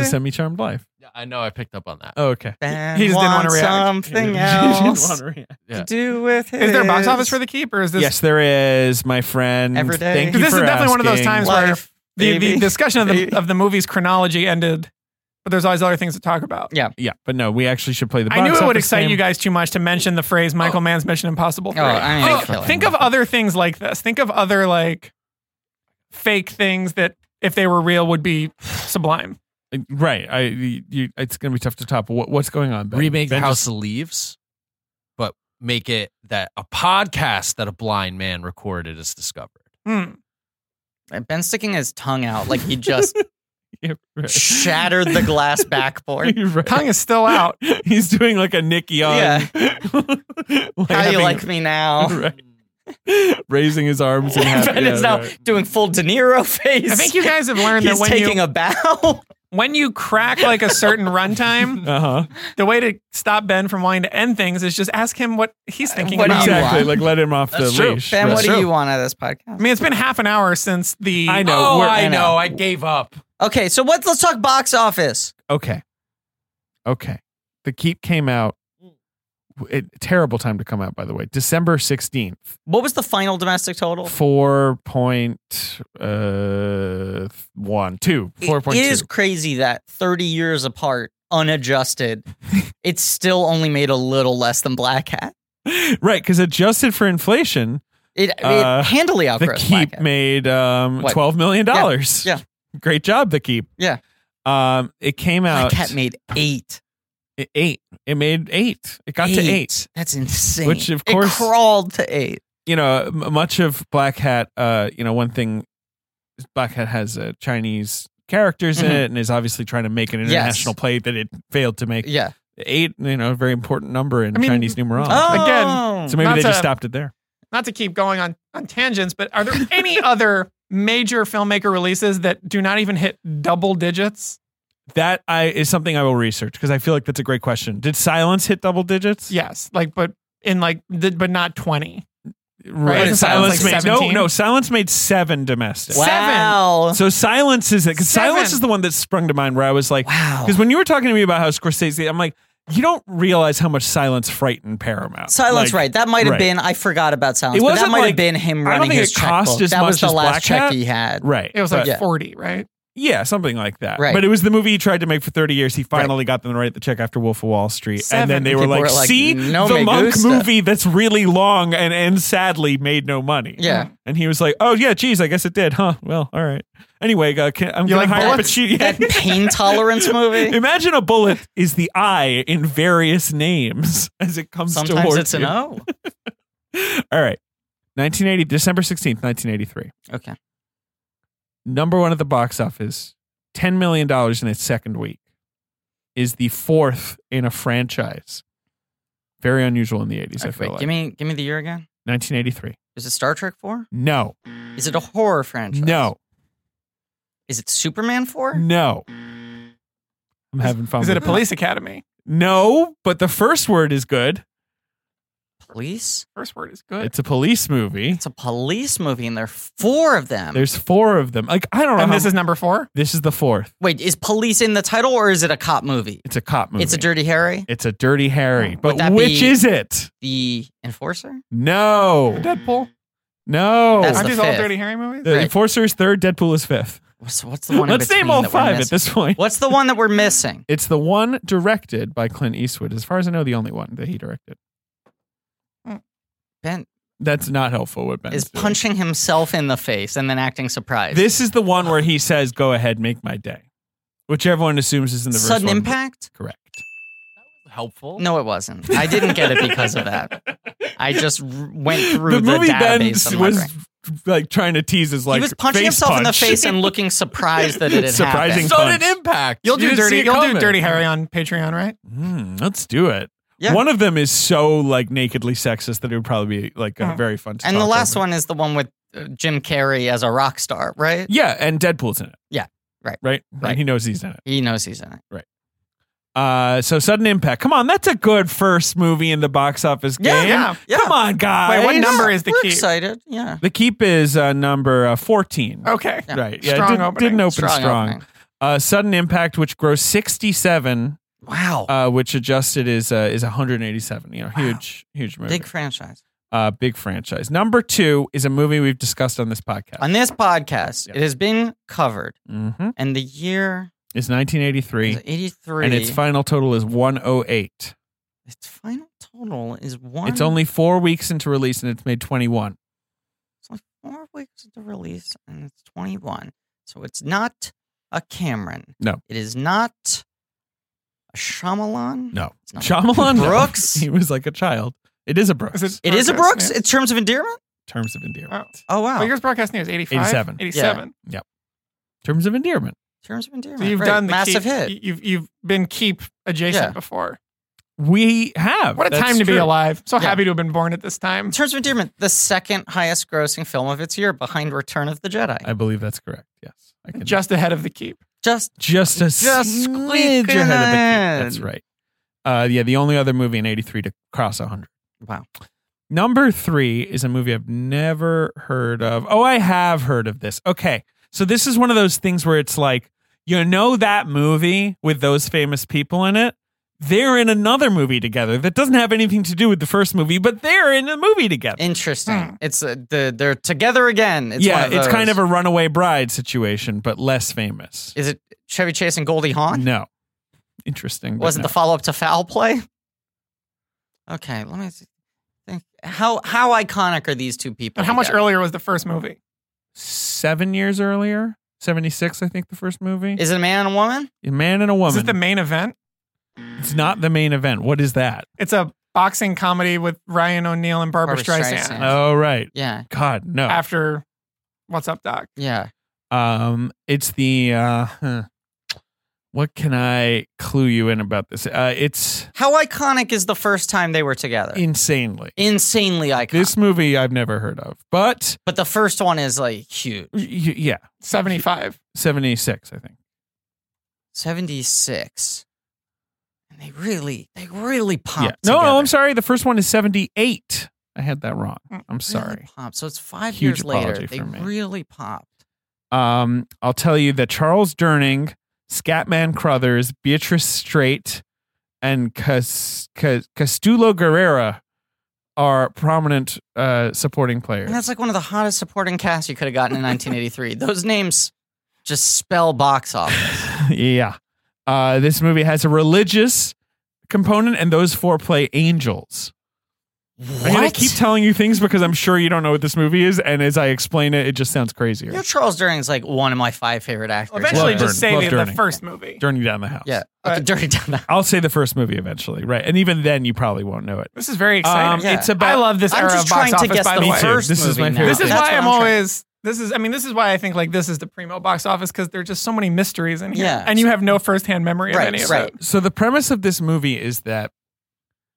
a semi charmed life.
Yeah, I know I picked up on that.
Oh, okay.
Ben
He just didn't wanna
wants
react.
Something
Didn't
else
wanna react.
to do with his.
Is there a box office for the keep, or is this?
Yes, there is, my friend.
Every day.
Thank you
This is
for
definitely one of those
asking.
times where
life?
the, the
baby.
discussion of
Baby.
the, of the movie's chronology ended, but there's always other things to talk about.
Yeah.
Yeah, but no, we actually should play the.
I knew
box
it would
office
excite
game.
you guys too much to mention the phrase Michael Mann's Mission Impossible 3.
Oh, I mean,
Oh,
kill him.
think of other things like this. Think of other like fake things that if they were real would be sublime.
Right, I you, it's gonna be tough to top. What, what's going on? Ben?
Remake
Ben
House of Leaves, but make it that a podcast that a blind man recorded is discovered.
Hmm.
I've been sticking his tongue out like he just
You're right.
shattered the glass backboard.
You're right.
Tongue is still out.
He's doing like a Nick Young.
Yeah. How do you
laughing-
like me now?
Right. Raising his arms and happy.
Ben
yeah,
is now
right.
doing full De Niro face.
I think you guys have learned that
He's
when
taking
you
a bow.
when you crack like a certain runtime,
Uh-huh.
the way to stop Ben from wanting to end things is just ask him what he's thinking
what do
about.
you
Exactly.
want?
Like let him off
That's
the
true.
leash.
Ben,
right.
what do you want out of this podcast?
I mean, it's been half an hour since the
I know.
oh,
we're-
I
I know.
know. I gave up.
Okay, so what? Let's talk box office.
Okay. Okay. The keep came out. It, terrible time to come out, by the way. December 16th.
What was the final domestic total?
Four point uh one two. Four point
It
two.
is crazy that 30 years apart, unadjusted, it still only made a little less than Black Hat.
Right, because adjusted for inflation,
It, it
Uh,
handily
the
outgrossed Black
keep
Hat.
made um
What?
twelve million dollars.
Yeah,
Great job, the keep.
Yeah.
Um it came out
Black Hat made eight.
it- eight. It made eight. It got to eight.
That's insane.
Which, of
It
course-
crawled to eight.
You know, m- much of Black Hat, uh, you know, one thing is Black Hat has uh, Chinese characters in
Mhm.
it and is obviously trying to make an
Yes.
international play that it failed to make.
Yeah.
Eight, you know, a very important number in
I mean-
Chinese numerology.
Oh.
So maybe
Not
they
to-
just stopped it there.
not to keep going on on tangents, but are there any other major filmmaker releases that do not even hit double digits?
That I is something I will research because I feel like that's a great question. Did Silence hit double digits?
Yes, like but in like th- but not twenty.
right.
Right, it sounds
Silence
like
made no,
17.
no. Silence made seven domestic.
wow.
So Silence is it? Because
Seven.
Silence is the one that sprung to mind where I was like,
wow.
Because when you were talking to me about how Scorsese, I'm like, you don't realize how much silence frightened Paramount.
Silence,
Like,
right? That might have
right.
been. I forgot about Silence.
It
but that
wasn't
might
like-
have been him
I don't
running
think
his
it
checkbook.
cost as
that was
much
the
as
last
Black
check
Hat.
he had.
Right.
It was like
But- yeah.
forty, right?
something like that.
Right.
But it was the movie he tried to make for 30 years. He finally got them to write the check after Wolf of Wall Street.
Seven
And then they were
people
like,
were like,
see,
"No
the
me
Monk
gusta."
movie that's really long and, and sadly made no money.
Yeah.
And he was like, oh, yeah, geez, I guess it did. Huh. Well, all right. Anyway, uh, can, I'm
You
going
like
to hire
bullets?
Pacino.
That pain tolerance movie.
Imagine a bullet is the eye in various names as it comes
Sometimes
towards
it's an
you.
O.
All right. 1980, December 16th, 1983.
Okay.
Number one at the box office, $10 million in its second week, is the fourth in a franchise. Very unusual in the 80s, I
Okay,
feel like.
give me give me the year again.
1983.
Is it Star Trek Four?
No,
Is it a horror franchise?
no, Mm.
Is it Superman Four?
no. I'm having fun.
Is it a
with
police academy?
No, but the first word is good.
Police?
First word is good.
It's a police movie.
It's a police movie, and there are four of them.
There's four of them. Like, I don't know.
and
how-
this is number four.
this is the fourth.
Wait, is police in the title, or is it a cop movie?
It's a cop movie.
It's a Dirty Harry.
It's a Dirty Harry. But
that
which
be-
is it?
The Enforcer.
No.
Deadpool.
No.
That's
Aren't
the
these all
fifth.
Dirty Harry movies?
the
right.
Enforcer's third, Deadpool is fifth.
What's, what's the one? in
Let's name
between
all
that we're
five at
missing?
this point.
What's the one that we're missing?
It's the one directed by Clint Eastwood. As far as I know, the only one that he directed.
Ben
That's not helpful. What Ben
is punching himself in the face and then acting surprised.
This is the one where he says, "Go ahead, make my day," which everyone assumes is in the first
sudden
one.
impact?
Correct.
Helpful.
No, it wasn't. I didn't get it because of that. I just r- went through the,
the movie Ben
database. of my
was
brain.
like trying to tease his like
he was punching
face
himself in the
punch.
face and looking surprised that it had happened.
Surprising.
So
punch.
did Impact.
You'll
You
do
didn't see
Dirty.
it
You'll do
coming.
Dirty Harry on Patreon, right?
Mm, let's do it.
Yeah.
One of them is so like nakedly sexist that it would probably be like uh,
Uh-huh.
very fun. To
Mm-hmm. And the
talk
last
over.
one is the one with uh, Jim Carrey as a rock star, right?
yeah, and Deadpool's in it.
Yeah, right,
right,
right.
And he knows he's in it.
He knows he's in it.
Uh, so sudden impact. Come on, that's a good first movie in the box office game.
Yeah,
yeah,
yeah.
Come on, guys.
Wait, what number
Yeah,
is the
we're
key?
Excited, yeah.
The keep is uh, number uh, fourteen.
Okay.
Oh, Yeah.
Right. Yeah,
Strong
it did,
opening.
didn't open strong.
Strong opening.
Uh, sudden impact, which grossed sixty-seven,
Wow,
uh, which adjusted is uh, is one hundred and eighty-seven. You know, huge, huge movie.
big franchise.
uh, big franchise. Number two is a movie we've discussed on this podcast.
On this podcast,
Yeah.
it has been covered,
mm-hmm.
and the year
It's nineteen
is
eighty-three,
83.
and its final total is one oh eight.
Its final total is one.
It's only four weeks into release, and it's made twenty-one.
it's only four weeks to release, and it's 21. So it's not a Cameron.
No.
It is not a Shyamalan.
No.
It's not
Shyamalan no.
Brooks?
He was like a child. It is a Brooks.
It is a
Broadcast
Brooks
News?
in terms of endearment?
Terms of endearment.
Oh.
Oh, wow.
Well, yours broadcast news 85?
87.
87.
Terms of endearment.
terms of endearment.
So you've
right.
done the
massive
keep,
hit.
y- You've you've been keep adjacent
Yeah.
before.
We have.
What a
That's
time to be
true.
alive. So
Yeah.
happy to have been born at this time.
in terms of endearment, the second highest grossing film of its year behind Return of the Jedi.
I believe that's correct. Yes. I can
Just ahead of the keep.
Just
just a
Just
smidge
squeaking
ahead of the kid. That's
in.
right. Uh, yeah, the only other movie in '83 to cross 100.
Wow.
Hmm. Number three is a movie I've never heard of. Oh, I have heard of this. Okay, so this is one of those things where it's like you know that movie with those famous people in it. They're in another movie together that doesn't have anything to do with the first movie, but they're in a movie together.
interesting. It's uh, the they're together again. It's
yeah,
one of
it's kind
those.
of a runaway bride situation, but less famous.
Is it Chevy Chase and Goldie Hawn?
No, interesting. but
Wasn't
no.
the follow up to Foul Play? Okay, let me see- think. How how iconic are these two people?
And how much
together?
earlier was the first movie?
seven years earlier, seventy six, I think the first movie.
Is it a man and a woman?
a Oh, man and a
Is
woman.
it the main event?
it's not the main event. What is that?
It's a boxing comedy with Ryan O'Neal and Barbara,
Barbra
Streisand.
Streisand.
Oh right,
Yeah,
God no.
After What's Up, Doc?
yeah.
Um, it's the uh, huh. what can I clue you in about this? Uh, it's
How iconic is the first time they were together?
insanely.
Insanely iconic.
This movie I've never heard of, but
but the first one is like huge.
y- y- yeah,
75.
seventy six, I think.
76 and they really they really pop
Yeah. No,
together.
no, I'm sorry. The first one is seventy eight. I had that wrong. I'm
Really
sorry.
pop. so it's five
Huge
years later
apology
they
for me.
really popped
Um, I'll tell you that Charles Durning, Scatman Crothers, Beatrice Strait, and Cas- Cas- Castulo Guerrera are prominent uh, supporting players.
and that's like one of the hottest supporting casts you could have gotten in 1983 those names just spell box office
yeah. Uh, this movie has a religious component, and those four play angels. I'm going
What?
to keep telling you things because I'm sure you don't know what this movie is. And as I explain it, it just sounds crazier.
you know charles durning's like one of my five favorite actors
Eventually,
Love
just
Durning.
say the,
Love
the
Durning.
first movie.
Durning down the house.
yeah okay, dirty down the
I'll say the first movie eventually. Right. And even then, you probably won't know it.
This is very
Um,
exciting.
Yeah.
It's about
I love this
i'm
era
just
of
trying
box
to
office,
guess
by
the,
the way.
too.
first
This is
movie
my
now.
favorite.
This is
That's
why
what
I'm,
trying-
always. This is. I mean, this is why I think like this is the primo box office because there's just so many mysteries in here,
Yeah.
and you have no firsthand memory of any
right
of
right
it.
so the premise of this movie is that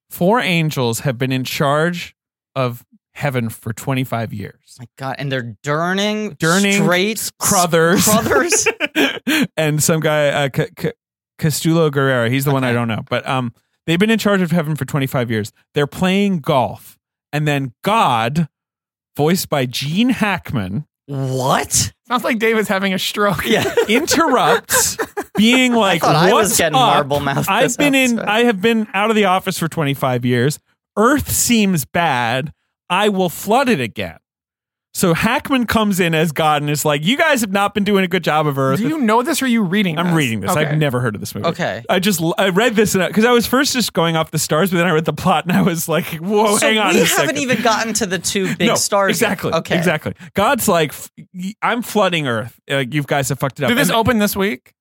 four angels have been in charge of heaven for 25 years
my god and they're durning
Durning,
straight
Crothers.
crothers
and some guy uh, C- C- castulo guerrero he's the one i don't know but um they've been in charge of heaven for 25 years they're playing golf and then god voiced by gene hackman
what
Sounds like David's having a stroke. Yeah,
interrupts being like
thought I was
"What's
getting
up?
marble mouth
I've
this
been in
episode."
I have been out of the office for 25 years. Earth seems bad. I will flood it again. So Hackman comes in as God and is like, "You guys have not been doing a good job of Earth."
do you know this or are you reading?
I'm reading this.
Okay.
I've never heard of this movie.
Okay.
I just I read this because I was first just going off the stars, but then I read the plot and I was like, "Whoa,
so
Oh, hang on."
we
a
haven't
second.
even gotten to the two big stars. yet.
Exactly.
Okay.
Exactly. God's like, "F- y- I'm flooding Earth. Uh, you guys have fucked it up.
Did this
And-
open this week,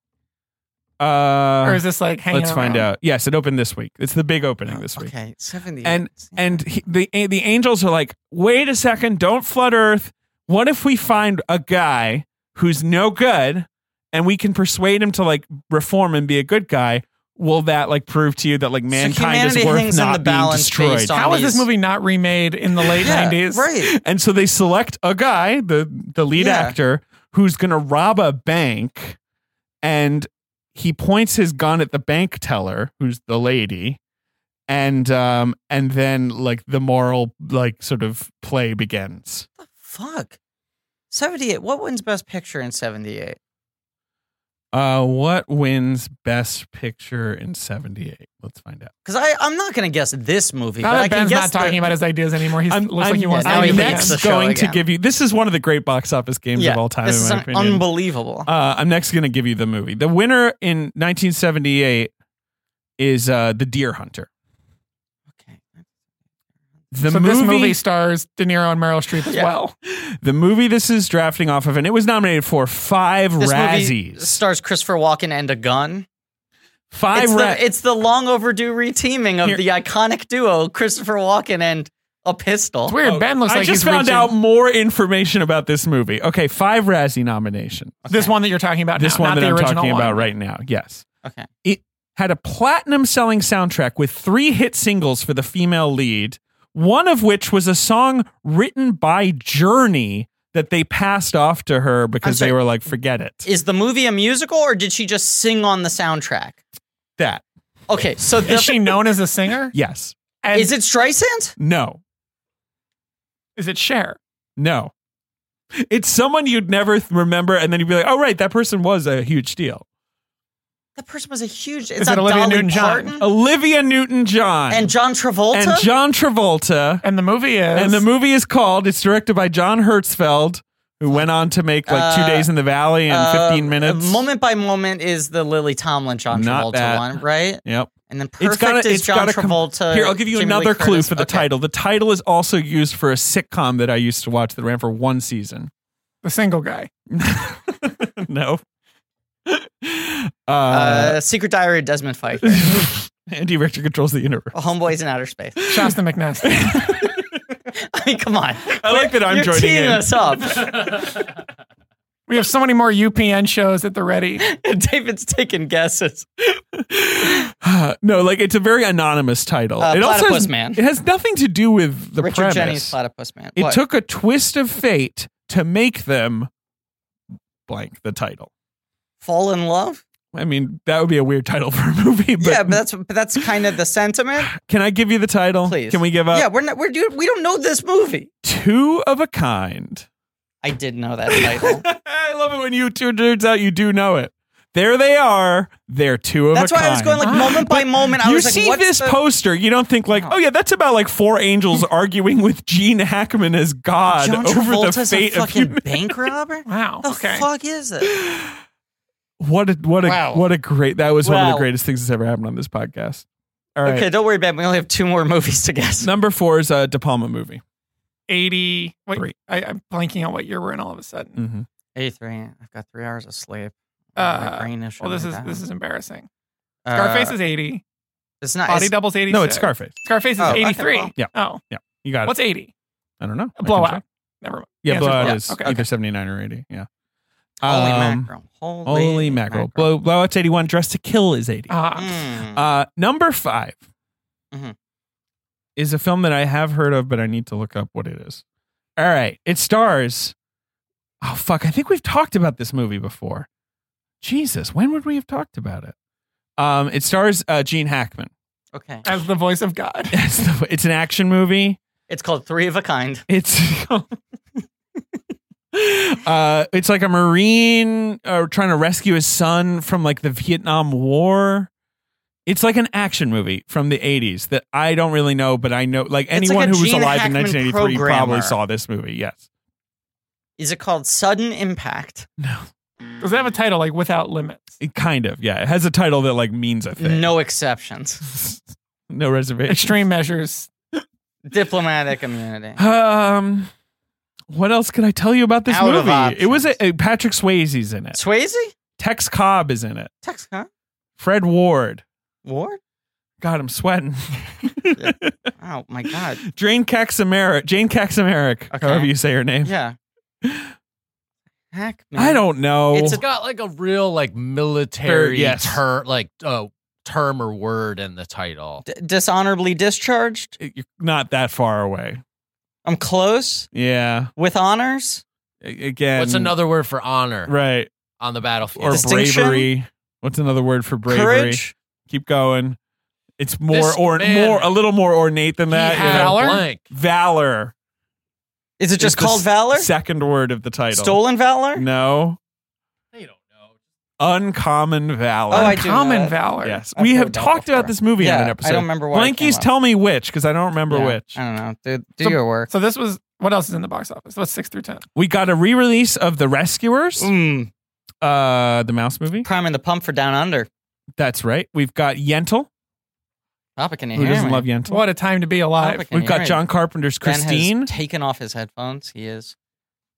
uh,
or is this like hanging?
Let's find
around?
out. Yes, it opened this week. It's the big
Oh,
opening this week.
Okay. Seventy.
And and he, the the angels are like, wait a second, don't flood Earth. What if we find a guy who's no good, and we can persuade him to like reform and be a good guy? Will that like prove to you that like mankind
humanity
is worth
hangs in
not
the
being
balance
destroyed?
based on-
How was
Zombies.
this movie not remade in the late
yeah,
90s?
Right.
And so they select a guy, the the lead
Yeah.
actor, who's going to rob a bank, and he points his gun at the bank teller, who's the lady, and um and then like the moral like sort of play begins.
Fuck. Seventy-eight. What wins Best Picture in seventy-eight?
Uh, what wins Best Picture in '78? Let's find out.
Because I I'm not gonna guess this movie.
Now
but I
that
can
Ben's
guess
not talking
the-
about his ideas anymore, he
I'm,
looks
I'm-
like he wants
now
to
he
I'm
do it
hates
next
the
again.
show
going to
again.
give you. This is one of the great box office games
yeah,
of all time.
This
in
is
my
an
opinion.
unbelievable.
Uh, I'm next going to give you the movie. The winner in 1978 is uh, The Deer Hunter.
okay.
The
so
movie,
this movie stars De Niro and Meryl Streep as
Yeah.
well.
the movie this is drafting off of, and it was nominated for five
This movie
Razzies.
stars Christopher Walken and a gun.
Five
It's
rep-
the, it's the long overdue reteaming of
Here-
the iconic duo Christopher Walken and a pistol.
It's weird. Ben looks
I
like he's
just found
reaching-
out more information about this movie. Okay, five Razzie nominations.
this one that you're talking about.
This
now,
one
not
that
the
I'm
original
talking
one.
about right now. Yes.
Okay.
It had a platinum selling soundtrack with three hit singles for the female lead, one of which was a song written by Journey that they passed off to her because
sorry.
they were like, forget it.
Is the movie a musical or did she just sing on the soundtrack?
That.
Okay, so the,
Is she known as a singer?
Yes.
And
is it Streisand?
No.
is it Cher?
No. It's someone you'd never th- remember, and then you'd be like, oh, right, that person was a huge deal.
That person was a huge. It's
Is it
not
Olivia
Dolly
Newton-John?
Parton
Olivia Newton John
Mm-hmm. and John Travolta.
Oh, and John Travolta.
And the movie is.
And the movie is called. It's directed by John Hertzfeld, who went on to make like
Uh,
Two Days in the Valley and
Uh,
Fifteen Minutes.
Moment by moment is the Lily Tomlin John
Not
Travolta
that.
one, right?
Yep.
And then perfect
It's got a,
is
it's
John
got a com-
Travolta.
Here, I'll give you
Jamie Lee
another clue
Curtis.
for the
Okay.
title. The title is also used for a sitcom that I used to watch that ran for one season.
the single guy.
no. Uh,
Uh, Secret Diary of Desmond Fike.
Andy Richter controls the universe.
Homeboys in Outer Space.
Shasta McNasty.
I mean, come on.
I like that I'm
You're
joining
teeing
in.
us up.
we have so many more UPN shows at the ready.
David's taking guesses.
no, like it's a very anonymous title.
Uh,
it also
Platypus
has,
Man.
It has nothing to do with the
Richard
premise.
Jennings, Platypus Man.
It
What?
took a twist of fate to make them blank the title.
Fall in Love?
I mean, that would be a weird title for a movie, but,
yeah, but that's but that's kind of the sentiment.
can I give you the title?
Please.
Can we give up
yeah, we're not we're dude, we don't know this movie.
two of a kind?
I did know that title.
I love it when you two dudes out, you do know it. There they are. They're two of
That's
a
why
kind.
I was going like moment by moment. I
you
was like,
see
what's
this
the-
poster, you don't think like, oh yeah, that's about like four angels arguing with Gene Hackman as God
John
over the
Travolta's a
fate of
fucking
human.
bank robber?
Wow.
The
okay.
fuck is it?
What a what a
Wow.
what a great that was one of
Wow.
the greatest things that's ever happened on this podcast. All right.
Okay, don't worry, Ben. We only have two more movies to guess.
Number four is a De Palma movie.
80. Wait,
Three. Mm,
I, I'm blanking on what year we're in all of a sudden.
Eighty-three. I've got three hours of sleep.
Uh,
My brain is.
Well, this
shutting
is
down.
this is embarrassing.
Uh,
Scarface is 80.
It's not.
Body
it's-
Double's 80.
uh, No, it's Scarface.
Scarface is
Oh, okay,
83.
well.
Yeah.
Oh,
You got
what's 80?
it. I don't know. I
A
can
blowout.
check.
Never mind.
Yeah,
The answer's
blowout
blowout.
is
Okay,
either
okay.
seventy nine or eighty. Yeah.
Holy
Um,
mackerel! Holy,
Holy mackerel. Blow, blowout's eighty one. Dress to Kill is eighty.
Ah, Mm-hmm.
Mm.
Uh, number 5
Mhm.
is a film that I have heard of, but I need to look up what it is. All right. It stars. Oh, fuck. I think we've talked about this movie before. Jesus. When would we have talked about it? Um, it stars uh, Gene Hackman.
okay.
as the voice of God.
It's, the- it's an action movie.
It's called Three of a Kind.
It's. Uh, it's like a marine uh, trying to rescue his son from like the Vietnam War. It's like an action movie from the '80s that I don't really know, but I know like
like
anyone
a
who was
Gene
alive
Hackman
in 1983 probably
programmer.
saw this movie. Yes,
Is it called Sudden Impact?
Does it have a title like Without Limits?
it kind of. Yeah, it has a title that like means a thing.
No exceptions.
no reservation.
Extreme Measures.
Diplomatic immunity.
Um, what else can I tell you about this
Out of
movie? It was
options.
a, a- Patrick Swayze's in it.
Swayze?
Tex Cobb is in it.
Tex, huh?
Fred Ward.
Ward?
God, I'm sweating.
Oh my god.
Jane Caxameric, Jane Caxameric,
Okay.
however you say her name.
Yeah. Hackman.
I don't know.
It's
It's got like a real like military
Very- yes.
ter- like uh, term or word in the title.
D- dishonorably discharged.
It- You're not that far away.
I'm close
Yeah.
with honors.
A- Again.
What's another word for honor
Right.
on the battlefield?
Or
Distinction?
bravery. What's another word for bravery?
Courage.
Keep going. It's more
This
or
man-
more a little more ornate than
He
that. you
had
know.
a blank.
Valor.
Is it
is
just
the
called
s-
valor?
Second word of the title.
Stolen valor?
No.
They don't know.
Uncommon valor.
Oh, I do know
Common
that.
Valor.
yes.
I've
we
heard
have
that
talked about
before.
this movie
Yeah,
on an episode.
I don't remember why it
Blankies
came up.
tell me which, because I don't remember
Yeah,
which.
I don't know. Do, do
So-
your work.
So this was what else is in the box office? What's six through ten?
We got a re-release of The Rescuers,
Mm,
uh, the mouse movie.
priming the pump for Down Under.
That's right. We've got Yentl.
Papa, can you
Who
hear
doesn't
me?
love Yentl?
What a time to be alive.
Papa, can
We've
you
got
hear
John
me?
Carpenter's
Ben has
Christine.
taken off his headphones. He is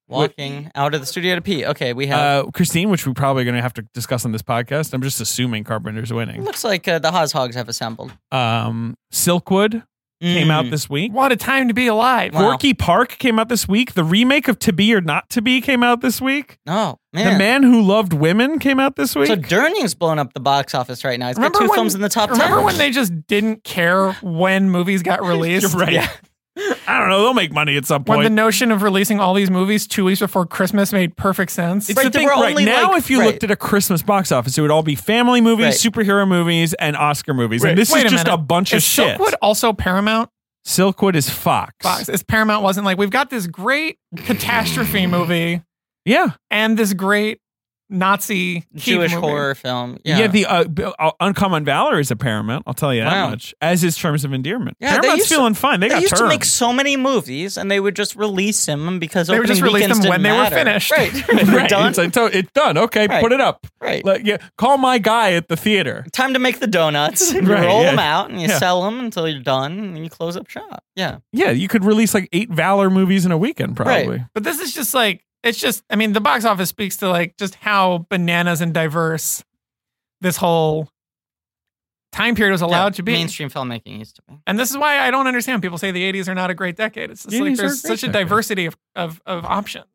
walking out of the studio to pee. Okay, we have.
Uh, Christine, which we're probably going to have to discuss on this podcast. I'm just assuming Carpenter's winning.
looks like uh, the Haas Hogs have assembled. Mm.
Um, Silkwood came out this week.
What a time to be alive.
Wow.
Gorky Park came out this week. The remake of To Be or Not To Be came out this week.
Oh man.
The Man Who Loved Women came out this week.
so Durning's blown up the box office right now. He's got
Remember
two
when-
films in the top
Remember
ten.
when they just didn't care when movies got released?
You're right. I don't know. They'll make money at some
When
point.
the notion of releasing all these movies two weeks before Christmas made perfect sense.
it's
Right,
the
there
thing
were
right
only,
now,
like-
if you
right.
looked at a Christmas box office, it would all be family movies,
Right.
superhero movies, and Oscar movies. And this
Wait
is
a
just
minute.
a bunch of
Is
shit.
Silkwood also Paramount?
Silkwood is Fox.
Fox. Is Paramount wasn't like we've got this great catastrophe movie
Yeah.
and this great Nazi keep
Jewish
movie.
horror film.
Yeah,
Yeah.
the uh, b- uh, Uncommon Valor is a Paramount. I'll tell you that
Wow.
much. As is Terms of Endearment.
Yeah, they
Paramount's
used to-
feeling fine. They,
They
got
used to
terms.
make so many movies, and they would just release them because
They would
opening
just release
weekends
them
didn't
when they were
matter.
finished.
Right, They were
Right.
done.
It's, like, so it's done. Okay,
Right.
put it up.
right.
Like, yeah, call my guy at the theater.
Time to make the donuts. And
Right,
you roll
yeah.
them out, and you
Yeah.
sell them until you're done, and you close up shop. Yeah.
Yeah, you could release like eight Valor movies in a weekend,
Right.
probably.
But this is just like it's just I mean the box office speaks to like just how bananas and diverse this whole time period was allowed
Yeah,
to be.
mainstream filmmaking used to be.
And this is why I don't understand people say the 80s are not a great decade. It's just
The
like
80s are a
there's
great
such a
decade.
diversity of, of, of options.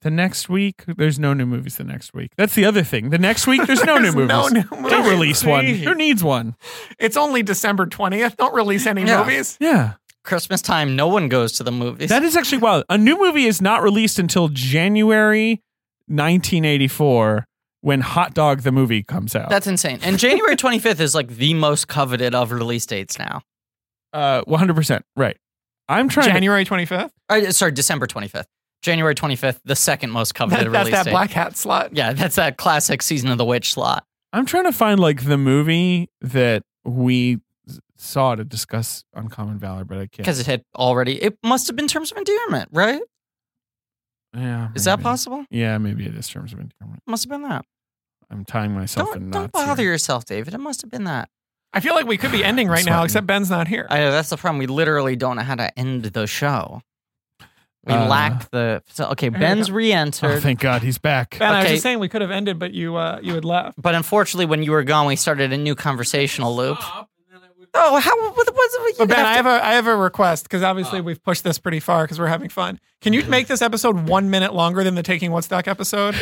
The next week, there's no new movies. The next week, that's the other thing. The next week, there's no new
There's
movies.
no new
Don't
movies.
release one. Who needs one?
It's only December 20th. Don't release any
Yeah.
movies.
Yeah,
Christmas time, no one goes to the movies.
that is actually wild. A new movie is not released until January 1984, when Hot Dog the movie comes out.
That's insane. And January 25th is like the most coveted of release dates now.
uh 100 percent right. I'm trying. to-
January 25th.
Uh, sorry, December 25th. January 25th, the second most coveted
That, that's
release
that
date.
black hat slot.
yeah, that's that classic season of the witch slot.
I'm trying to find like the movie that we s- saw to discuss Uncommon Valor, but I can't.
Because it had already, it must have been terms of endearment, right?
yeah,
Is that
maybe.
possible?
Yeah, maybe it is terms of endearment.
Must have been that.
I'm tying myself
Don't,
in knots.
don't bother
here.
yourself, David. It must have been that.
I feel like we could be ending right
I'm
now,
sweating.
except Ben's not here.
I know that's the problem. We literally don't know how to end the show. We
Uh,
lack the. So, okay,
you
Ben's re
Oh,
entered.
thank God he's back.
ben, I was
Okay.
just saying we could have ended, but you uh, you had left.
but unfortunately, when you were gone, we started a new conversational loop. Oh, how? What, what, what,
But Ben, I
have
have a I have a request because obviously we've pushed this pretty far because we're having fun. Can you make this episode one minute longer than the Taking What's Duck episode?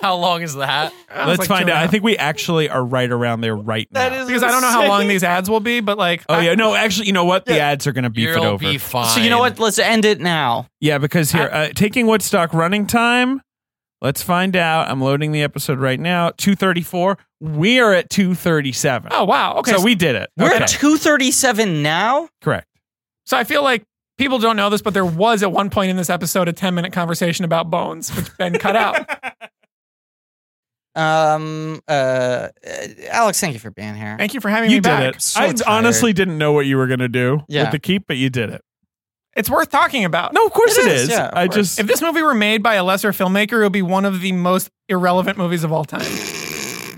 How long is that?
That was like
Let's
two
find
and a
out. I
half.
think we actually are right around there right now.
That is
because I don't know how long these ads will be, but like,
Oh
I-
yeah, no, actually, you know what? The ads are going to beef it
You'll
over.
be fine.
So you know what? Let's end it now.
Yeah, because here, uh, taking Woodstock running time. Let's find out. I'm loading the episode right now. 234. We are at 237.
oh wow, okay.
so
So,
we did it.
We're
Okay.
at two thirty seven now.
correct.
so I feel like people don't know this, but there was at one point in this episode a ten minute conversation about bones, which Ben cut out.
Um. Uh. uh, Alex, thank you for being here.
Thank you for having
you
me
did
back.
it.
So
I
tired.
honestly didn't know what you were going to do
Yeah.
with the keep, but you did it.
It's worth talking about.
No, of course
It
it
is,
is.
yeah, of
I
course.
just
If this movie were made by a lesser filmmaker, it would be one of the most irrelevant movies of all time.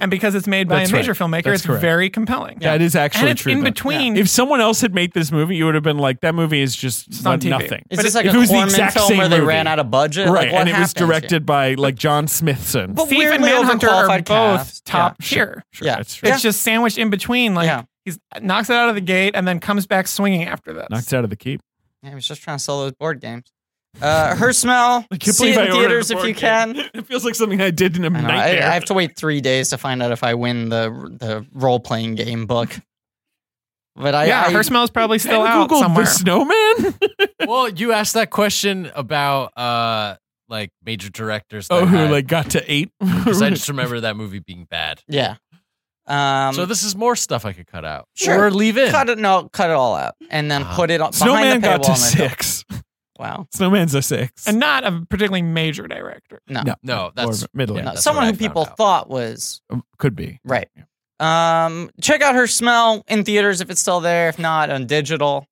And because it's made by
That's
a major
right.
filmmaker,
That's
it's
correct.
very compelling.
that is
and
actually
it's
true.
in
though.
between.
If someone else had made this movie, you would have been like, "That movie is just
It's on
no-
TV.
nothing."
Is
But
this
it-
like
if
a
it was the
Corman
exact
film
same
where they
movie.
ran out of budget?
right,
Like, what
and it was
happened?
directed by like John Smithson.
But
Thief and
weirdly
Manhunter are
overqualified
both
cast.
top
Yeah.
tier.
Sure,
yeah.
that's true.
It's just sandwiched in between. Like
Yeah.
he's knocks it out of the gate and then comes back swinging after this.
Knocked out of the keep.
Yeah, he was just trying to sell those board games. Uh, her smell.
I can't
see
believe
it
I
in
ordered
theaters
the
if
board
you
game.
can.
It feels like something I did in a
I, know, I,
nightmare.
I have to wait three days to find out if I win the the role playing game book. But I,
yeah,
I
her smell's probably still
I
out
Googled
somewhere.
the snowman.
well, you asked that question about uh like major directors.
oh,
that
who
had-
like got to eight?
'cause I just remember that movie being bad.
yeah. Um,
so this is more stuff I could cut out
Sure.
or leave in.
cut it no, cut it all out, and then
Ah.
put it on behind
Snowman
the
got to
paywall. and then-
six.
Wow.
Snowman's a six.
and not a particularly major director.
No, that's
Or middle.
yeah,
No,
that's
someone
what
who
I found
people
out.
thought was
could be.
right. Um, check out her smell in theaters if it's still there. If not, on digital.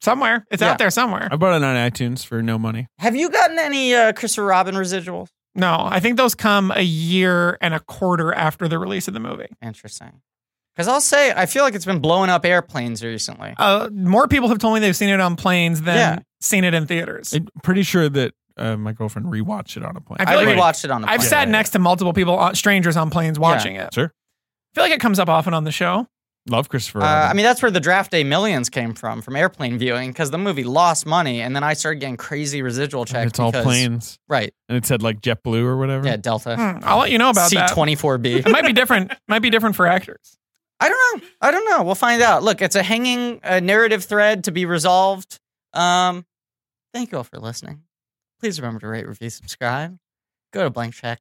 Somewhere. It's
Yeah.
out there somewhere.
I bought it on iTunes for no money.
Have you gotten any uh, Christopher Robin residuals?
No, I think those come a year and a quarter after the release of the movie.
Interesting. Because I'll say, I feel like it's been blowing up airplanes recently.
Uh, more people have told me they've seen it on planes than
Yeah.
seen it in theaters.
I'm pretty sure that uh, my girlfriend rewatched it on a plane.
I
I,
feel like-
rewatched it on the
I've
plane.
sat next to multiple people, uh, strangers on planes, watching it.
Sure.
I feel like it comes up often on the show.
Love Christopher.
Uh, I
Robin.
mean, that's where the draft day millions came from, from airplane viewing, because the movie lost money, and then I started getting crazy residual checks.
it's all
because-
planes,
Right.
and it said like JetBlue or whatever.
Yeah, Delta.
Hmm, I'll let you know about that.
C24B.
It might be different. might be different for actors.
I don't know. I don't know. We'll find out. Look, it's a hanging uh, narrative thread to be resolved. Um, thank you all for listening. Please remember to rate, review, subscribe. Go to blankcheck.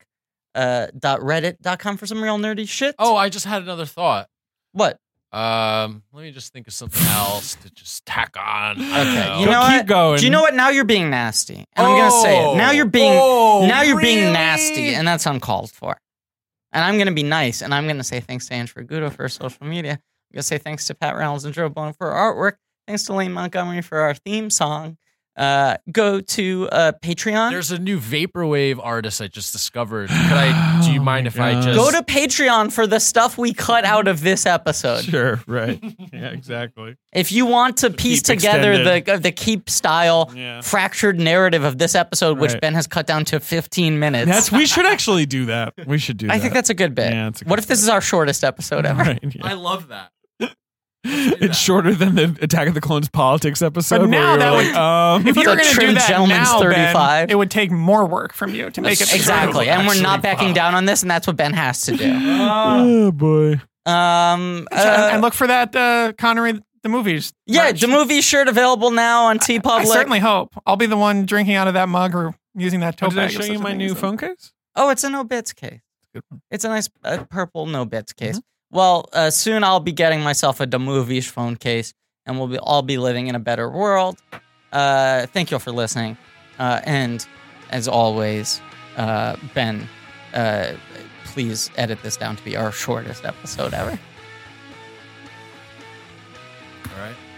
Uh, dot reddit.com for some real nerdy shit.
Oh, I just had another thought.
what?
Um, let me just think of something else to just tack on. I don't
Okay, you
Go
know
keep
what?
going.
Do you know what? Now you're being nasty, and I'm gonna say it. Now you're being
Oh,
now you're being
really?
nasty, and that's uncalled for. And I'm gonna be nice, and I'm gonna say thanks to Andrew Gudo for our social media. I'm gonna say thanks to Pat Reynolds and Joe Bone for our artwork. Thanks to Lane Montgomery for our theme song. Uh, go to uh, Patreon.
There's a new vaporwave artist I just discovered. Could I? Do you
Oh
mind
my
if I
God.
just
go to Patreon for the stuff we cut out of this episode.
Sure. Right. yeah. Exactly.
If you want to piece
keep
together
extended.
the uh, the keep style
Yeah.
fractured narrative of this episode, which
Right.
Ben has cut down to 15 minutes.
That's. We should actually do that. We should do.
I
that.
think that's a good bit.
Yeah, it's a
what
good
if this is our shortest episode ever?
right. yeah.
I love that. that.
It's shorter than the Attack of the Clones politics episode.
But
where
now
we were
that
like,
would-
um,
If you
The
were going to do
trim
that
gentleman's
now, Ben,
35.
it would take more work from you to make it
exactly.
true.
and we're not
actually,
backing
wow.
down on this, and that's what Ben has to do.
oh boy.
Um, uh,
and and look for that uh, Connery the movies.
yeah,
merch.
the movie shirt available now on T
I
Public.
certainly hope I'll be the one drinking out of that mug or using that tote
Did I
bag.
show
if such
you
a
my
thing
new
exists.
phone case?
Oh, it's a no bits case. It's a nice uh, purple no bits case.
Mm-hmm.
Well, uh, soon I'll be getting myself a Damovish phone case, and we'll be all be living in a better world. Uh, thank you all for listening, uh, and as always, uh, Ben, uh, please edit this down to be our shortest episode ever.
All right.